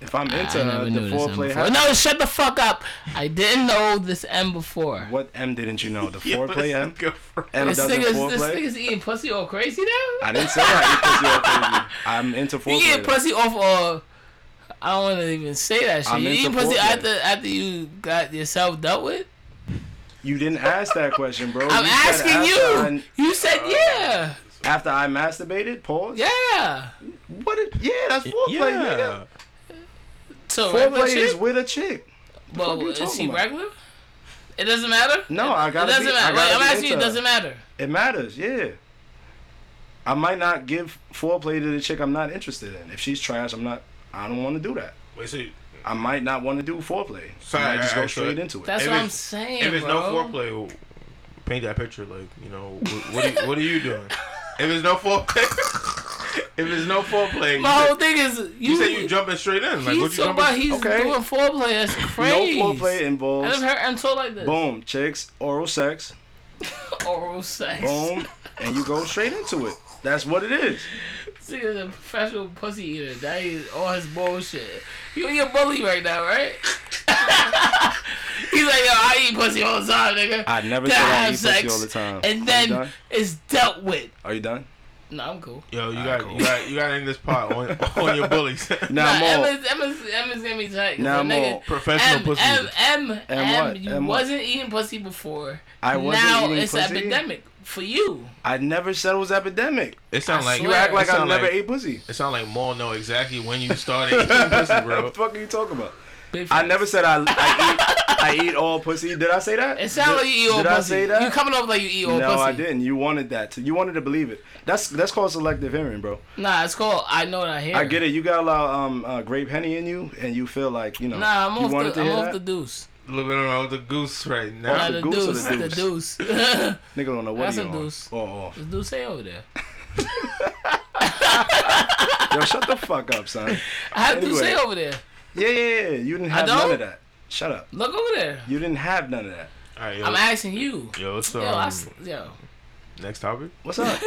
[SPEAKER 2] if I'm into
[SPEAKER 3] I never
[SPEAKER 2] her, uh, the
[SPEAKER 3] knew this M
[SPEAKER 2] foreplay,
[SPEAKER 3] before.
[SPEAKER 2] has,
[SPEAKER 3] No, shut the fuck up. I didn't know this M before.
[SPEAKER 2] what M didn't you know? The
[SPEAKER 4] Yeah, but
[SPEAKER 2] foreplay
[SPEAKER 4] it's
[SPEAKER 2] M.
[SPEAKER 4] good for-
[SPEAKER 2] M
[SPEAKER 3] This
[SPEAKER 2] doesn't
[SPEAKER 3] nigga's, this
[SPEAKER 2] foreplay.
[SPEAKER 3] nigga's eating pussy all crazy now?
[SPEAKER 2] I didn't say I eat pussy. or crazy. I'm into
[SPEAKER 3] You
[SPEAKER 2] foreplay.
[SPEAKER 3] eating
[SPEAKER 2] though.
[SPEAKER 3] pussy off or I don't want to even say that shit.
[SPEAKER 2] I'm
[SPEAKER 3] you
[SPEAKER 2] into
[SPEAKER 3] eating pussy
[SPEAKER 2] foreplay.
[SPEAKER 3] after after you got yourself dealt with?
[SPEAKER 2] You didn't ask that question, bro.
[SPEAKER 3] I'm
[SPEAKER 2] Oh, you said
[SPEAKER 3] asking
[SPEAKER 2] after uh,
[SPEAKER 3] you. You said yeah,
[SPEAKER 2] I, after I masturbated, pause.
[SPEAKER 3] yeah.
[SPEAKER 2] What? Did, yeah, that's foreplay.
[SPEAKER 4] Yeah.
[SPEAKER 2] Nigga.
[SPEAKER 3] So regular
[SPEAKER 2] Foreplay
[SPEAKER 3] shit?
[SPEAKER 2] is with a chick.
[SPEAKER 3] Well,
[SPEAKER 2] fuck you
[SPEAKER 3] is
[SPEAKER 2] talking
[SPEAKER 3] she
[SPEAKER 2] about?
[SPEAKER 3] regular? It doesn't matter.
[SPEAKER 2] No,
[SPEAKER 3] it,
[SPEAKER 2] I gotta
[SPEAKER 3] It doesn't
[SPEAKER 2] be- I
[SPEAKER 3] matter.
[SPEAKER 2] gotta
[SPEAKER 3] like,
[SPEAKER 2] be
[SPEAKER 3] I'm asking you. It
[SPEAKER 2] into her.
[SPEAKER 3] doesn't matter.
[SPEAKER 2] It matters. Yeah. I might not give foreplay to the chick I'm not interested in. If she's trash, I'm not. I don't want to do that.
[SPEAKER 4] Wait, so
[SPEAKER 2] I might not want to do foreplay.
[SPEAKER 4] So,
[SPEAKER 2] I might just go
[SPEAKER 4] alright, so-
[SPEAKER 2] straight into it.
[SPEAKER 3] That's
[SPEAKER 4] If
[SPEAKER 3] what
[SPEAKER 4] it's-
[SPEAKER 3] I'm saying,
[SPEAKER 4] if it's
[SPEAKER 3] bro.
[SPEAKER 4] no foreplay, paint that picture. Like, you know, what, what, are, you, what are you doing? If it's no foreplay, if it's no foreplay,
[SPEAKER 3] My
[SPEAKER 4] you,
[SPEAKER 3] whole
[SPEAKER 4] said,
[SPEAKER 3] thing is you.
[SPEAKER 4] you said you jumping straight in. Like, what
[SPEAKER 3] he's
[SPEAKER 4] you
[SPEAKER 3] talking about
[SPEAKER 4] jumping?
[SPEAKER 3] he's
[SPEAKER 2] Okay.
[SPEAKER 3] doing foreplay. That's crazy.
[SPEAKER 2] No foreplay
[SPEAKER 3] I
[SPEAKER 2] involves.
[SPEAKER 3] never heard him talk like this.
[SPEAKER 2] Boom, chicks, oral sex.
[SPEAKER 3] Oral sex.
[SPEAKER 2] Boom, and you go straight into it. That's what it is.
[SPEAKER 3] This nigga's a professional pussy eater. That is all his bullshit. You you a bully right now, right? He's like, yo, I eat pussy all the time, nigga.
[SPEAKER 2] I never
[SPEAKER 3] Then
[SPEAKER 2] said I
[SPEAKER 3] have
[SPEAKER 2] eat pussy all the time. Are you
[SPEAKER 3] And then
[SPEAKER 2] done?
[SPEAKER 3] it's dealt with.
[SPEAKER 2] Are you done?
[SPEAKER 3] No, I'm cool.
[SPEAKER 4] Yo, you
[SPEAKER 2] Alright,
[SPEAKER 4] got
[SPEAKER 2] cool.
[SPEAKER 4] you got you got in this pot on, on your bullies.
[SPEAKER 2] Now I'm
[SPEAKER 3] Nah,
[SPEAKER 2] all.
[SPEAKER 3] Emma's, Emma's, Emma's gonna be tight. 'cause
[SPEAKER 2] Now
[SPEAKER 3] the
[SPEAKER 2] I'm
[SPEAKER 3] nigga,
[SPEAKER 2] all
[SPEAKER 4] Professional
[SPEAKER 3] M,
[SPEAKER 4] pussy.
[SPEAKER 3] M, M, M,
[SPEAKER 2] what?
[SPEAKER 3] you
[SPEAKER 2] M what?
[SPEAKER 3] wasn't eating pussy before.
[SPEAKER 2] I wasn't
[SPEAKER 3] now
[SPEAKER 2] eating
[SPEAKER 3] it's
[SPEAKER 2] pussy?
[SPEAKER 3] an epidemic for you.
[SPEAKER 2] I never said it was epidemic.
[SPEAKER 4] it sounds
[SPEAKER 3] I
[SPEAKER 4] like
[SPEAKER 3] swear.
[SPEAKER 2] You act like
[SPEAKER 4] it
[SPEAKER 2] I
[SPEAKER 4] sound
[SPEAKER 2] never
[SPEAKER 4] like-
[SPEAKER 2] ate pussy.
[SPEAKER 4] It sounds like Maul know exactly when you started eating pussy,
[SPEAKER 2] What the
[SPEAKER 4] bro.
[SPEAKER 2] fuck are you talking about?
[SPEAKER 3] Big
[SPEAKER 2] I
[SPEAKER 3] facts.
[SPEAKER 2] never said I, I eat I eat all pussy. Did I say that?
[SPEAKER 3] It sounds
[SPEAKER 2] Did-
[SPEAKER 3] like you eat all
[SPEAKER 2] did
[SPEAKER 3] pussy.
[SPEAKER 2] I say that?
[SPEAKER 3] You coming off like you eat all
[SPEAKER 2] no,
[SPEAKER 3] pussy.
[SPEAKER 2] I didn't. You wanted that. To, you wanted to believe it. That's that's called selective hearing, bro.
[SPEAKER 3] Nah, it's called I know what I hear.
[SPEAKER 2] I get it. You got a lot of um, uh, grape henny in you, and you feel like you know.
[SPEAKER 3] Nah, I'm
[SPEAKER 2] you
[SPEAKER 3] off
[SPEAKER 2] wanted
[SPEAKER 3] the
[SPEAKER 2] to
[SPEAKER 3] I'm
[SPEAKER 2] hear
[SPEAKER 3] off
[SPEAKER 2] that?
[SPEAKER 3] the deuce.
[SPEAKER 4] Looking around the goose right
[SPEAKER 3] Nah,
[SPEAKER 4] now.
[SPEAKER 2] the
[SPEAKER 3] the
[SPEAKER 2] goose or
[SPEAKER 3] deuce,
[SPEAKER 2] the
[SPEAKER 3] the deuce. The
[SPEAKER 2] Nigga don't know
[SPEAKER 3] That's
[SPEAKER 2] what he
[SPEAKER 3] a
[SPEAKER 2] on. Oh,
[SPEAKER 3] deuce.
[SPEAKER 2] Or off.
[SPEAKER 3] deuce say over there.
[SPEAKER 2] Yo, shut the fuck up, son.
[SPEAKER 3] I have
[SPEAKER 2] Anyway.
[SPEAKER 3] deuce say over there.
[SPEAKER 2] Yeah, yeah, yeah. You didn't
[SPEAKER 3] I
[SPEAKER 2] have none
[SPEAKER 3] don't?
[SPEAKER 2] of that. Shut up.
[SPEAKER 3] Look over there.
[SPEAKER 2] You didn't have none of that.
[SPEAKER 4] All right, yo,
[SPEAKER 3] I'm asking you.
[SPEAKER 4] yo, so
[SPEAKER 3] Yo, I
[SPEAKER 4] um,
[SPEAKER 3] s yo,
[SPEAKER 4] next topic.
[SPEAKER 2] What's up?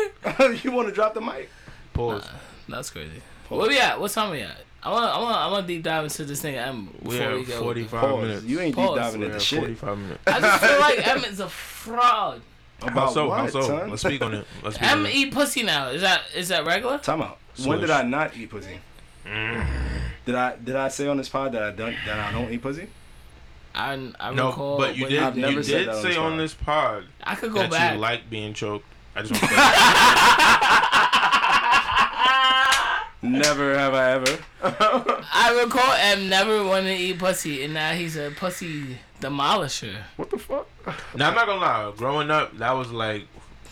[SPEAKER 2] you want to drop the mic?
[SPEAKER 4] Pause.
[SPEAKER 3] that's crazy. Where we at? What time we at? I want to I want I want to deep dive into this thing. I'm before
[SPEAKER 4] we
[SPEAKER 3] we
[SPEAKER 4] have
[SPEAKER 3] go.
[SPEAKER 4] 45
[SPEAKER 2] Pause.
[SPEAKER 4] minutes.
[SPEAKER 2] You ain't deep
[SPEAKER 3] Pause.
[SPEAKER 2] diving
[SPEAKER 4] we
[SPEAKER 2] into
[SPEAKER 4] have
[SPEAKER 2] shit.
[SPEAKER 4] 45 minutes.
[SPEAKER 3] I just feel like Em is a fraud.
[SPEAKER 4] How
[SPEAKER 2] About
[SPEAKER 4] so? How
[SPEAKER 2] what,
[SPEAKER 4] so?
[SPEAKER 2] son?
[SPEAKER 4] Let's speak on it. Let's speak
[SPEAKER 3] Em
[SPEAKER 4] on it.
[SPEAKER 3] eat pussy now. Is that is that regular?
[SPEAKER 2] Time out. When
[SPEAKER 4] Swish.
[SPEAKER 2] did I not eat pussy? Did I did I say on this pod that I don't that I don't eat pussy?
[SPEAKER 3] I I
[SPEAKER 4] No,
[SPEAKER 3] recall.
[SPEAKER 4] but you
[SPEAKER 3] when-
[SPEAKER 4] did.
[SPEAKER 2] I've
[SPEAKER 4] You
[SPEAKER 2] never
[SPEAKER 4] did
[SPEAKER 2] said that on
[SPEAKER 4] say
[SPEAKER 2] this
[SPEAKER 4] on
[SPEAKER 2] pod.
[SPEAKER 4] this pod
[SPEAKER 3] I could go
[SPEAKER 4] that
[SPEAKER 3] back.
[SPEAKER 4] you like being choked. I just want to
[SPEAKER 2] Never have I ever.
[SPEAKER 3] I recall M never wanted to eat pussy, and now he's a pussy demolisher.
[SPEAKER 2] What the fuck?
[SPEAKER 4] Now I'm not gonna lie. Growing up, that was like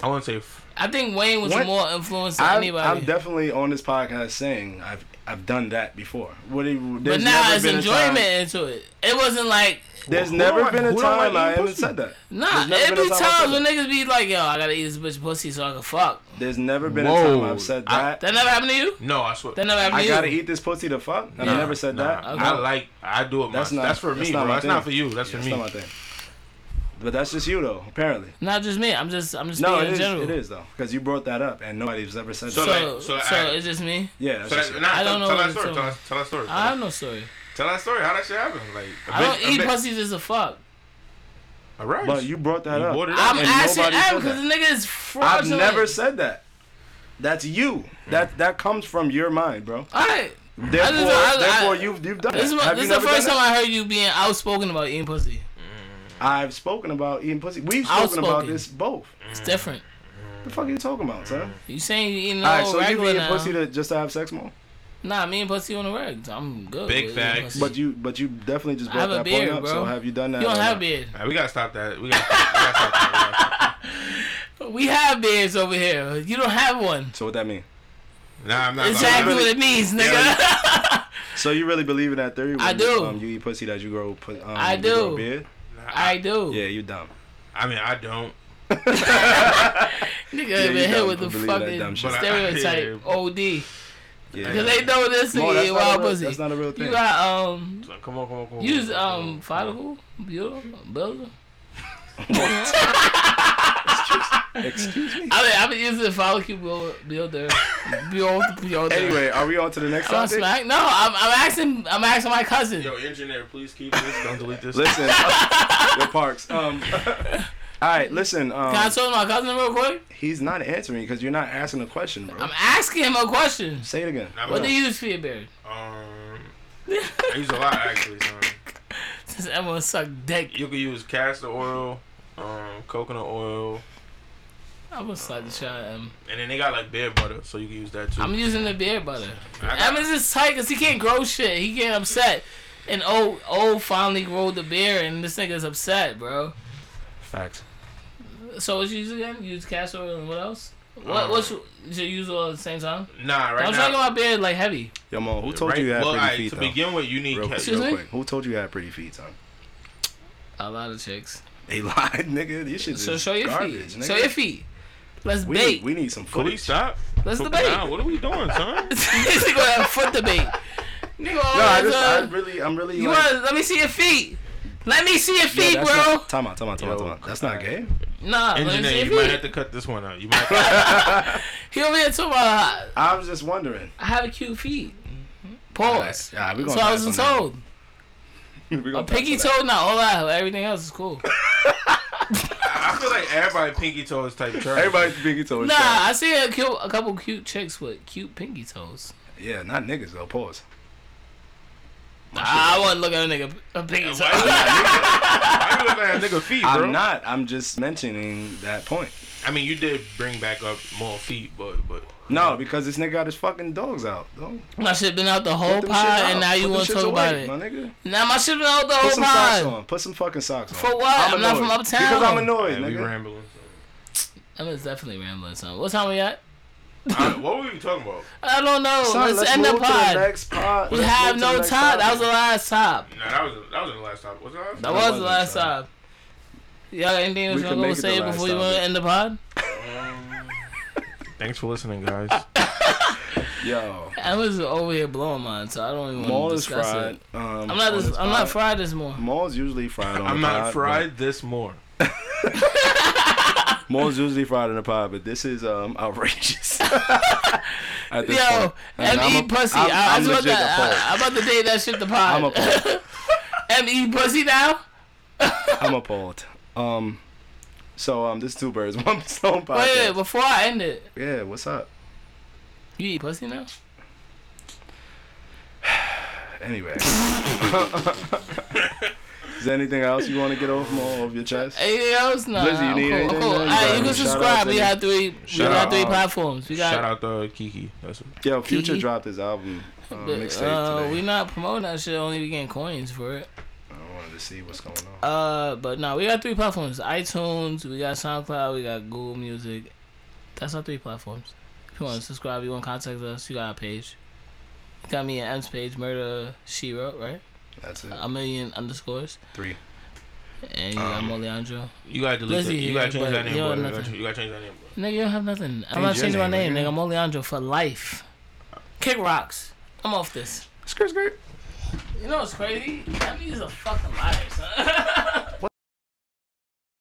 [SPEAKER 4] I wouldn't say f-
[SPEAKER 3] I think Wayne was
[SPEAKER 2] What?
[SPEAKER 3] more influenced than
[SPEAKER 2] I'm,
[SPEAKER 3] anybody.
[SPEAKER 2] I'm definitely on this podcast saying I've I've done that before. What do you,
[SPEAKER 3] but
[SPEAKER 2] there's
[SPEAKER 3] now
[SPEAKER 2] never
[SPEAKER 3] it's
[SPEAKER 2] been a time-
[SPEAKER 3] enjoyment into it. It wasn't like
[SPEAKER 2] There's
[SPEAKER 4] Who
[SPEAKER 2] never
[SPEAKER 4] don't
[SPEAKER 2] been a
[SPEAKER 4] like- who don't like
[SPEAKER 2] time I
[SPEAKER 4] eating
[SPEAKER 2] haven't
[SPEAKER 4] pussy?
[SPEAKER 2] said that.
[SPEAKER 3] nah.
[SPEAKER 2] There's never
[SPEAKER 3] It
[SPEAKER 2] been a
[SPEAKER 3] be
[SPEAKER 2] time I
[SPEAKER 3] times
[SPEAKER 2] said
[SPEAKER 3] when niggas be like, "Yo, I gotta eat this bitch pussy so I can fuck."
[SPEAKER 2] There's never been a time
[SPEAKER 4] Whoa.
[SPEAKER 2] I've said
[SPEAKER 4] I-
[SPEAKER 2] that.
[SPEAKER 3] That never happened to you.
[SPEAKER 4] no. I swear.
[SPEAKER 3] That never happened
[SPEAKER 2] I,
[SPEAKER 3] to you.
[SPEAKER 2] gotta eat this pussy to fuck. And I
[SPEAKER 4] Nah,
[SPEAKER 2] never said
[SPEAKER 4] nah.
[SPEAKER 2] that.
[SPEAKER 3] Okay.
[SPEAKER 4] I like. I do it.
[SPEAKER 2] That's
[SPEAKER 4] That's
[SPEAKER 2] not-
[SPEAKER 4] That's for
[SPEAKER 2] that's
[SPEAKER 4] me,
[SPEAKER 2] not
[SPEAKER 4] bro.
[SPEAKER 2] my
[SPEAKER 4] That's
[SPEAKER 2] thing.
[SPEAKER 4] not for you. That's for
[SPEAKER 2] That's
[SPEAKER 4] me.
[SPEAKER 2] not my thing. But that's just you though, apparently.
[SPEAKER 3] Not just me. I'm just I'm just
[SPEAKER 2] No,
[SPEAKER 3] speaking
[SPEAKER 2] it
[SPEAKER 3] in
[SPEAKER 2] is,
[SPEAKER 3] general.
[SPEAKER 2] it is though, because you brought that up and nobody's ever said
[SPEAKER 4] So,
[SPEAKER 2] that.
[SPEAKER 3] So
[SPEAKER 4] like,
[SPEAKER 3] so,
[SPEAKER 4] so I-
[SPEAKER 3] it's just me.
[SPEAKER 2] Yeah, that's
[SPEAKER 4] So
[SPEAKER 2] just
[SPEAKER 4] that,
[SPEAKER 2] you.
[SPEAKER 4] nah,
[SPEAKER 3] I
[SPEAKER 4] tell,
[SPEAKER 3] don't know
[SPEAKER 4] tell
[SPEAKER 3] what you're
[SPEAKER 4] that story. Tell
[SPEAKER 3] talking
[SPEAKER 4] that, tell that story.
[SPEAKER 3] I have no story.
[SPEAKER 4] Tell that story. How that shit happened? Like a
[SPEAKER 3] I don't
[SPEAKER 4] bitch- a
[SPEAKER 3] eat
[SPEAKER 4] bitch-
[SPEAKER 3] pussy just to fuck.
[SPEAKER 4] All right.
[SPEAKER 2] but you brought that
[SPEAKER 4] You
[SPEAKER 2] up.
[SPEAKER 4] brought it
[SPEAKER 3] I'm
[SPEAKER 4] And
[SPEAKER 3] asking
[SPEAKER 2] nobody said
[SPEAKER 3] M because the nigga is
[SPEAKER 2] I've
[SPEAKER 3] fraudulent.
[SPEAKER 2] never said that. That's you. That that comes from your mind, bro.
[SPEAKER 3] All right.
[SPEAKER 2] Therefore,
[SPEAKER 3] I- I-
[SPEAKER 2] therefore you've you've done
[SPEAKER 3] This is,
[SPEAKER 2] it.
[SPEAKER 3] my,
[SPEAKER 2] Have
[SPEAKER 3] this
[SPEAKER 2] you
[SPEAKER 3] is the
[SPEAKER 2] never done
[SPEAKER 3] first
[SPEAKER 2] that?
[SPEAKER 3] time I heard you being outspoken about eating pussy.
[SPEAKER 2] I've spoken about eating pussy. We've spoken about
[SPEAKER 3] Outspoken.
[SPEAKER 2] this both.
[SPEAKER 4] Mm.
[SPEAKER 3] It's different.
[SPEAKER 2] What the fuck are you talking about, son?
[SPEAKER 3] You saying you eating all
[SPEAKER 2] All right, so you
[SPEAKER 3] regular
[SPEAKER 2] eating
[SPEAKER 3] now?
[SPEAKER 2] pussy to just to have sex more,
[SPEAKER 3] Nah, me and pussy on the reg. I'm good.
[SPEAKER 4] Big
[SPEAKER 3] with eating
[SPEAKER 4] facts.
[SPEAKER 3] pussy.
[SPEAKER 2] but you but you definitely just
[SPEAKER 3] I
[SPEAKER 2] brought
[SPEAKER 3] have a
[SPEAKER 2] that
[SPEAKER 3] beard,
[SPEAKER 2] point up.
[SPEAKER 3] bro.
[SPEAKER 2] So have you done that?
[SPEAKER 3] you don't
[SPEAKER 2] or
[SPEAKER 3] have
[SPEAKER 2] not?
[SPEAKER 3] beard.
[SPEAKER 4] All right, we gotta stop that. We gotta. we gotta stop that.
[SPEAKER 3] We have beards over here. You don't have one.
[SPEAKER 2] So what that mean?
[SPEAKER 4] Nah, I'm not.
[SPEAKER 3] Exactly
[SPEAKER 4] Gonna,
[SPEAKER 3] what it means, nigga.
[SPEAKER 2] So you really believe in that theory? When
[SPEAKER 3] I
[SPEAKER 2] You,
[SPEAKER 3] do.
[SPEAKER 2] um, you eat pussy that you grow. pu- Um,
[SPEAKER 3] I
[SPEAKER 2] you grow
[SPEAKER 3] do.
[SPEAKER 2] a beard?
[SPEAKER 3] I do.
[SPEAKER 2] Yeah, you dumb.
[SPEAKER 4] I mean, I don't.
[SPEAKER 3] Nigga
[SPEAKER 2] you
[SPEAKER 3] been hit
[SPEAKER 2] don't
[SPEAKER 3] with the
[SPEAKER 2] believe that
[SPEAKER 3] fucking
[SPEAKER 2] dumb shit.
[SPEAKER 4] But I-
[SPEAKER 3] stereotype
[SPEAKER 4] yeah.
[SPEAKER 3] OD.
[SPEAKER 2] Yeah.
[SPEAKER 3] Cause they know this
[SPEAKER 2] Mo,
[SPEAKER 3] nigga
[SPEAKER 2] that's
[SPEAKER 3] eat
[SPEAKER 2] not a
[SPEAKER 3] wild
[SPEAKER 2] real-
[SPEAKER 3] pussy.
[SPEAKER 2] that's not a real thing.
[SPEAKER 3] You got um,
[SPEAKER 4] Like, come on, come on, come on.
[SPEAKER 3] use
[SPEAKER 4] come on,
[SPEAKER 3] um,
[SPEAKER 4] come on.
[SPEAKER 3] father who, builder, builder.
[SPEAKER 2] Excuse me.
[SPEAKER 3] I mean, I've been using follicle builder, builder, builder.
[SPEAKER 2] Anyway, are we on to the next
[SPEAKER 3] I'm not
[SPEAKER 2] topic?
[SPEAKER 3] smack. No, I'm, I'm asking. I'm asking my cousin.
[SPEAKER 4] Yo, engineer, please keep this. Don't delete this.
[SPEAKER 2] Listen, yo, Parks. Um, all right, listen.
[SPEAKER 3] Can I
[SPEAKER 2] Um,
[SPEAKER 3] talk to my cousin real quick?
[SPEAKER 2] he's not answering because you're not asking a question, bro.
[SPEAKER 3] I'm asking him a question.
[SPEAKER 2] Say it again.
[SPEAKER 4] Nah,
[SPEAKER 3] What
[SPEAKER 4] but,
[SPEAKER 3] do you use for your beard?
[SPEAKER 4] Um, I use a lot actually. Son.
[SPEAKER 3] Since everyone suck dick,
[SPEAKER 4] You can use castor oil, um, coconut oil,
[SPEAKER 3] I'm gonna slide the shot. at him.
[SPEAKER 4] and then they got like beer butter, so you can use that too.
[SPEAKER 3] I'm using the beard butter.
[SPEAKER 4] I got-
[SPEAKER 3] Emma's just tight because he can't grow shit. He getting upset. And O O finally rolled the beard, and this nigga's upset, bro.
[SPEAKER 2] Facts.
[SPEAKER 3] So what you use again? Use castor oil and what else? What what you, you use all at the same time?
[SPEAKER 4] nah, Um, right
[SPEAKER 3] I'm
[SPEAKER 4] now.
[SPEAKER 3] talking about beard like heavy.
[SPEAKER 2] Yo, Mo, who told
[SPEAKER 4] right,
[SPEAKER 2] you you had
[SPEAKER 4] well,
[SPEAKER 2] pretty
[SPEAKER 4] alright,
[SPEAKER 2] feet,
[SPEAKER 4] to
[SPEAKER 2] though?
[SPEAKER 4] begin with, you need
[SPEAKER 2] Real,
[SPEAKER 4] ca-
[SPEAKER 3] Excuse
[SPEAKER 2] real
[SPEAKER 3] me?
[SPEAKER 2] quick. Who told you you had pretty feet, son?
[SPEAKER 3] A lot of chicks.
[SPEAKER 2] They lied, nigga. These shit
[SPEAKER 3] So
[SPEAKER 2] is
[SPEAKER 3] so iffy.
[SPEAKER 2] garbage, nigga.
[SPEAKER 3] So iffy. Let's
[SPEAKER 2] we,
[SPEAKER 3] debate.
[SPEAKER 2] need, we need some
[SPEAKER 4] Police
[SPEAKER 2] footage.
[SPEAKER 4] stop.
[SPEAKER 3] Let's
[SPEAKER 4] Put
[SPEAKER 3] debate.
[SPEAKER 4] down. What are we doing, son?
[SPEAKER 3] this nigga have foot debate. Nigga,
[SPEAKER 2] No, I
[SPEAKER 3] let's,
[SPEAKER 2] just, I
[SPEAKER 3] uh,
[SPEAKER 2] really, I'm really.
[SPEAKER 3] you
[SPEAKER 2] like,
[SPEAKER 3] want? Let me see your feet. Let me see your feet,
[SPEAKER 2] Yo, that's
[SPEAKER 3] bro.
[SPEAKER 2] Not, time out, time out, time out, time out. That's not gay.
[SPEAKER 3] nah, let me see
[SPEAKER 4] Engineer, you
[SPEAKER 3] your
[SPEAKER 4] might
[SPEAKER 3] feet.
[SPEAKER 4] have to cut this one out. You might. Have
[SPEAKER 3] He over here talking about uh,
[SPEAKER 2] I was just wondering.
[SPEAKER 3] I have a cute feet. Pause.
[SPEAKER 2] All right, all right, Oh, we
[SPEAKER 3] so
[SPEAKER 2] gonna
[SPEAKER 3] I
[SPEAKER 2] pass
[SPEAKER 3] wasn't
[SPEAKER 2] on that.
[SPEAKER 3] told.
[SPEAKER 2] We gonna
[SPEAKER 3] A
[SPEAKER 2] pass
[SPEAKER 3] pinky
[SPEAKER 2] on that.
[SPEAKER 3] toe, not all that. Everything else is cool.
[SPEAKER 4] I feel like everybody pinky toes type trash.
[SPEAKER 2] Everybody's pinky toe. is
[SPEAKER 3] Nah,
[SPEAKER 2] trash.
[SPEAKER 3] I see a, cute, a couple cute chicks with cute pinky toes.
[SPEAKER 2] Yeah, not niggas though. Pause.
[SPEAKER 3] I, I wouldn't look at a nigga a pinky
[SPEAKER 4] Why you,
[SPEAKER 3] toe.
[SPEAKER 4] why you looking at nigga feet, bro?
[SPEAKER 2] I'm not. I'm just mentioning that point.
[SPEAKER 4] I mean, you did bring back up more feet, but but
[SPEAKER 2] No, because this nigga got his fucking dogs out. Though.
[SPEAKER 3] My shit been out the
[SPEAKER 2] Put
[SPEAKER 3] whole
[SPEAKER 2] them shits
[SPEAKER 3] pod,
[SPEAKER 2] out.
[SPEAKER 3] and now you
[SPEAKER 2] Put them
[SPEAKER 3] want to
[SPEAKER 2] shits
[SPEAKER 3] talk
[SPEAKER 2] away,
[SPEAKER 3] about it.
[SPEAKER 2] my nigga.
[SPEAKER 3] Now my shit been out the
[SPEAKER 2] Put
[SPEAKER 3] whole
[SPEAKER 2] some socks
[SPEAKER 3] pod.
[SPEAKER 2] on. Put some fucking socks on.
[SPEAKER 3] For what? I'm not
[SPEAKER 2] annoyed.
[SPEAKER 3] from uptown.
[SPEAKER 2] Because I'm annoyed,
[SPEAKER 4] Hey, we
[SPEAKER 2] nigga.
[SPEAKER 4] rambling.
[SPEAKER 3] That was definitely rambling. Son, what time we at?
[SPEAKER 4] Alright, Uh, what were you talking about?
[SPEAKER 3] I don't know.
[SPEAKER 2] Son,
[SPEAKER 3] Oh, let's, end the
[SPEAKER 2] move to
[SPEAKER 3] pod.
[SPEAKER 2] next pod.
[SPEAKER 3] we
[SPEAKER 2] Let's
[SPEAKER 3] have
[SPEAKER 2] move to the
[SPEAKER 3] no
[SPEAKER 2] next
[SPEAKER 3] top. That was the
[SPEAKER 2] topic.
[SPEAKER 3] last top.
[SPEAKER 4] Nah, that was that was in the last topic. Was that?
[SPEAKER 3] That
[SPEAKER 2] That
[SPEAKER 3] was
[SPEAKER 2] was
[SPEAKER 3] the
[SPEAKER 2] the
[SPEAKER 3] last
[SPEAKER 2] top.
[SPEAKER 3] top. Y'all got anything else
[SPEAKER 2] We
[SPEAKER 3] you
[SPEAKER 2] can
[SPEAKER 3] want
[SPEAKER 2] make
[SPEAKER 3] to
[SPEAKER 2] it
[SPEAKER 3] say
[SPEAKER 2] the last
[SPEAKER 3] before you
[SPEAKER 2] topic.
[SPEAKER 3] want to end the pod?
[SPEAKER 4] Thanks for listening, guys.
[SPEAKER 2] Yo,
[SPEAKER 3] I was over here blowing mine, so I don't even want
[SPEAKER 2] mall
[SPEAKER 3] to
[SPEAKER 2] is
[SPEAKER 3] discuss
[SPEAKER 2] fried.
[SPEAKER 3] it.
[SPEAKER 2] Um,
[SPEAKER 3] I'm not.
[SPEAKER 2] on
[SPEAKER 3] This,
[SPEAKER 2] this
[SPEAKER 3] I'm not
[SPEAKER 2] pod.
[SPEAKER 3] fried this morning.
[SPEAKER 2] Mall's usually fried on the
[SPEAKER 4] I'm not
[SPEAKER 2] pod,
[SPEAKER 4] fried this more.
[SPEAKER 2] but- Mall's usually fried on the pod, but this is um outrageous. At this
[SPEAKER 3] Yo,
[SPEAKER 2] point. And
[SPEAKER 3] M
[SPEAKER 2] I'm
[SPEAKER 3] E
[SPEAKER 2] a-
[SPEAKER 3] pussy.
[SPEAKER 2] I'm,
[SPEAKER 3] I- I
[SPEAKER 2] I'm
[SPEAKER 3] was about
[SPEAKER 2] legit
[SPEAKER 3] to-
[SPEAKER 2] a pole.
[SPEAKER 3] I- I'm about to date that shit the pod.
[SPEAKER 2] I'm appalled.
[SPEAKER 3] M E pussy now.
[SPEAKER 2] I'm appalled. Um, so um, this is two birds, one stone podcast.
[SPEAKER 3] Wait, wait, before I end it,
[SPEAKER 2] Yeah, what's up?
[SPEAKER 3] you eat pussy now?
[SPEAKER 2] Anyway, is there anything else you want to get off more of your chest?
[SPEAKER 3] Anything else? No.
[SPEAKER 2] Lizzie, you need
[SPEAKER 3] I'm cool. I'm
[SPEAKER 2] anything,
[SPEAKER 3] cool.
[SPEAKER 2] man?
[SPEAKER 3] All right,
[SPEAKER 2] You got
[SPEAKER 3] you can
[SPEAKER 2] any shout-outs,
[SPEAKER 3] subscribe. We
[SPEAKER 2] any-
[SPEAKER 3] have three. We
[SPEAKER 4] Shout
[SPEAKER 3] got three
[SPEAKER 2] out.
[SPEAKER 3] platforms. We
[SPEAKER 4] Shout
[SPEAKER 3] got.
[SPEAKER 4] out to Kiki. That's what.
[SPEAKER 2] Yo, Future
[SPEAKER 3] Kiki.
[SPEAKER 2] dropped his album uh, mixtape
[SPEAKER 3] E Uh,
[SPEAKER 2] today.
[SPEAKER 3] we not promoting that shit. Only we getting coins for it.
[SPEAKER 2] I wanted to see what's going on.
[SPEAKER 3] Uh, but no, we got three platforms: iTunes, we got SoundCloud, we got Google Music. That's our three platforms. If you want to subscribe, you want to contact us, you got our page. You got me at M's page, Murder She Wrote, right?
[SPEAKER 2] That's it.
[SPEAKER 3] A million underscores,
[SPEAKER 2] Three. Um,
[SPEAKER 3] and you got Moleandro.
[SPEAKER 4] You gotta delete
[SPEAKER 3] Lizzie
[SPEAKER 4] that.
[SPEAKER 3] here,
[SPEAKER 4] You gotta change
[SPEAKER 3] but
[SPEAKER 4] that name,
[SPEAKER 3] you
[SPEAKER 4] bro.
[SPEAKER 3] don't
[SPEAKER 4] You
[SPEAKER 3] nothing.
[SPEAKER 4] gotta, change- you gotta change that name, bro.
[SPEAKER 3] Nigga, you don't have nothing. I'm not
[SPEAKER 2] your
[SPEAKER 3] changing my name,
[SPEAKER 2] name,
[SPEAKER 3] nigga. I'm Moleandro for life. Kick rocks. I'm off this.
[SPEAKER 2] Skirt, skirt.
[SPEAKER 3] You know what's crazy? That nigga's a fucking liar, son.